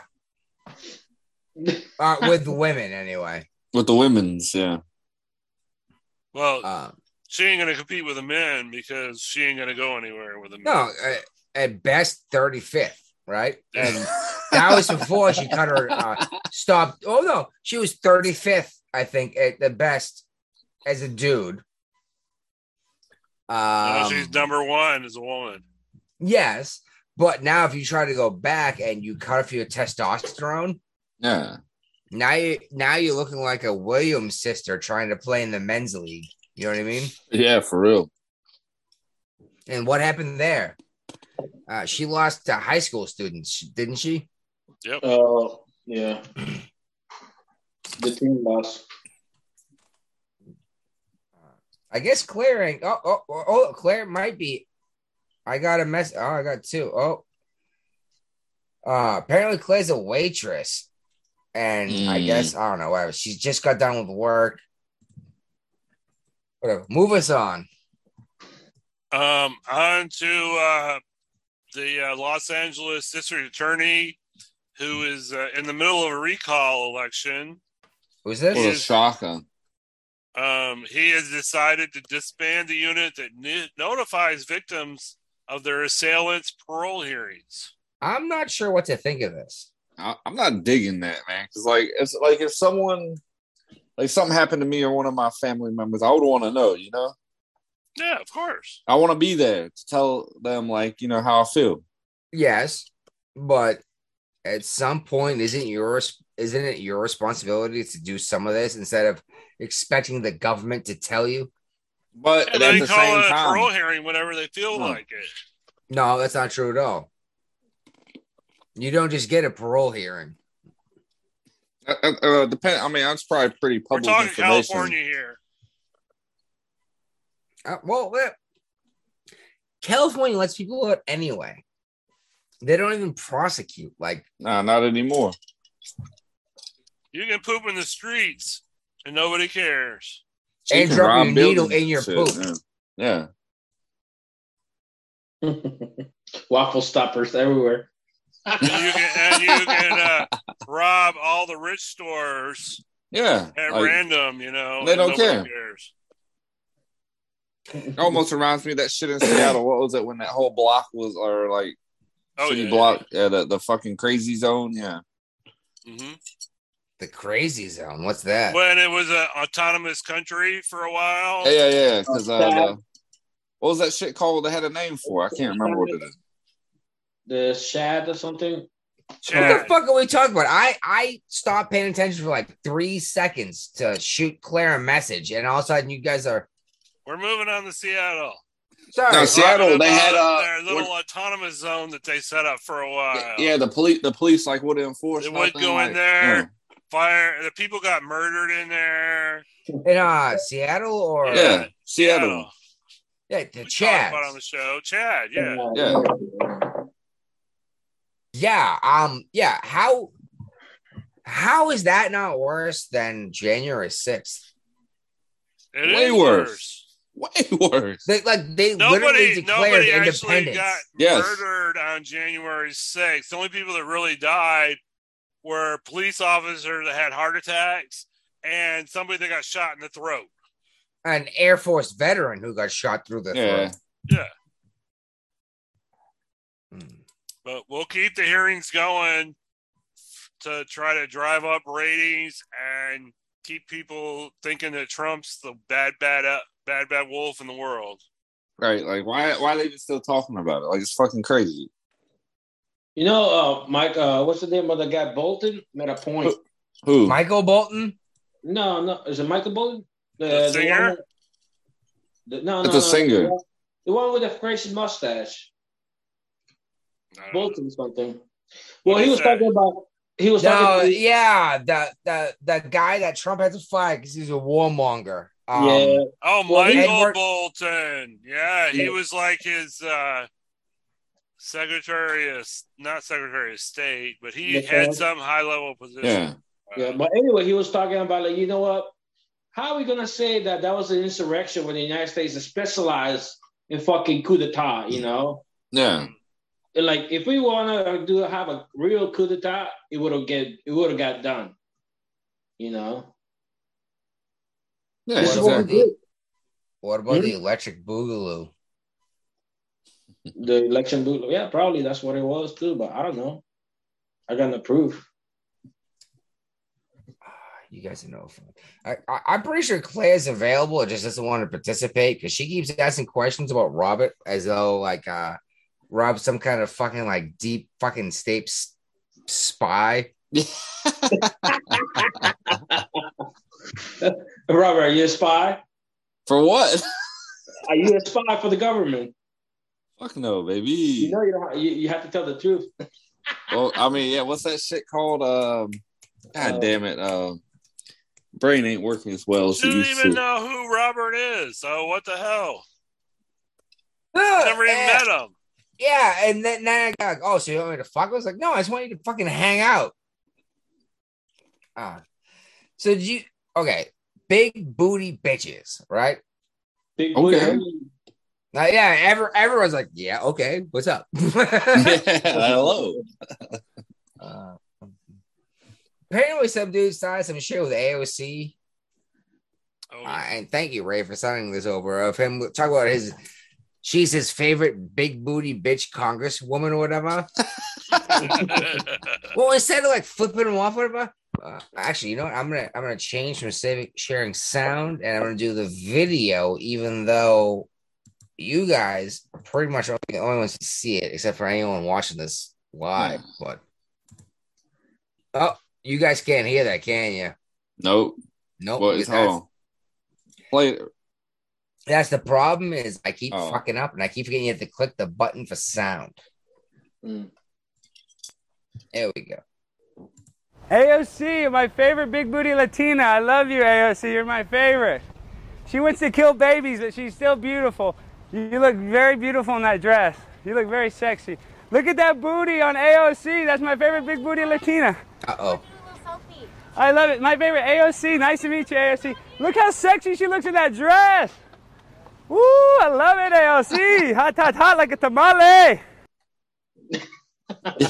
F: uh with women anyway
G: With the women's, yeah.
H: Well,
F: um
H: she ain't gonna compete with the men because she ain't gonna go anywhere with the men.
F: no
H: *laughs*
F: uh, at best 35th right and that was before she cut her uh stopped oh no she was 35th i think at the best as a dude
H: No,
F: um
H: she's number one as a woman.
F: yes but now if you try to go back and you cut off your testosterone
G: *laughs* Yeah.
F: now you now you're looking like a williams sister trying to play in the men's league you know what i mean
G: Yeah, for real.
F: And what happened there? Uh, she lost to high school students, didn't she?
I: Uh, yeah. The team lost. *laughs*
F: I guess Claire ain't. Oh, oh, oh, oh, Claire might be. I got a mess. Oh, I got two. Oh, uh, apparently Claire's a waitress, and I
G: Mm.
F: guess I don't know. Whatever. She just got done with work. Whatever. Move us on.
H: Um, on to uh, the uh, Los Angeles District Attorney, who is uh, in the middle of a recall election.
F: Who's
G: What a
F: this?
G: shocker.
H: Um, he has decided to disband the unit that ni- notifies victims of their assailants' parole hearings.
F: I'm not sure what to think of this.
G: I, I'm not digging that, man. Because like, it's like if someone, like something happened to me or one of my family members, I would want to know. You know,
H: Yeah, of course.
G: I want to be there to tell them, like, you know, how I feel.
F: Yes, but at some point, isn't yours isn't it your responsibility to do some of this instead of expecting the government to tell you?
G: But
H: Yeah,
G: at
H: they
G: the
H: call
G: same
H: it a parole
G: time,
H: hearing whenever they feel
G: Hmm.
H: like it.
F: No, that's not true at all. You don't just get a parole hearing.
G: uh, uh, uh, depend. I mean, that's probably pretty
H: We're
G: public
H: talking
G: information.
H: California here.
F: Uh, well, that- California lets people out anyway. They don't even prosecute. Like,
G: Nah, not anymore.
H: You can poop in the streets and nobody cares.
G: She
F: And
G: can
F: drop
G: rob
F: your needle
G: buildings
F: in your
G: and shit,
F: poop.
G: Yeah. Yeah.
I: Waffle stoppers everywhere.
H: And you can, and
G: *laughs*
H: you can uh, rob all the rich stores
G: Oh, Yeah.
H: at
G: Like,
H: random, you know.
G: They
H: and
G: don't
H: nobody
G: care.
H: Cares.
G: it almost reminds me of that shit in Seattle. What was it when that whole block was, or like
H: Oh,
G: city
H: yeah.
G: block, yeah, the, the fucking crazy zone? Yeah.
H: Mhm.
F: The crazy zone. What's that?
H: when it was an autonomous country for a while.
G: Yeah, yeah, yeah. Because uh, what was that shit called? They had a name for. I can't remember what it is.
I: The Shad or something.
F: What the fuck are we talking about? I I stopped paying attention for like three seconds to shoot Claire a message, and all of a sudden you guys are
H: We're moving on to Seattle.
F: sorry.
G: No, Seattle.
H: Talking
G: They had
H: about
G: uh,
H: their little autonomous zone that they set up for a while.
G: yeah. The police, the police, like would enforce.
H: They Uh, would
G: nothing,
H: go in
G: like,
H: there, fire. The people got murdered in there.
F: in uh, Seattle or
G: Yeah,
H: Yeah,
G: yeah Seattle.
F: yeah, the
H: We talked
F: Chad.
H: about it on the show, Chad. Yeah,
G: Yeah. *laughs*
F: Yeah, um, yeah. How how is that not worse than January sixth?
H: it is
G: Way worse. Way worse.
F: They like they literally
H: Nobody,
F: declared
H: nobody actually
F: independence.
H: got
G: Yes.
H: murdered on January 6th. The only people that really died were police officers that had heart attacks and somebody that got shot in the throat.
F: An Air Force veteran who got shot through the
G: Yeah.
F: throat. Hmm.
H: But we'll keep the hearings going to try to drive up ratings and keep people thinking that Trump's the bad, bad, uh, bad, bad wolf in the world.
G: Right. Like, why? Why are they even still talking about it? Like, it's fucking crazy.
I: You know, uh, Mike. Uh, what's the name of the guy? Bolton made a point.
G: Who?
F: Michael Bolton.
I: No, no, is it Michael Bolton? The,
H: singer?
I: one- the- no,
G: It's
I: no,
G: a
I: no,
G: singer.
I: The one with the crazy mustache,
H: I don't know.
I: Bolton something. Well,
H: What
I: he
H: is
I: was
H: that?
I: talking about. He was
F: No,
I: talking.
F: yeah, the the the guy that Trump had to fire because he's a warmonger. Um,
I: yeah,
H: Oh,
I: Well, he-
H: Michael
F: Edward-
H: Bolton. Yeah, he
I: Yeah.
H: was like his uh, secretary of, not secretary of state, but he
I: Yeah.
H: had some high level position.
G: Yeah.
H: Uh,
I: Yeah, but anyway, he was talking about like, you know what? How are we gonna say that that was an insurrection when the United States is specialized in fucking coup d'état? You know,
G: Yeah.
I: and like if we wanna do have a real coup d'état, it would have get it would have got done. You know,
G: Yeah.
I: this is what
G: Exactly.
I: we did.
F: What about the electric boogaloo?
I: The election boot. Yeah, probably that's what it was too. But I don't know. I got no proof. *laughs*
F: You guys are no fun. I, I, I'm pretty sure Claire's available. It just doesn't want to participate because she keeps asking questions about Robert as though like uh Rob's some kind of fucking like deep fucking state s- spy.
I: Robert, are you a spy?
G: For what?
I: Are you a spy for the government?
G: Fuck no, baby.
I: You know, you don't. You, you have to tell the truth.
G: well, Oh, I mean, yeah, what's that shit called? Um, God
I: Uh,
G: damn it. Um, brain ain't working as well as it
H: Didn't
G: used
H: even
G: to.
H: know who Robert is. So what the hell?
F: Ah,
H: Never even
F: eh,
H: met him.
F: Yeah, and then, then I got like, oh, so you want me to fuck? I was like, no, I just want you to fucking hang out. Ah, so did you okay? Big booty bitches, right?
I: Big
F: Oh,
G: Okay.
I: booty.
F: Now, yeah, ever everyone's like, yeah, okay, what's up? *laughs*
G: yeah, *laughs* hello.
F: Uh, apparently, some dude signed some shit with AOC.
H: Oh,
F: Uh,
H: *laughs*
F: and thank you, Ray, for signing this over. Of him, talk about his. She's his favorite big booty bitch congresswoman or whatever. Well, instead of like flipping him off, or whatever. Uh, actually, you know what? I'm gonna I'm gonna change from saving, sharing sound, and I'm gonna do the video, even though you guys are pretty much are the only ones to see it, except for anyone watching this live.
G: Hmm.
F: But oh, you guys can't hear that, can you?
G: Nope.
I: Oh,
F: Nope.
G: What is
F: that's,
G: home? Play
I: *laughs*
G: it.
F: that's the problem. Is I keep
G: Oh.
F: fucking up, and I keep forgetting you have to click the button for sound.
G: Hmm.
I: Mm.
F: There we go.
J: AOC, my favorite big booty Latina. I love you, AOC. You're my favorite. She wants to kill babies, but she's still beautiful. You you look very beautiful in that dress. You look very sexy. Look at that booty on AOC. That's my favorite big booty Latina.
F: Uh oh.
J: I love it. My favorite AOC. Nice to meet you, AOC. Look how sexy she looks in that dress. Woo, I love it, AOC. Hot, hot, hot like a tamale.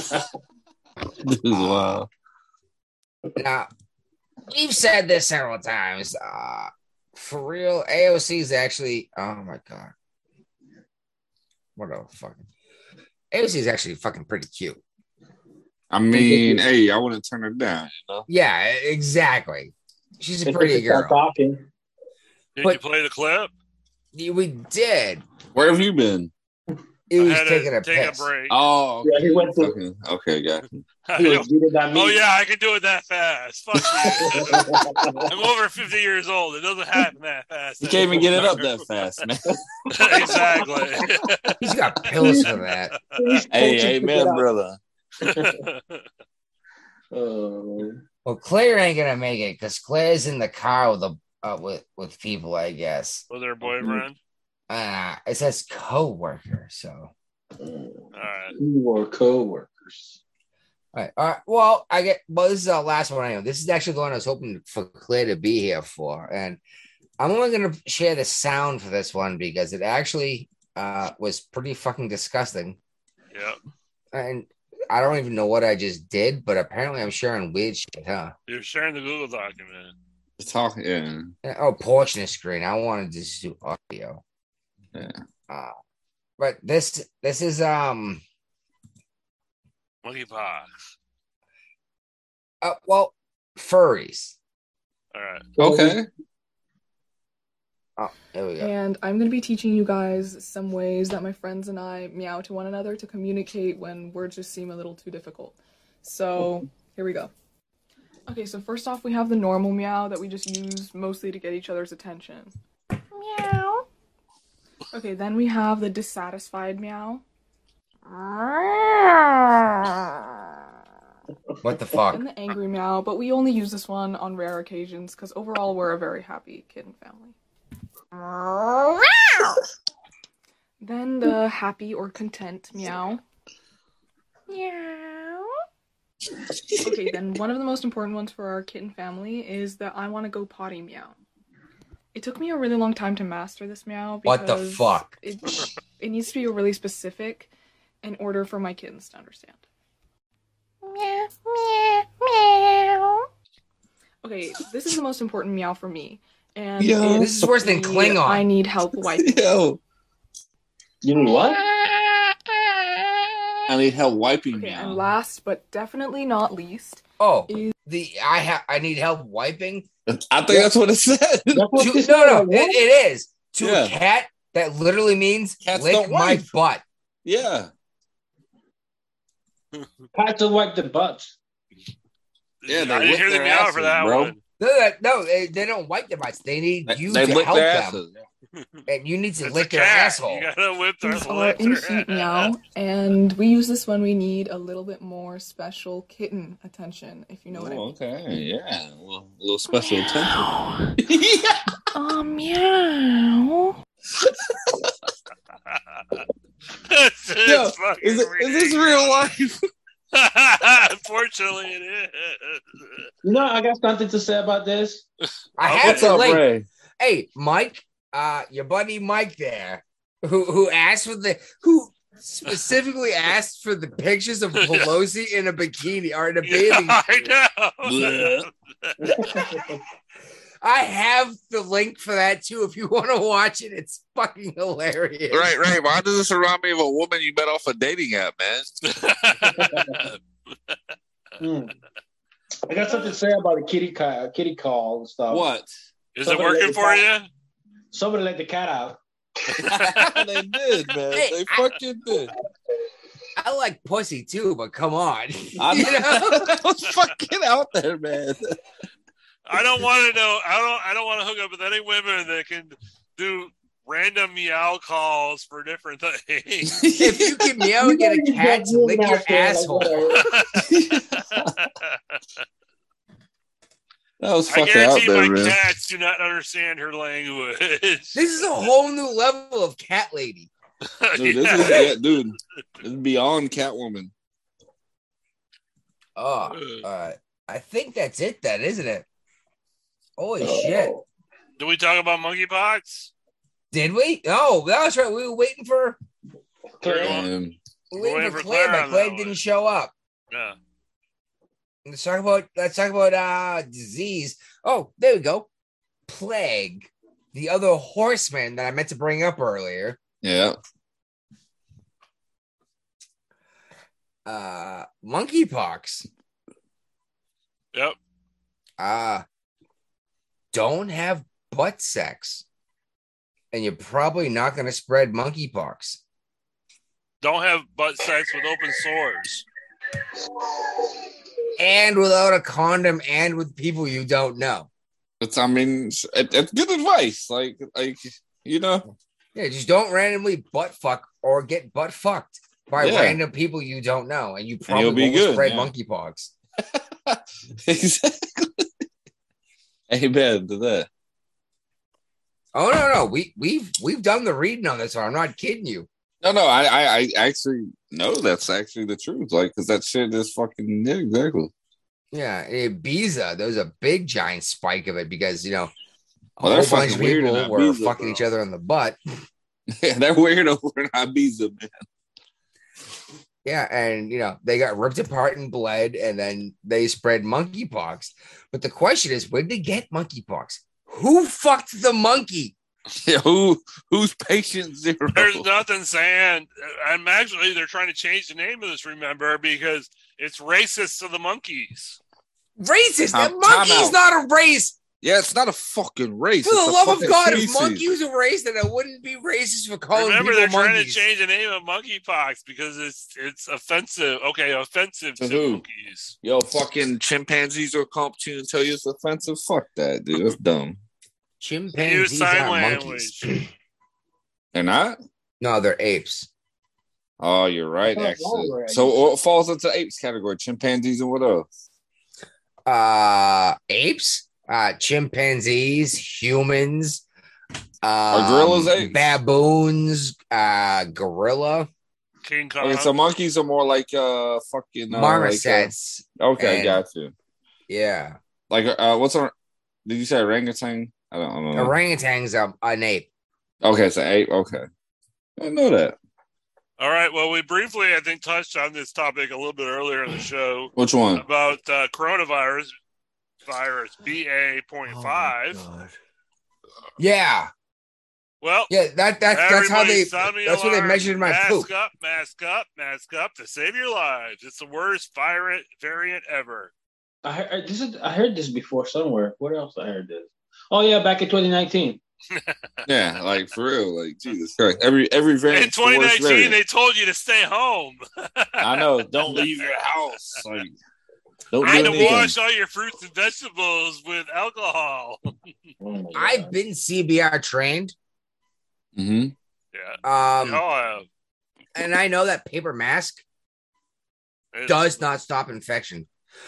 G: This is wild.
F: Now, we've said this several times. Uh, for real, AOC is actually. Oh my god, what a fucking AOC is actually fucking pretty cute.
G: I mean, hey, I wouldn't turn her down. You know?
F: Yeah, exactly. She's a
G: If
F: pretty
G: it's
F: girl.
G: not
I: Talking.
H: Did
F: But-
H: you play the clip?
F: We did.
G: Where have you been?
F: He was
H: had to
F: taking a
H: take a
F: piss.
H: break.
G: Oh, okay.
I: Yeah, he
F: *laughs*
I: went to-
G: okay. Okay, got you.
H: *laughs* Oh
I: *laughs*
H: yeah, I can do it that fast. Fuck
F: *laughs*
H: you. I'm over 50 years old. It doesn't happen that fast.
G: You can't even get it up that fast,
I: *laughs*
G: man.
H: exactly. *laughs*
F: He's got pills for that.
G: hey, amen, brother. *laughs*
H: *laughs*
F: Well, Claire ain't gonna make it because Claire's in the car with the uh, with with people, I guess.
H: With her boyfriend.
F: Uh, it says co-worker, so.
H: All right.
I: You are co-worker.
F: All right. All right. Well, I get. Well, this is our last one. I know. This is actually the one I was hoping for Claire to be here for, and I'm only going to share the sound for this one because it actually uh, was pretty fucking disgusting,
H: Yep.
F: and I don't even know what I just did, but apparently I'm sharing weird shit, huh?
H: You're sharing the Google document.
G: Talk, yeah.
F: Yeah, Oh, portion of screen. I wanted to just do audio.
G: Yeah.
F: Uh, but this this is um
H: Monkeypox.
F: uh, well furries.
H: All right.
G: Okay.
F: Oh, there we go.
K: And I'm going to be teaching you guys some ways that my friends and I meow to one another to communicate when words just seem a little too difficult. So here we go. Okay, so first off, we have the normal meow that we just use mostly to get each other's attention. Meow. Okay, then we have the dissatisfied meow.
F: What the fuck?
K: And the angry meow, but we only use this one on rare occasions because overall we're a very happy kid and family. Then the happy or content meow. Meow. Okay, then one of the most important ones for our kitten family is the I want to go potty meow. It took me a really long time to master this meow. Because
F: What the fuck?
K: It, it needs to be really specific in order for my kittens to understand. Meow, meow, meow. Okay, this is the most important meow for me. And
F: Yo.
K: it's
F: This is worse than
K: the
F: Klingon.
K: I need
G: *laughs*
K: help wiping.
G: Yo.
I: You know what?
G: I need help wiping
K: Okay,
G: now.
K: and last but definitely not least,
F: Oh,
K: is
F: the I have I need help wiping.
G: I think that's what it said.
F: To- no, no, it, it is to
G: Yeah.
F: a cat. That literally means
G: Cats
F: lick
G: don't
F: my
G: wipe.
F: butt.
G: Yeah.
I: Pat to wipe the butt.
F: *laughs*
G: Yeah,
H: I
G: they
H: didn't
G: lick
H: hear the
G: their
H: meow
G: asses,
H: for that
G: bro.
H: one.
F: No, that- no, they, they don't wipe their butts. They need
G: They,
F: you
G: they
F: to
G: lick
F: help
G: their
F: them,
G: asses.
F: and you need to
H: It's a
F: lick their
H: cat.
F: asshole.
H: You gotta whip their
K: is our
H: lick their
K: infant meow, and we use this when we need a little bit more special kitten attention, if you know what I
G: Oh,
K: mean. Mm.
G: okay. Yeah. A little, little special attention.
K: Oh, meow.
H: It's- *laughs* it's
G: Yo,
H: fucking
G: is, it, is this real life?
H: ridiculous.
G: *laughs*
H: Unfortunately, it is.
I: You know, I got something to say about this.
F: I
G: Oh,
F: had
G: what's
F: to
G: up,
F: link.
G: Ray?
F: Hey, Mike, uh, your buddy Mike there, who who asked for the who specifically
H: *laughs*
F: asked for the pictures of Pelosi in a bikini or in a
H: *laughs*
F: bathing.
H: Yeah,
F: suit.
H: I know. *laughs*
F: I have the link for that too. If you want to watch it, it's fucking hilarious.
G: Right, right. Why does this remind me of a woman you met off a dating app, man?
I: Hmm. I got something to say about the kitty ca- kitty call and
G: *laughs*
I: stuff.
G: What? *laughs*
H: Is it
I: Somebody
H: working
I: let
H: for you?
I: the Somebody let the cat out.
F: *laughs*
H: *laughs*
G: they did, man.
F: Hey,
G: They
F: I-
G: fucking
K: *laughs*
G: did.
F: I like pussy too, but come on. *laughs*
G: I
F: You know?
G: *laughs* I was fucking out there,
K: *laughs*
G: man.
H: I don't want to know. I don't. I don't want to hook up with any women that can do random meow calls for different things.
F: if you can meow and get a cat to lick your asshole.
G: That was
H: I
G: fucking out
H: guarantee
G: there,
H: my
G: man.
H: cats do not understand her language. *laughs*
F: This is a whole new level of cat lady.
G: Dude, *laughs* this is yeah, dude. This is beyond Catwoman.
F: Oh, uh, I think that's it, then, isn't it? Holy shit.
I: Oh.
H: Do we talk about monkeypox?
F: Did we? Oh, that was right. We were waiting for
I: Clear.
G: And
F: we were
H: Waiting
F: waiting
H: for
F: for Claire,
H: Claire
F: but
H: on
F: Claire
H: that
F: didn't
H: one.
F: show up.
H: No.
F: Let's talk about let's talk about uh disease. Oh, there we go. Plague, the other horseman that I meant to bring up earlier.
G: yeah,
F: uh monkeypox.
H: Yep.
F: Uh don't have butt sex. And you're probably not gonna spread monkeypox.
H: Don't have butt sex with open sores.
F: And without a condom and with people you don't know.
G: It's, I mean, it's, it's good advice. Like, like you *laughs* know,
F: Yeah, just don't randomly butt fuck or get butt fucked by
G: Yeah.
F: random people you don't know, and you probably
G: you'll be
F: won't
G: good,
F: spread
G: yeah.
F: monkeypox.
G: amen to that.
F: Oh no, no, we we've we've done the reading on this one. I'm not kidding you.
G: No, no, I, I, I actually know that's actually the truth. Like, because that shit is fucking yeah, exactly. *laughs*
F: Yeah, in Ibiza, there was a big giant spike of it because you know a
G: Well, they're
F: whole bunch
G: fucking
F: of
G: weird in
F: people were
G: Ibiza,
F: fucking each other on the butt.
G: Yeah, they're weird *laughs* over in Ibiza, man.
F: Yeah, and you know they got ripped apart and bled, and then they spread monkeypox. But the question is, where did they get monkeypox? Who fucked the monkey?
G: Yeah, who who's patient zero?
H: There's nothing saying. I'm actually they're trying to change the name of this. Remember, because it's racist to the monkeys.
F: Racist.
G: Time-
F: the
G: time
F: monkey's
G: out.
F: not a race.
G: Yeah, it's not a fucking race.
F: For the
G: it's a
F: love of
G: fucking
F: God, if
G: species.
F: monkey was a race, then I wouldn't be racist for calling
H: Remember, they're
F: people
H: trying
F: monkeys.
H: to change the name of monkeypox because it's it's offensive. Okay, offensive
G: To
H: to,
G: who?
H: monkeys.
G: Yo, fucking chimpanzees will come up to you and tell you it's offensive. Fuck that, dude. That's dumb.
F: Chimpanzees
H: Use
F: are
H: sign
F: monkeys.
G: They're not.
F: No, they're apes.
G: Oh, you're right.
F: Oh,
G: Actually,
F: right.
G: so what falls into apes category? Chimpanzees and what else?
F: Uh apes, uh chimpanzees, humans, uh
G: gorillas apes?
F: baboons, uh gorilla, *laughs*
H: King Kong.
G: Okay, so monkeys are more like uh fucking uh,
F: marmosets.
G: Like, uh, okay,
F: and-
G: got you.
F: Yeah.
G: Like uh, what's our? Did you say orangutan? I don't, I don't know.
F: Orangutans are an ape.
G: okay, it's an ape. Okay, I know that.
H: All right. Well, we briefly, I think, touched on this topic a little bit earlier in the show.
G: Which one?
H: About uh, coronavirus virus BA point five.
F: Yeah.
H: Well,
F: Yeah, that that's that's how
H: everybody
F: they
H: sound the
F: that's where they
H: alarm.
F: measured my
H: mask
F: poop.
H: up, mask up, mask up to save your lives. It's the worst virus variant ever.
I: I heard I- this is I heard this before somewhere. Where else I heard this? Oh yeah, back in 2019.
G: Yeah, like for real, like Jesus Christ. Every every variant.
H: In 2019,
G: variant.
H: they told you to stay home.
G: *laughs*
H: *laughs*
G: I know. Don't leave your house. Like, don't do
H: I had to
G: anything.
H: wash all your fruits and vegetables with alcohol. *laughs*
F: I've been CBR trained.
G: Mm-hmm.
H: Yeah.
F: Um
H: We all have.
F: and I know that paper mask
H: It's-
F: does not stop infection.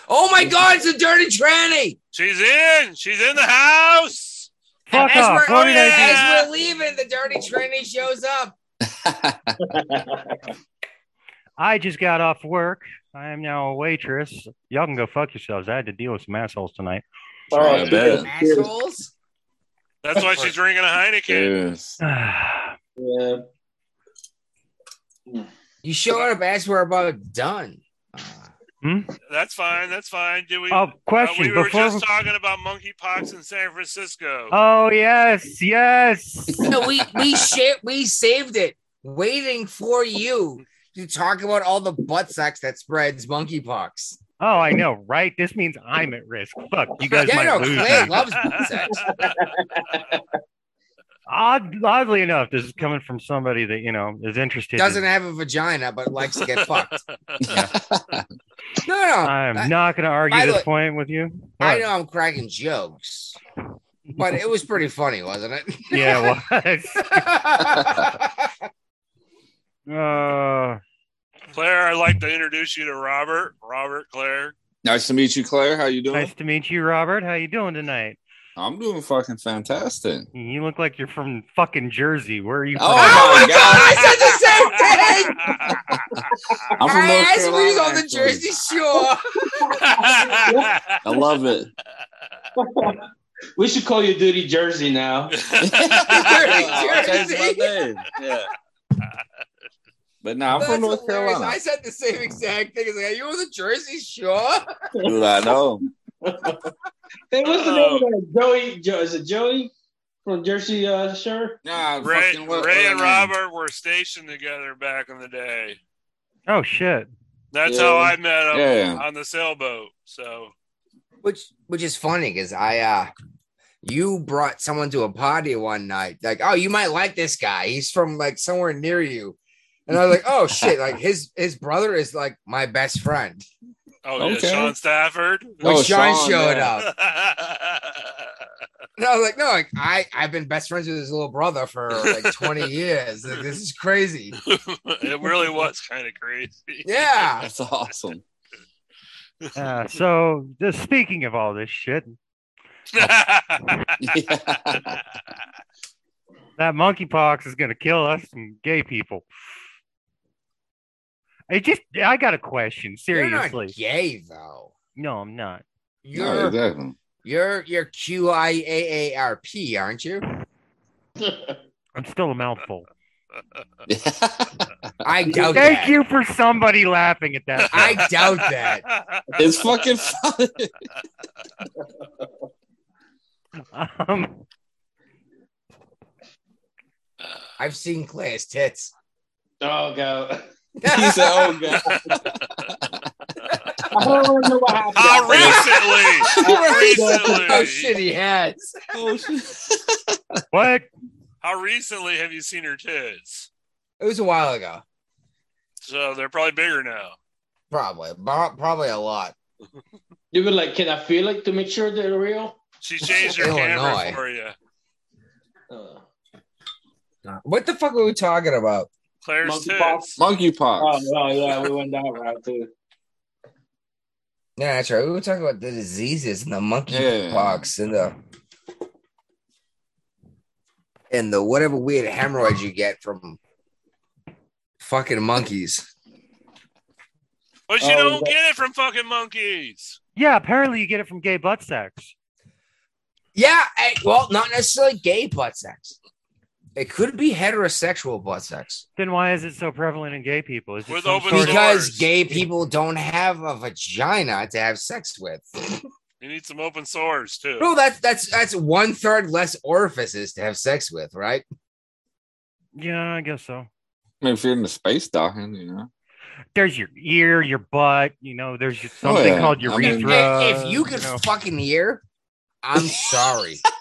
F: Oh my god, it's a dirty tranny!
H: She's in. She's in the house.
J: Fuck
F: as,
J: off.
F: we're,
J: Vote it
F: as
H: out.
F: we're leaving, the dirty tranny shows up.
G: Mm-hmm.
I: *laughs*
L: I just got off work. I am now a waitress. Y'all can go fuck yourselves. I had to deal with some assholes tonight. *sighs*
G: Oh, I bet.
F: Assholes.
H: That's
F: *laughs*
H: why she's drinking a Heineken.
G: Yes.
I: Yeah.
F: You showed up as we're about done. Uh,
H: That's fine. That's fine. Do we?
L: Oh, question,
H: uh, we were
L: before-
H: just talking about monkeypox in San Francisco.
L: Oh yes, yes.
F: No, we we shit we saved it, waiting for you to talk about all the butt sex that spreads monkeypox.
L: Oh, I know, right? This means I'm at risk. Fuck, you guys
F: Yeah,
L: might
F: no,
L: lose.
F: Clay
L: me.
F: loves
H: *laughs*
F: butt sex.
L: Odd, oddly enough, this is coming from somebody that you know is interested.
F: Doesn't
L: in,
F: have a vagina, but likes to get fucked. No, no,
L: I'm
F: I-
L: not going to argue
F: by the
L: this
F: way-
L: point with you.
F: I know I'm cracking jokes, but it was pretty funny, wasn't it? *laughs*
L: Yeah, it was. Uh,
H: Claire, I'd like to introduce you to Robert. Robert, Claire.
G: *laughs* Nice to meet you, Claire. How you
L: uh,
G: doing?
L: nice to meet you, Robert. How you doing tonight?
G: I'm doing fucking fantastic.
L: You look like you're from fucking Jersey. Where are you
G: *laughs* Oh,
L: from?
G: my
F: my
G: God.
F: god, I said the same thing.
H: *laughs*
F: *laughs*
G: I'm from
F: I
G: North
F: asked
G: Carolina.
F: who's on the
G: actually.
F: Jersey Shore.
H: I
G: I
F: *laughs*
G: love it.
I: We should call you Dirty Jersey now.
G: I changed
F: Jersey.
G: my name.
H: *laughs*
G: Yeah. But now I'm
F: That's
G: from North
F: hilarious.
G: Carolina.
F: I said the same exact thing. It's like, are you on the Jersey Shore?
G: Dude, I know.
I: Hey, what's the name of that?
H: Oh.
I: Joey? Jo- is it Joey from Jersey
H: *laughs*
I: uh, Shore?
G: Nah,
H: Ray,
G: fucking what-
H: Ray
G: what
H: and
G: I mean.
H: Robert were stationed together back in the day.
L: Oh shit.
H: That's how I met him
F: Yeah.
H: on the sailboat. So
F: which which is funny because I uh you brought someone to a party one night like oh you might like this guy he's from like somewhere near you and I was like oh
L: *laughs*
F: shit like his his brother is like my best friend
H: oh
F: Okay. Oh,
H: yeah,
F: *laughs*
H: Sean Stafford.
F: when Sean, showed up and I was like no like I I've been best friends with his little brother for like twenty years like, this is crazy
H: it really was kind of crazy. *laughs*
F: Yeah.
G: That's awesome.
L: Uh, so, just speaking of all this shit, that monkeypox is going to kill us and gay people. I just, I got a question.
F: You're
L: Seriously,
F: not gay though
L: no, I'm not.
F: you're
H: *laughs*
F: you're you're QIAARP aren't you
L: I'm still a mouthful.
F: I
L: Thank
F: doubt that.
L: you for somebody laughing at that.
F: I doubt that.
G: It's fucking funny.
L: Um,
F: I've seen Claire's tits.
I: Oh god.
G: He said,
F: *laughs*
G: "Oh god."
H: *laughs*
I: I don't know what happened.
H: *laughs*
F: *laughs*
H: How recently? How recently?
F: oh shit, he has.
G: Oh,
L: What?
H: How recently have you seen her tits?
F: It was a while ago,
H: So they're probably bigger now.
F: probably, Bo- probably a lot.
I: You were like, can I feel it to make sure they're real?
H: She changed her
F: Illinois.
H: camera for you. Oh,
F: What the fuck were we talking about?
H: Claire's
I: Monkeypox?
H: tits.
I: Oh,
F: Monkeypox.
I: oh, yeah, we went that route too.
F: Yeah, that's right. We were talking about the diseases and the monkeypox and the and the whatever weird hemorrhoids you get from fucking monkeys.
H: But you
F: Oh,
H: don't
F: that-
H: get it from fucking monkeys.
L: yeah, apparently you get it from gay butt sex.
F: Yeah, eh, well, not necessarily gay butt sex. It could be heterosexual butt sex
L: Then why is it so prevalent in gay people? Is it some sort of-
F: because gay people don't have a vagina to have sex with.
H: You need some open source too. *laughs*
F: No, that's that's that's one third less orifices to have sex with, right?
L: Yeah, I guess so.
G: I mean, if you're in the space docking, you know.
L: There's your ear, your butt. You know, there's your- something
G: Oh, yeah.
L: called urethra.
G: I mean-
F: if if you could
L: know,
F: fucking hear, I'm sorry.
L: *laughs*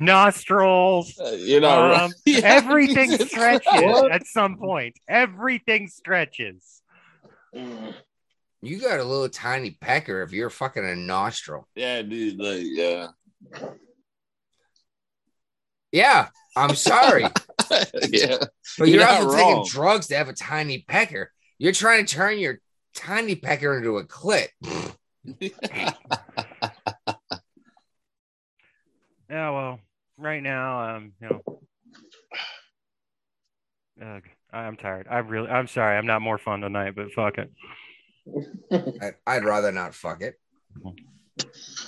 L: nostrils,
G: *laughs*
H: Uh,
L: um,
G: you know,
H: uh-huh.
G: right? Yeah,
L: everything
G: Jesus
L: stretches
G: Christ.
L: at some point. Everything stretches.
H: Mm.
F: you got a little tiny pecker if you're fucking a nostril.
G: Yeah, dude. Like, yeah. *laughs*
F: Yeah, I'm sorry.
G: yeah.
F: But you're,
G: You're
F: out
G: not
F: there taking
G: wrong.
F: drugs to have a tiny pecker. You're trying to turn your tiny pecker into a clit.
L: Yeah, well, right now, um, you know, ugh, I'm tired. I really, I'm sorry, I'm not more fun tonight, but fuck it. *laughs*
F: I- I'd rather not fuck it.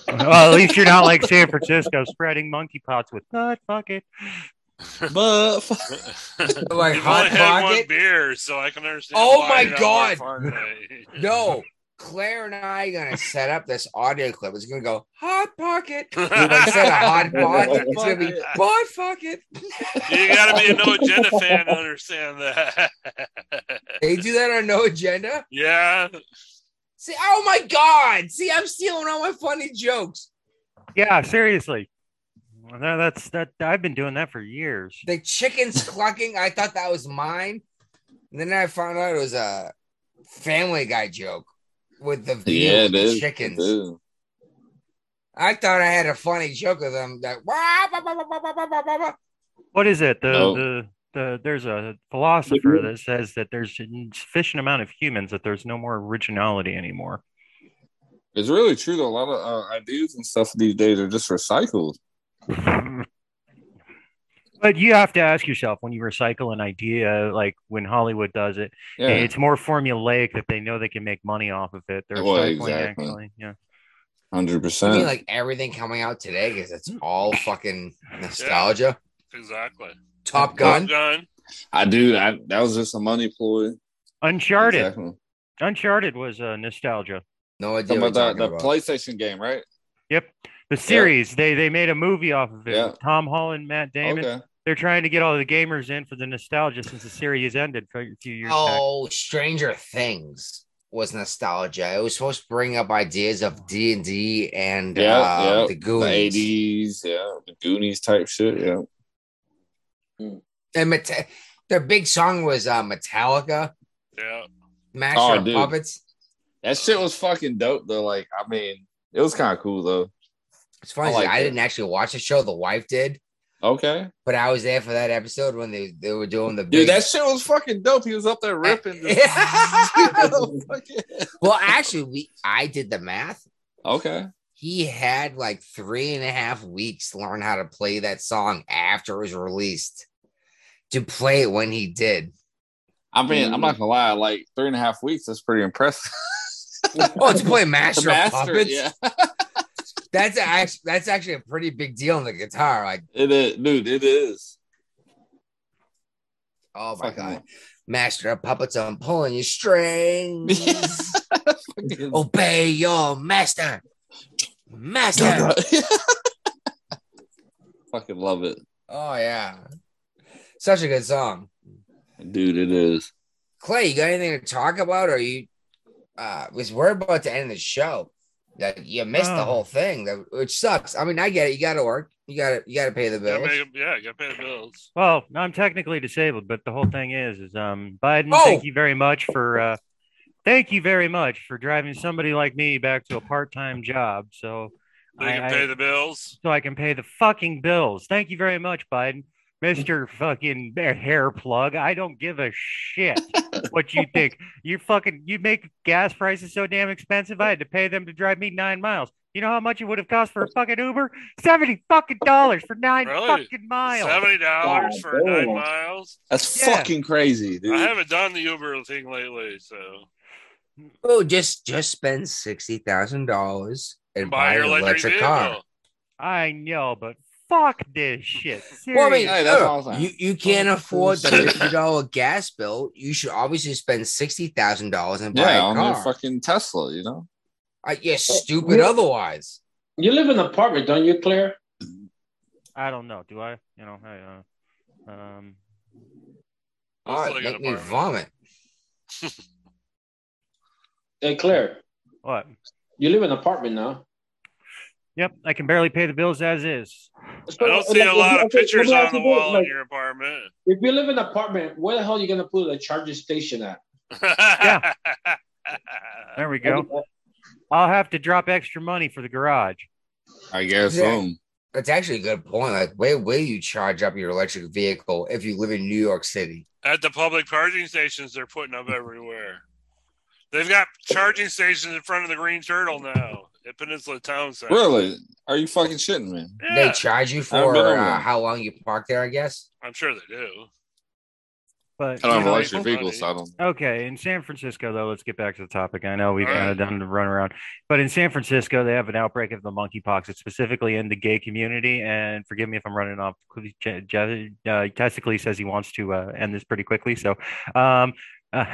L: well, at least you're not like San Francisco spreading monkeypox with butt fuck it.
G: But
F: like
H: You've
F: hot
H: only had one
F: pocket.
H: beer, so I can understand.
F: Oh
H: why
F: my
H: you're not
F: God.
H: more fun
F: *laughs*
H: tonight.
F: No, Claire and I are gonna set up this audio clip. It's gonna go hot pocket.
H: *laughs*
F: We're gonna set a hot pocket. It's gonna be butt fuck it.
H: you gotta be a no agenda fan to understand that. *laughs*
F: They do that on No Agenda.
H: yeah.
F: See, oh my god! See, I'm stealing all my funny jokes.
L: Yeah, seriously. Well, that- that's that. I've been doing that for years.
F: The chickens clucking. I thought that was mine, and then I found out it was a Family Guy joke with the view
G: Yeah,
F: of
G: it
F: the
G: is.
F: chickens.
G: It is.
F: I thought I had a funny joke with them that wah, bah, bah, bah, bah, bah, bah, bah, bah, bah.
L: What is it? The
G: No.
L: the the there's a philosopher that says that there's an sufficient amount of humans that there's no more originality
G: *laughs*
L: anymore.
G: It's really true. Though. A lot of uh, ideas and stuff these days are just recycled.
L: But you have to ask yourself when you recycle an idea, like when Hollywood does it,
G: Yeah.
L: it's more formulaic that they know they can make money off of it. They're
G: Well,
L: recycling
G: exactly.
L: actually. Yeah.
G: Hundred
F: I mean,
G: percent.
F: like everything coming out today because it's all fucking nostalgia.
H: Exactly.
F: Top Gun.
H: Gun.
G: I do. I, that was just a money ploy.
L: Uncharted.
G: Exactly.
L: Uncharted was uh, nostalgia.
F: No idea.
G: Talking
F: what
G: about that,
F: you're talking
G: that
F: about.
G: PlayStation game, right?
L: Yep. The series, they they made a movie off of it.
G: Yeah.
L: with Tom Holland, Matt Damon.
G: Okay.
L: They're trying to get all the gamers in for the nostalgia since the series ended a few years back.
F: Oh, Stranger Things. was nostalgia. It was supposed to bring up ideas of D and D and
G: Yeah,
F: uh,
G: yeah.
F: the Goonies.
G: eighties, yeah, the Goonies type shit. Yeah,
F: And Meta- their big song was uh, Metallica,
H: Yeah.
F: Master
G: Oh,
F: of
G: dude.
F: Puppets.
G: that shit was fucking dope though. Like, I mean, it was kind of cool though.
F: It's funny,
G: I
F: I,
G: like it.
F: didn't actually watch the show. The wife did,
G: Okay,
F: but I was there for that episode when they, they were doing the
G: dude,
F: big-
G: that shit was fucking dope. He was up there ripping. the-
F: *laughs*
G: *laughs*
F: well, actually, we I did the math.
G: Okay.
F: He had like three and a half weeks to learn how to play that song after it was released to play it when he did.
G: I mean, I'm
F: Mm-hmm.
G: not gonna lie. Like three and a half weeks, that's pretty impressive.
F: Oh, to play Master,
G: *laughs* The Master,
F: of Puppets.
G: yeah.
F: that's actually that's actually a pretty big deal on the guitar. Like,
G: *laughs* It is, dude. It is.
F: oh my
G: Fucking- *laughs*
F: god, Master of Puppets, I'm pulling your
G: *laughs*
F: strings. Obey your master, master.
G: *laughs* Fucking love it,
F: oh yeah, such a good song.
G: dude. It is.
F: Clay, you got anything to talk about? Or you uh was we're about to end the show. That you missed the
H: Oh.
F: whole thing, that, which sucks. I mean, I get it. You gotta work. You gotta you gotta pay the
H: Gotta
F: bills.
H: make 'em- yeah, you gotta pay the bills.
L: Well, I'm technically disabled, but the whole thing is, is um, Biden.
F: Oh!
L: Thank you very much for, uh, thank you very much for driving somebody like me back to a part-time job, so
H: They can
L: I-
H: pay
L: I-
H: the bills.
L: so I can pay the fucking bills. Thank you very much, Biden,
F: *laughs*
L: Mister fucking hair plug. I don't give a shit what
F: *laughs*
L: you think. You fucking you make gas prices so damn expensive. I had to pay them to drive me nine miles. You know how much it would have cost for a fucking Uber? Seventy fucking dollars for nine
H: Really?
L: fucking miles.
H: Seventy dollars for
G: damn.
H: nine miles.
G: That's
L: Yeah.
G: fucking crazy, dude.
H: I haven't done the Uber thing lately, so
F: Oh, just just spend sixty thousand dollars and
H: buy
F: buy
H: your
F: an electric
H: electric
F: car.
H: vehicle.
L: I know, but fuck this shit.
F: Well, I mean,
L: Seriously.
G: that's
F: no,
G: all I'm saying.
F: you you can't
H: Oh.
F: afford
H: *laughs*
F: the fifty dollar gas bill. You should obviously spend sixty thousand dollars and buy a
G: Yeah, on
F: car.
G: a fucking Tesla, you know.
F: Uh, you're stupid otherwise.
I: You live in an apartment, don't you, Claire?
L: I don't know. Do I? You know, I, uh, um,
F: All
H: Looks
F: right,
H: like an
F: Uh, make me
H: apartment.
F: vomit.
I: Hey, Claire,
L: what?
I: you live in an apartment now.
L: Yep, I can barely pay the bills as is.
H: I don't see a
I: Like,
H: lot of
I: okay,
H: pictures
I: let me
H: on
I: ask
H: the
I: you this,
H: wall
I: like,
H: in your apartment.
I: If you live in an apartment, where the hell are you gonna put a charging station at?
L: Yeah. There we go. I'll have to drop extra money for the garage.
G: I guess
F: Yeah.
G: so.
F: That's actually a good point. Like, where will you charge up your electric vehicle if you live in New York City?
H: *laughs* At the public charging stations, they're putting up everywhere. They've got charging stations in front of the Green Turtle now at Peninsula Town Center.
G: Really? Are you fucking shitting me?
H: Yeah,
F: They charge you
G: I
F: for
G: remember
F: uh,
G: that.
F: how long you park there, I guess.
H: I'm sure they do.
F: *laughs*
H: *laughs*
L: But
G: I don't
L: you
G: have
L: know,
G: electric vehicles, so I don't.
L: Okay, in San Francisco, though, let's get back to the topic. I know we've
H: All right.
L: kind of done the runaround, but in San Francisco, they have an outbreak of the monkeypox. It's specifically in the gay community. And forgive me if I'm running off. Je- Je- uh, Tessically says he wants to uh, end this pretty quickly. So, um, uh,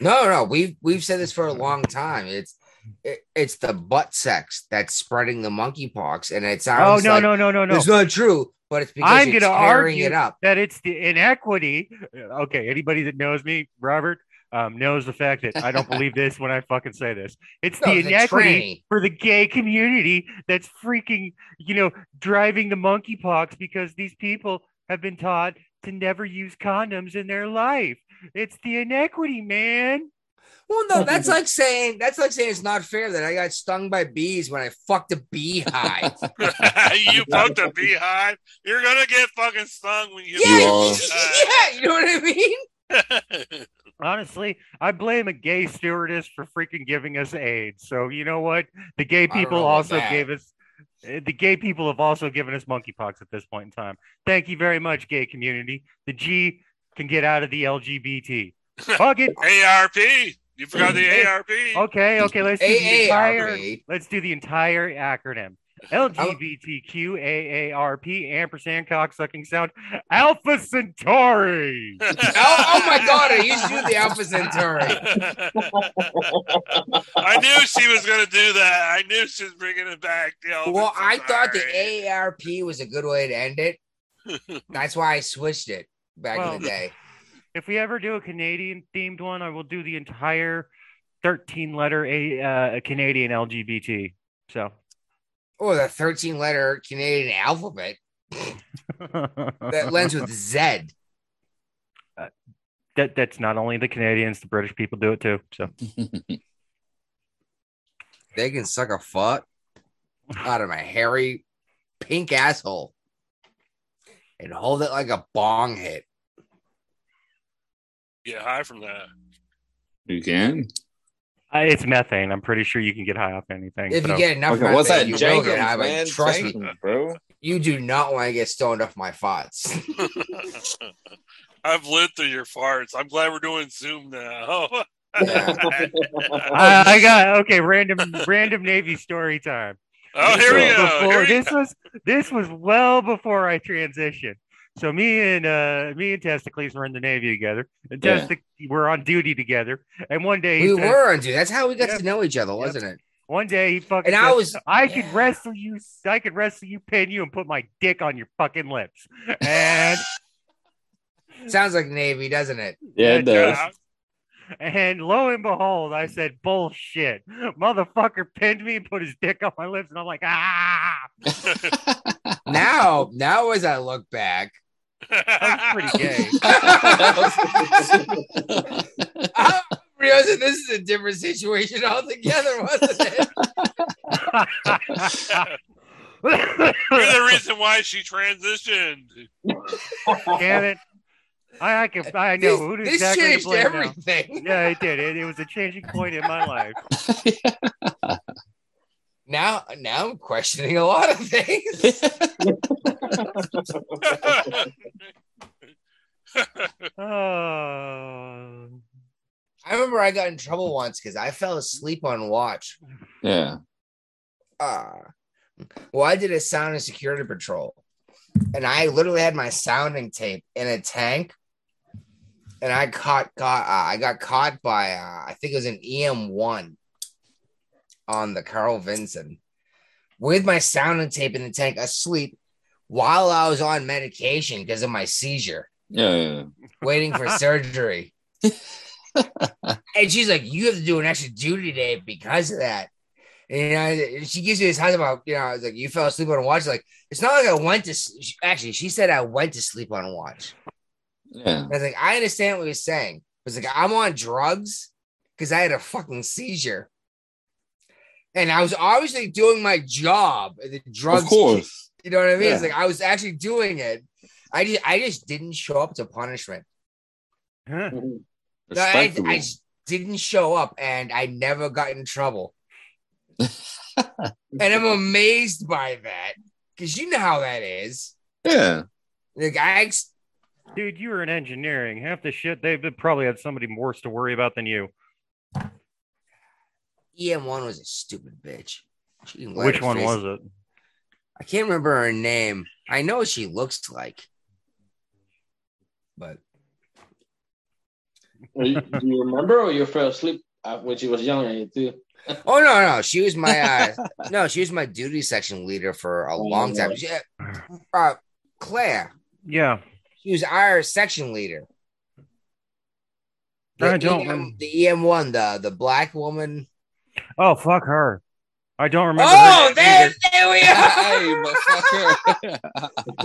F: No, no, we've we've said this for a long time. It's it, it's the butt sex that's spreading the monkeypox, and
L: oh,
F: it sounds
L: no,
F: like
L: no, no, no, no.
F: it's not true, but it's because
L: I'm
F: you're
L: going to
F: tearing
L: argue
F: it up.
L: that it's the inequity. Okay, anybody that knows me, Robert, um, knows the fact that I don't believe this when I fucking say this. It's
F: No,
L: the
F: it's a tranny.
L: inequity for the gay community that's freaking, you know, driving the monkeypox because these people have been taught to never use condoms in their life. It's the inequity, man.
F: Well, no,
L: *laughs*
F: that's like saying that's like saying it's not fair that I got stung by bees when I fucked a
G: *laughs*
F: beehive.
H: you poked a beehive. You're gonna get fucking stung when you.
F: yeah,
G: are.
F: yeah, you know what I mean.
L: Honestly, I blame a gay stewardess for freaking giving us AIDS. So you know what? The gay
F: don't
L: people
F: know about
L: also
F: that.
L: gave us. eh, The gay people have also given us monkeypox at this point in time. Thank you very much, gay community. The G can get out of the
F: *laughs*
L: LGBT. Fuck
H: *laughs*
L: it.
H: ARP. You forgot the
L: Hey.
H: ARP.
F: Oh,
L: Okay, okay. Let's do the entire.
F: AARP.
L: Let's do the entire acronym. LGBTQAARP ampersand cocksucking sound Alpha Centauri.
F: Oh, oh my god, I used to do the Alpha Centauri.
H: I knew she was gonna do that. I knew she was bringing it back. you know,
F: Well,
H: but
F: I
H: it's
F: thought the
H: alright.
F: AARP was a good way to end it. That's why I switched it back in
L: Well,
F: the day.
L: if we ever do a Canadian themed one, I will do the entire 13 letter a, uh, a Canadian LGBT. So
F: Or Oh, the 13 letter Canadian alphabet
L: *laughs*
F: that lends with Z.
L: that that's not only the Canadians, the British people do it too. So
F: They can suck a fuck out of my hairy pink asshole and hold it like a bong hit.
H: Get high from that. *laughs*
G: You can.
L: I, uh, it's methane. I'm pretty sure you can get high off anything.
F: If you
L: so-
F: get enough, of
G: what's
F: methane,
G: that
F: you will
G: Jenkins,
F: get high, but
G: man?
F: Trust me,
G: Jenkins, bro.
F: You do not want to get stoned off my farts.
H: I've lived through your farts. I'm glad we're doing Zoom now. *laughs*
L: I, I got okay. Random random Navy story time. *laughs*
H: Oh,
L: This
H: here we
L: was
H: go,
L: before-
H: here we *laughs*
L: this was this was well before I transitioned. So me and uh, me and Testicles were in the Navy together. And
F: Yeah.
L: Testic, we're on duty together. And one day he
F: *laughs* we
L: said-
F: were on, dude. That's how we got to know each other, wasn't it?
L: One day he fucking
F: And I
L: said,
F: was-
L: I could wrestle you, I could wrestle you, pin you, and put my dick on your fucking lips.
F: *laughs*
L: And
F: sounds like Navy, doesn't it?
G: Yeah, it does.
L: And lo and behold, I said, bullshit. Motherfucker pinned me and put his dick on my lips. And I'm like,
H: *laughs*
L: ah. *laughs*
F: Now, now as I look back,
L: That was pretty *laughs*
F: *laughs*
L: gay.
F: I'm realizing this is a different situation *laughs* altogether, wasn't it?
H: You're
L: *laughs*
H: the reason why she transitioned. *laughs*
F: Oh.
L: Damn it. I, I, can, I know.
H: This-
L: who
H: this
L: exactly to
H: changed
L: blame now.
H: everything.
L: Yeah, it did. It, it was a changing point in my life.
F: *laughs* Now, now I'm questioning a lot of things. *laughs*
I: *laughs*
L: Oh.
F: I remember I got in trouble once because I fell asleep on watch.
G: *laughs* Yeah.
F: Ah, well, I did a sound and security patrol, and I literally had my sounding tape in a tank, and I caught got uh, I got caught by uh, I think it was an EM one on the Carl Vinson with my sounding tape in the tank asleep while I was on medication because of my seizure,
G: Yeah. yeah,
F: waiting for
G: *laughs*
F: surgery. and she's like, "You have to do an extra duty day because of that." And you know, she gives me this high about, you know, I was like, "You fell asleep on a watch." Like, it's not like I went to. s- she- Actually, she said I went to sleep on a watch.
G: Yeah.
F: And I was like, I understand what you're saying. I was like, I'm on drugs because I had a fucking seizure, and I was obviously doing my job. and The drugs,
G: course.
F: you know what I mean? It's
G: Yeah.
F: like I was actually doing it. I just, I just didn't show up to punishment.
L: No,
F: I,
G: Respectable.
F: I just didn't show up, and I never got
L: *laughs*
F: in trouble. and I'm amazed by that because you know how that is. *laughs*
G: Yeah.
F: Like I, ex-
L: Dude, you were in engineering. Half the shit, they've probably had somebody worse to worry about than you.
F: EM E one was a stupid bitch. She can light
L: Which
F: her
L: one
F: face.
L: was it?
F: I can't remember her name. I know what she looks like, but
I: you, do you remember or you fell asleep uh, when she was younger and you too?
F: oh no, no, she was my
L: *laughs*
F: uh, no, she was my duty section leader for a long
L: Oh.
F: time. She- uh, Claire,
L: Yeah.
F: she was our section leader. The
L: I don't
F: EM
L: rem-
F: the EM one, the the black woman.
L: Oh, fuck her. I don't remember.
F: Oh,
L: her
F: there,
L: either.
F: there we
L: *laughs*
F: are.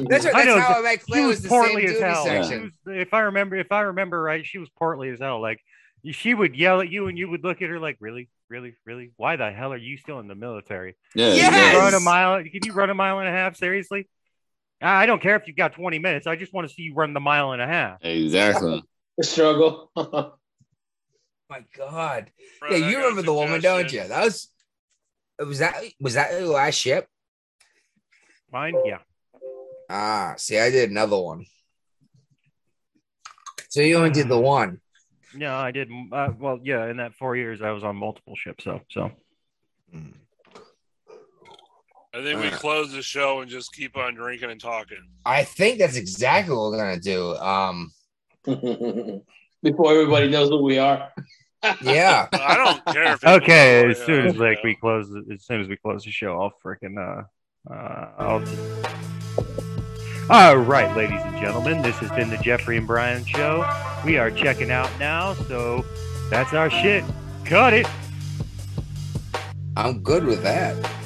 F: that's right.
L: I
F: That's
L: know,
F: how I met
L: she
F: Claire. Was,
L: was
F: the same
L: portly
F: duty
L: as hell. She
F: section.
L: was- if I remember, if I remember right, she was portly as hell. Like she would yell at you, and you would look at her like, "Really, really, really? Why the hell are you still in the military?
G: *laughs* Yeah,
L: Can
G: yes!
L: you run a mile? Can you run a mile and a half? Seriously? I I don't care if you've got twenty minutes. I just want to see you run the mile and a half.
G: Exactly.
I: Struggle. *laughs*
F: Oh My God.
L: Bro,
F: yeah,
L: that
F: you
L: guy's
F: remember the woman, don't you? That was was that was that your last ship?
L: Mine, yeah.
F: Ah, see, I did another one. So you only did the one.
L: No, I did. Uh, well, yeah. In that four years, I was on multiple ships. So, so
H: I think we close the show and just keep on drinking and talking.
F: I think that's exactly what we're gonna do. Um
I: Before everybody knows who we are.
F: yeah.
H: I
L: *laughs*
H: don't care. If
L: okay. As soon as like we close, as soon as we close the show, I'll freaking uh, uh, I'll. All right, ladies and gentlemen, this has been the Jeffrey and Brian show. We are checking out now, so that's our shit. Cut it.
F: I'm good with that.